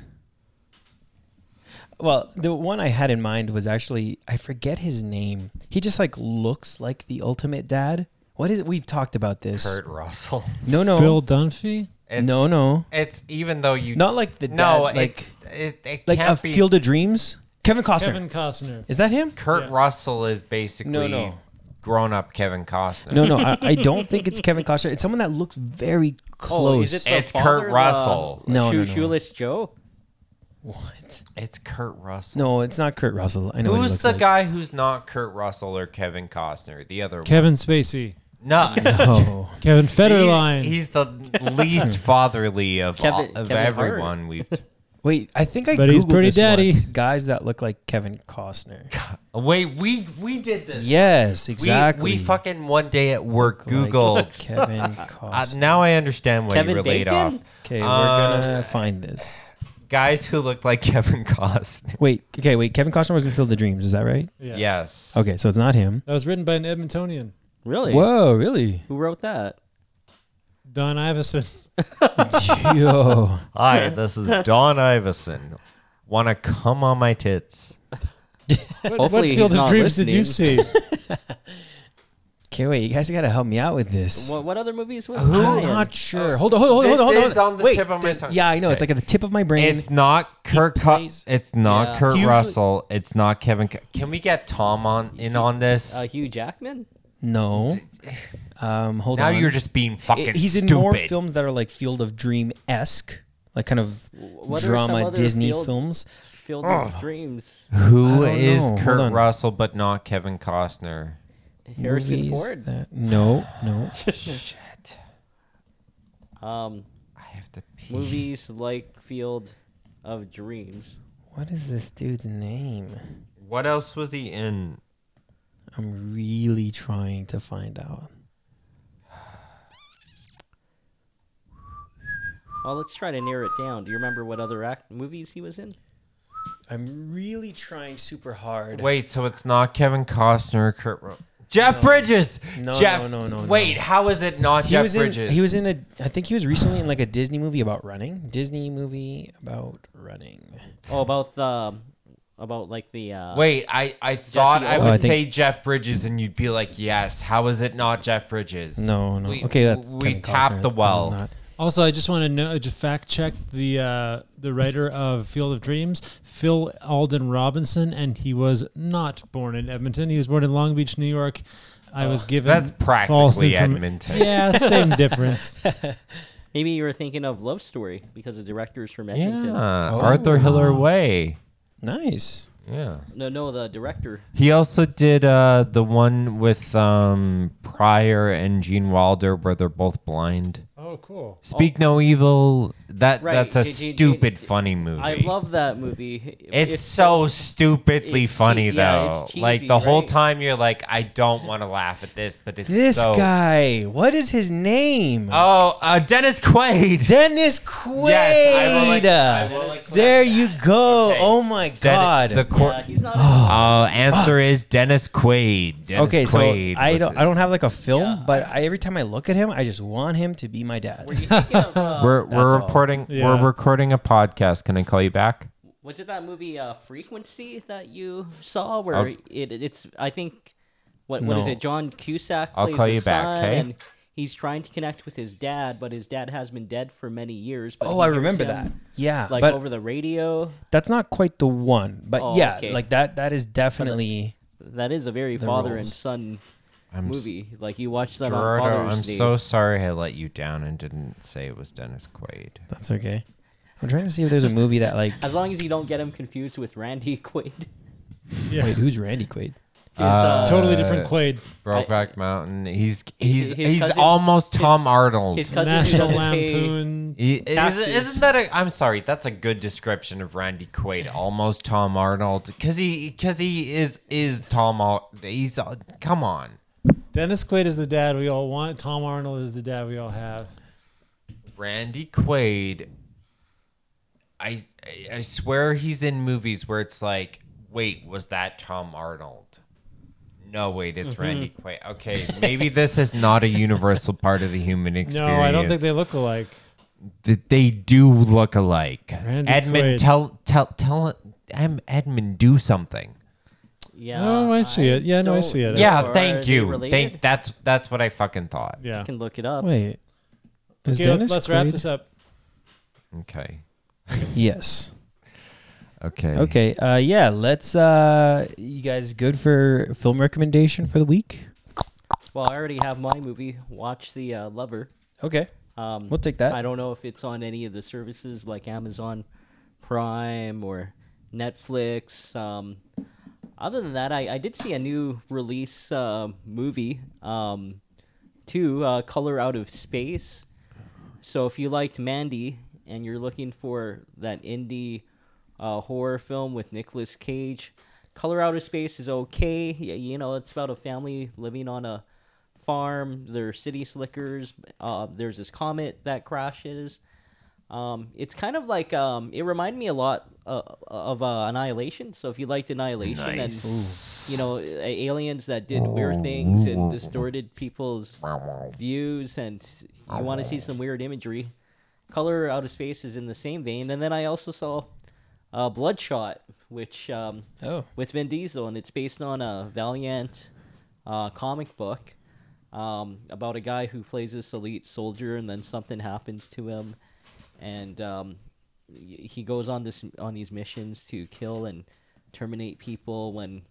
B: Well, the one I had in mind was actually I forget his name. He just like looks like the ultimate dad. What is it? We've talked about this.
C: kurt russell
B: Oh, No, no,
A: Phil Dunphy.
C: It's-
B: no, no.
C: It's even though you
B: Not like the dad.
C: no
B: like
C: it, it, it
B: like
C: can't
B: a
C: be.
B: Field of Dreams. Kevin Costner.
A: Kevin Costner.
B: Is that him?
C: Kurt
A: Yeah.
C: Russell is basically
B: No, no.
C: grown up Kevin Costner.
B: No, no, I, I don't think it's Kevin Costner. It's someone that looks very close.
D: Oh, is it the
C: It's
D: father,
C: Kurt
D: the
C: Russell.
B: No,
D: shoe-
B: no, no.
D: Shoeless Joe?
B: what?
C: It's Kurt Russell.
B: No, it's not Kurt Russell. I know what he
C: Who's
B: looks
C: the
B: like.
C: guy who's not Kurt Russell or Kevin Costner? The other one.
A: Kevin Spacey.
C: No.
B: Oh,
A: Kevin
C: He's,
A: Federline.
C: he's the least fatherly of all,
D: Kevin-
C: of
D: Kevin
C: everyone we've.
B: wait. I think I.
A: But he's
B: Googled
A: pretty
B: this
A: daddy.
B: once. Guys that look like Kevin Costner.
C: Wait, we we did this.
B: Yes,
C: We-
B: exactly.
C: We, fucking one day at work
B: Like
C: Googled.
B: Kevin
C: Uh,
B: Costner.
C: now I understand why
D: Kevin
C: you relate
D: Bacon?
C: off.
B: okay,
C: uh,
B: we're gonna find this.
C: Guys who look like Kevin Costner.
B: Wait. Okay. Wait. Kevin Costner was in Field of Dreams. Is that right?
A: yeah.
C: Yes.
B: Okay. So it's not him.
A: That was written by an Edmontonian,
D: Really?
B: Whoa. Really?
D: Who wrote that?
A: Don Iverson.
B: Yo.
C: Hi, this is Don Iverson. Want to come on my tits?
A: What, what
D: Hopefully he's
A: Field of
D: not
A: Dreams did you see?
D: listening.
B: Okay. Wait. You guys gotta help me out with this.
D: What, what other movies was
B: I'm
D: it?
B: not sure. Hold on, hold on, hold on,
C: This
B: hold on. hold
C: is
B: on.
C: on the tip of my
B: there's-
C: tongue.
B: Yeah, I know. It's
C: Okay.
B: like at the tip of my brain.
C: It's not Kurt. Cu-
B: plays-
C: it's not
D: Yeah.
C: Kurt
B: Usually-
C: Russell. It's not Kevin. Cu- Can we get Tom on in on this?
D: Uh, Hugh Jackman?
B: no. Um, hold
C: now
B: on.
C: you're just being fucking
B: It- He's in
C: stupid.
B: more films that are like Field of Dream esque, like kind of
D: what are some
B: drama
D: other
B: Disney
D: Field-
B: films.
D: Field of Dreams.
C: Who
B: I don't
C: is
B: know. Hold
C: Kurt
B: on.
C: Russell but not Kevin Costner?
D: Harrison
F: movies
D: Ford.
F: that- no, no.
C: Shit.
D: Um,
C: I have to pee.
D: movies like Field of Dreams.
F: what is this dude's name?
C: What else was he in?
F: I'm really trying to find out.
D: Well, let's try to narrow it down. Do you remember what other act movies he was in?
B: I'm really trying super hard.
C: Wait, so it's not Kevin Costner or Kurt Ro- Jeff Bridges.
B: No,
C: Jeff,
B: no, no, no, no.
C: Wait, how is it not
B: He
C: Jeff
B: was in.
C: Bridges?
B: He was in a. I think he was recently in like a Disney movie about running. Disney movie about running.
D: Oh, about the about like the uh,
C: Wait, I, I thought I
D: Owens.
C: would
B: Oh, I think-
C: say Jeff Bridges, and you'd be like, yes. How is it not Jeff Bridges?
B: No, no.
C: We-
B: okay, that's
C: we
B: Kevin
C: tapped
B: Costner.
C: the
B: This is
C: well.
B: not-
A: Also, I just want to know, just fact check the uh, the writer of Field of Dreams, Phil Alden Robinson, and he was not born in Edmonton. He was born in Long Beach, New York. I
D: Oh,
A: was given
C: That's
A: false
C: practically
A: inform-
C: Edmonton.
A: Yeah, same difference.
D: maybe you were thinking of Love Story because the director's from
C: Yeah,
D: Edmonton.
C: Arthur Hiller Way.
B: Nice.
C: Yeah.
D: No, no, the director.
C: He also did uh, the one with um, Pryor and Gene Wilder, where they're both blind.
A: oh, cool.
C: Speak No Evil. That
D: Right,
C: that's a
D: Gene- Gene-
C: stupid,
D: Gene-
C: funny movie.
D: I love that movie.
C: It's, so stupidly
D: it's che-
C: funny
D: yeah,
C: though.
D: it's
C: like
D: cheesy,
C: the whole
D: right?
C: time you're like, I don't want to laugh at this, but it's
B: This
C: so-
B: guy. What is his name?
C: Oh, uh, Dennis Quaid.
B: Dennis Quaid.
C: Yes, I will ac- I will accept
B: there you go.
C: Okay.
B: Oh my
C: Den-
B: god.
C: The cor-
D: Yeah, he's not.
C: uh, answer is Dennis Quaid. Dennis
B: okay, so
C: Quaid
B: I
C: was-
B: don't I don't have like a film,
D: Yeah.
B: but I, every time I look at him, I just want him to be my dad.
D: Were you thinking of? Uh,
C: We're we're
B: all.
C: reporting.
A: Yeah.
C: We're recording a podcast. Can I call you back?
D: was it that movie uh, Frequency that you saw where
C: I'll-
D: it, it's I think what what is
B: No.
D: it? John Cusack
C: I'll
D: plays
C: call
D: his
C: you back,
D: son,
C: okay?
D: and he's trying to connect with his dad, but his dad has been dead for many years. But
B: Oh,
D: he
B: I
D: hears
B: remember
D: him,
B: that. Yeah,
D: Like
B: but
D: over the radio,
B: that's not quite the one. But
D: Oh,
B: yeah,
D: okay.
B: like that that is definitely
D: that is a very father and
B: roles.
D: son
C: I'm s-
D: movie. Like you watch that
C: Gerardo,
D: on Father's
C: I'm
D: Day.
C: so sorry I let you down and didn't say it was Dennis Quaid.
B: That's okay. I'm trying to see if there's a movie that like
D: As long as you don't get him confused with Randy Quaid. His,
A: Yeah,
B: Wait, who's Randy Quaid?
D: uh,
A: totally different Quaid.
C: Brokeback Mountain. He's he's
D: his
C: he's
D: cousin-
C: almost
D: his-
C: Tom Arnold.
D: his cousin who
A: National
D: doesn't pay.
A: Lampoon.
C: He- is,
D: Taxes.
C: isn't that a? I'm sorry, that's a good description of Randy Quaid. Almost Tom Arnold, because he because he is is Tom. Ar- He's uh, come on,
A: Dennis Quaid is the dad we all want. Tom Arnold is the dad we all have.
C: Randy Quaid. I I- I swear he's in movies where it's like, wait, was that Tom Arnold? No, wait, it's
A: Mm-hmm.
C: Randy Quaid. Okay, maybe this is not a universal part of the human experience.
A: No, I don't think they look alike.
C: that they do look alike.
A: Randy Quaid.
C: Edmund, tell tell tell em- Edmund do something.
D: Yeah.
A: Oh, I see it. Yeah, no, I
D: don't
A: see it.
D: know.
A: Yeah,
C: yeah,
D: Are
C: thank
D: they
C: you.
D: related?
C: Thank that's that's what I fucking thought.
A: Yeah.
D: I can look it up.
B: Wait. Is
A: Okay, let's,
B: Dennis
A: let's wrap
B: Quaid-
A: this up.
C: Okay.
B: Yes.
C: Okay.
B: Okay. Uh, yeah. Let's. Uh, you guys good for film recommendation for the week?
D: Well, I already have my movie. Watch the uh, Lover.
B: Okay.
D: Um,
B: We'll take that.
D: I don't know if it's on any of the services like Amazon Prime or Netflix. Um, other than that, I, I did see a new release uh, movie, um, too, uh, Color Out of Space. So if you liked Mandy and you're looking for that indie uh, horror film with Nicolas Cage, Color Out of Space is okay. Yeah, you know, it's about a family living on a farm. They're city slickers. Uh, there's this comet that crashes. Um, it's kind of like um, it reminded me a lot uh, of uh, Annihilation. So if you liked Annihilation and you know a- aliens that did weird things and distorted people's views and you want to see some weird imagery, Color Out of Space is in the same vein. And then I also saw uh, Bloodshot, which um,
B: Oh.
D: with Vin Diesel, and it's based on a Valiant uh, comic book um, about a guy who plays this elite soldier, and then something happens to him, and um, y- he goes on this on these missions to kill and terminate people. When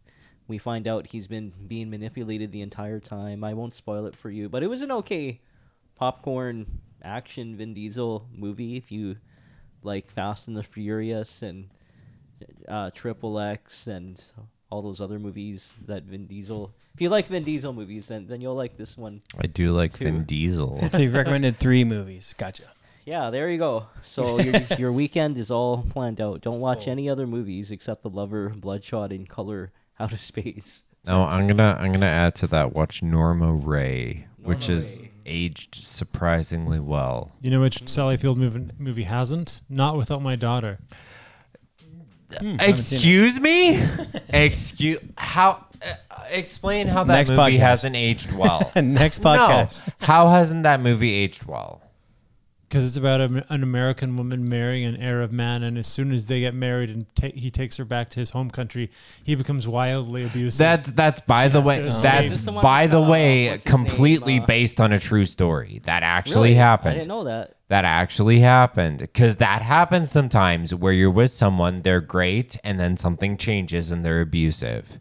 D: we find out he's been being manipulated the entire time, I won't spoil it for you, but it was an okay popcorn action Vin Diesel movie if you like Fast and the Furious and uh, Triple X and all those other movies that Vin Diesel. If you like Vin Diesel movies, then then you'll like this one.
J: I do like
D: Two.
J: Vin Diesel.
B: So you've recommended three movies. Gotcha.
D: Yeah, there you go. So your your weekend is all planned out. Don't watch any other movies except The Lover, Bloodshot, and Color Out of Space.
J: no, I'm gonna I'm gonna add to that. Watch Norma Ray, which
D: Norma
J: is
D: Rae.
J: aged surprisingly well.
A: You know which Sally Field movie, movie hasn't? Not without my daughter.
B: Hmm,
C: Excuse me? Excuse how uh, explain how that
B: Next
C: movie
B: podcast.
C: hasn't aged well.
B: Next podcast.
C: No. How hasn't that movie aged well?
A: Because it's about a, an American woman marrying an Arab man, and as soon as they get married and ta- he takes her back to his home country, he becomes wildly abusive.
C: That's that's by the
A: has
C: way
A: to escape. Is
C: that's
D: this the one
C: by
D: with,
C: the
D: uh,
C: way
D: what's his
C: completely
D: name, uh,
C: based on a true story that actually
D: Really? I
C: happened.
D: didn't know that.
C: that actually happened because that happens sometimes where you're with someone they're great and then something changes and they're abusive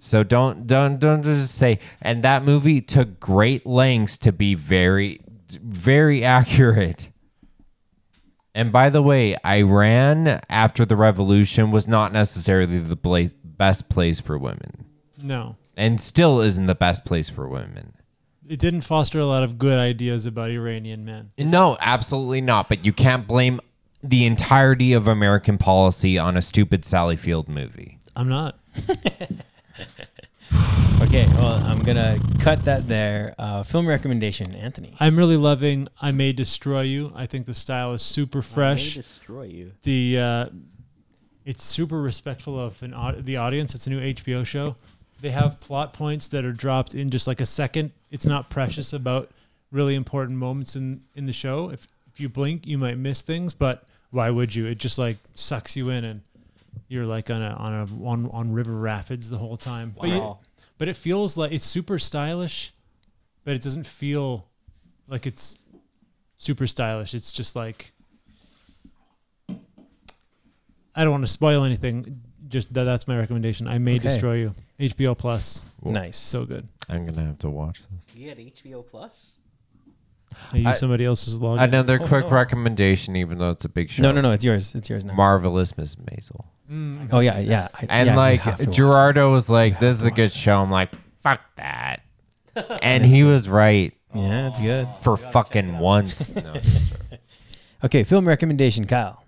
C: so don't don't don't just say and that movie took great lengths to be very very accurate and by the way iran after the revolution was not necessarily the bla- best place for women
A: no.
C: and still isn't the best place for women
A: It didn't foster a lot of good ideas about Iranian men.
C: No, absolutely not. But you can't blame the entirety of American policy on a stupid Sally Field movie.
A: I'm not.
B: Okay, well, I'm gonna cut that there. Uh, film recommendation, Anthony.
A: I'm really loving I May Destroy You. I think the style is super fresh.
D: May destroy you.
A: the uh, it's super respectful of an au- the audience. It's a new HBO show. They have plot points that are dropped in just like a second. It's not precious about really important moments in in the show. If if you blink, you might miss things, but why would you? It just like sucks you in and you're like on a on a on, on river rapids the whole time. But, you-
D: Wow.
A: but it feels like it's super stylish, but it doesn't feel like it's super stylish. It's just like I don't want to spoil anything. Just that, that's my recommendation. I may
B: Okay.
A: destroy you. HBO Plus,
B: Nice.
A: so good.
C: I'm gonna have to watch this.
D: You had HBO Plus.
A: I use
C: I-
A: somebody else's login.
C: Another quick recommendation, even though it's a big show.
B: no, no, no, it's yours. It's yours now.
C: Marvelous Miss Maisel.
B: oh yeah, yeah. I,
C: And
B: yeah, you
C: like
B: have to watch
C: Gerardo was like, "This is a good show." I'm like, "Fuck that," and he was right
B: it. Yeah, it's good.
C: for fucking once. No, that's true.
B: Okay, film recommendation, Kyle.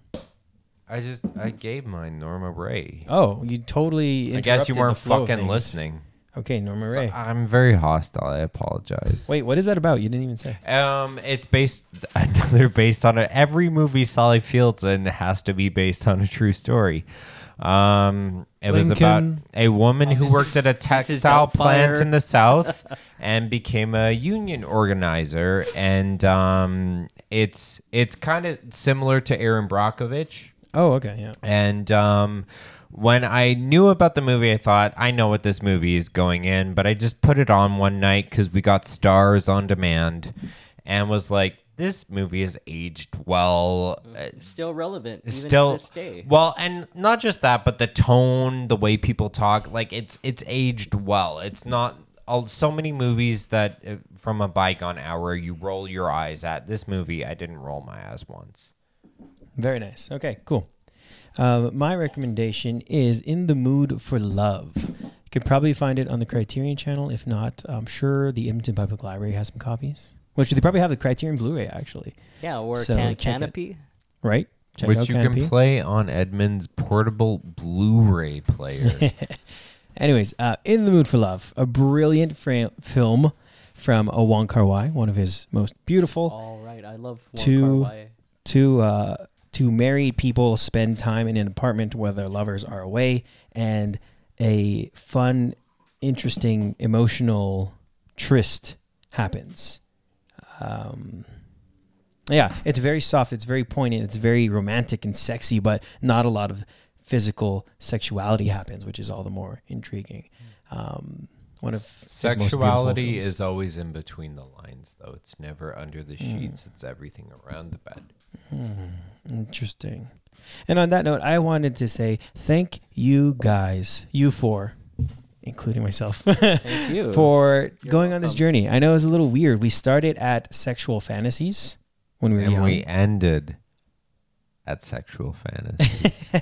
C: I just I gave mine Norma Ray.
B: Oh, you totally.
C: I guess you
B: interrupted
C: weren't
B: the flow of
C: fucking
B: things.
C: listening.
B: Okay, Norma
C: So
B: Ray.
C: I'm very hostile. I apologize.
B: Wait, what is that about? You didn't even say.
C: Um, it's based. They're based on it. Every movie Sally Fields in has to be based on a true story. Um, it was about
A: Lincoln.
C: a woman who worked at a
D: is
C: textile plant
D: Doubtfire.
C: in the South and became a union organizer. And um, it's it's kind of similar to Aaron Brockovich.
B: Oh, okay, yeah.
C: And um, when I knew about the movie, I thought, I know what this movie is going in, but I just put it on one night because we got stars on demand and was like, this movie is aged well. Uh,
D: Still relevant. Even
C: still
D: Mm, To this day.
C: well and not just that but the tone the way people talk like it's it's aged well it's not all, so many movies that uh, from a bygone hour you roll your eyes at this movie i didn't roll my eyes once
B: Very nice. Okay, cool. Uh, my recommendation is In the Mood for Love. You could probably find it on the Criterion channel. If not, I'm sure the Edmonton Public Library has some copies, which they probably have the Criterion Blu ray, actually.
D: Yeah, or
B: So,
D: can-
B: check it.
D: Canopy.
B: Right? Check
C: which
B: out
C: you
B: Canopy.
C: can play on Edmund's portable Blu-ray player.
B: Anyways, uh, In the Mood for Love, a brilliant fra- film from uh, Wong Kar Wai, one of his most beautiful.
D: All right, I love Wong
B: Two-
D: Kar-wai.
B: to uh, to married people spend time in an apartment where their lovers are away, and a fun, interesting, emotional tryst happens. Um, yeah, it's very soft. It's very poignant. It's very romantic and sexy, but not a lot of physical sexuality happens, which is all the more intriguing. Um, one of his most beautiful
C: Hmm. Sexuality
B: films. Hmm.
C: is always in between the lines, though. It's never under the sheets. It's everything around the bed.
B: Interesting. And on that note, I wanted to say thank you guys, you four, including myself,
D: Thank you.
B: for
D: You're
B: going on this
D: welcome.
B: journey. I know it was a little weird. We started at sexual fantasies when we were
C: And
B: young
C: we ended at sexual fantasy.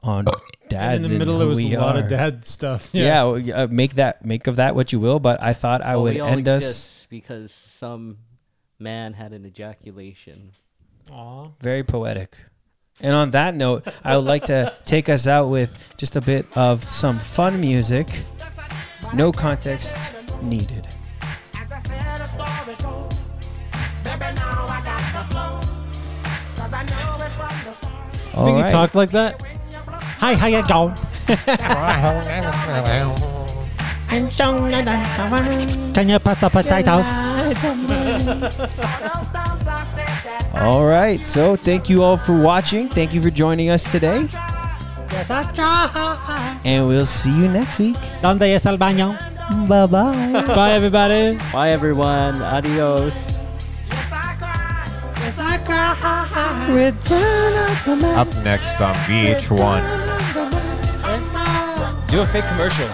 B: on
A: And
B: dads.
A: in the middle, there
B: who
A: was a
B: we
A: lot
B: are.
A: of dad stuff.
B: Yeah, well, y- uh, make that make of that what you will. But I thought I
D: Well,
B: would
D: we all
B: end us
D: exist because some man had an ejaculation.
A: Aw.
B: very poetic. And on that note, I would like to take us out with just a bit of some fun music. No context needed.
A: I
B: All
A: think
B: right.
A: he talked like that. Hi, how you going? Can you pass the potatoes?
B: all right. So thank you all for watching. Thank you for joining us today. And we'll see you next week.
A: ¿Dónde es el baño?
B: Bye bye.
A: Bye, everybody.
D: Bye, everyone. Adios.
C: Up next on VH1.
B: Do a fake commercial.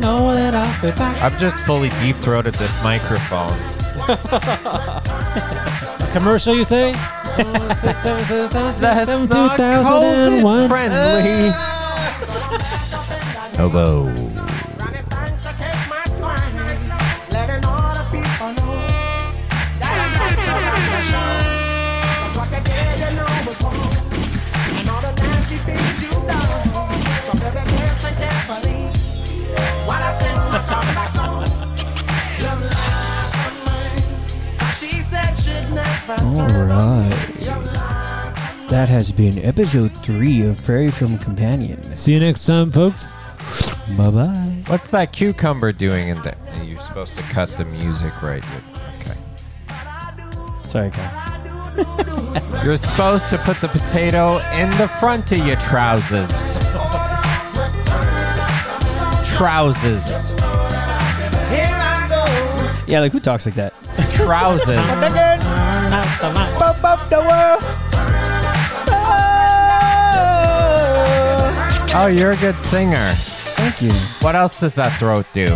A: Know that I'll be back.
C: I'm just fully deep throated this microphone.
A: Commercial, you say? Oh, six, seven, seven, seven, seven, two thousand and one.
C: friendly. Hello.
B: Oh.
F: All right. That has been episode three of Prairie Film Companion.
A: See you next time, folks.
F: Bye bye.
C: What's that cucumber doing in there? You're supposed to cut the music right. with-
B: Sorry, guys.
C: Okay. You're supposed to put the potato in the front of your trousers. Trousers.
B: Yeah, like who talks like that?
C: Trousers. Oh, you're a good singer.
B: Thank you.
C: What else does that throat do?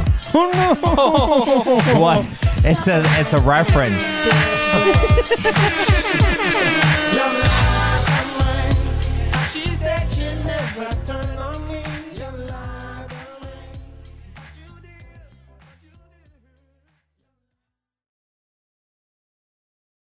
C: what? It's a it's a reference.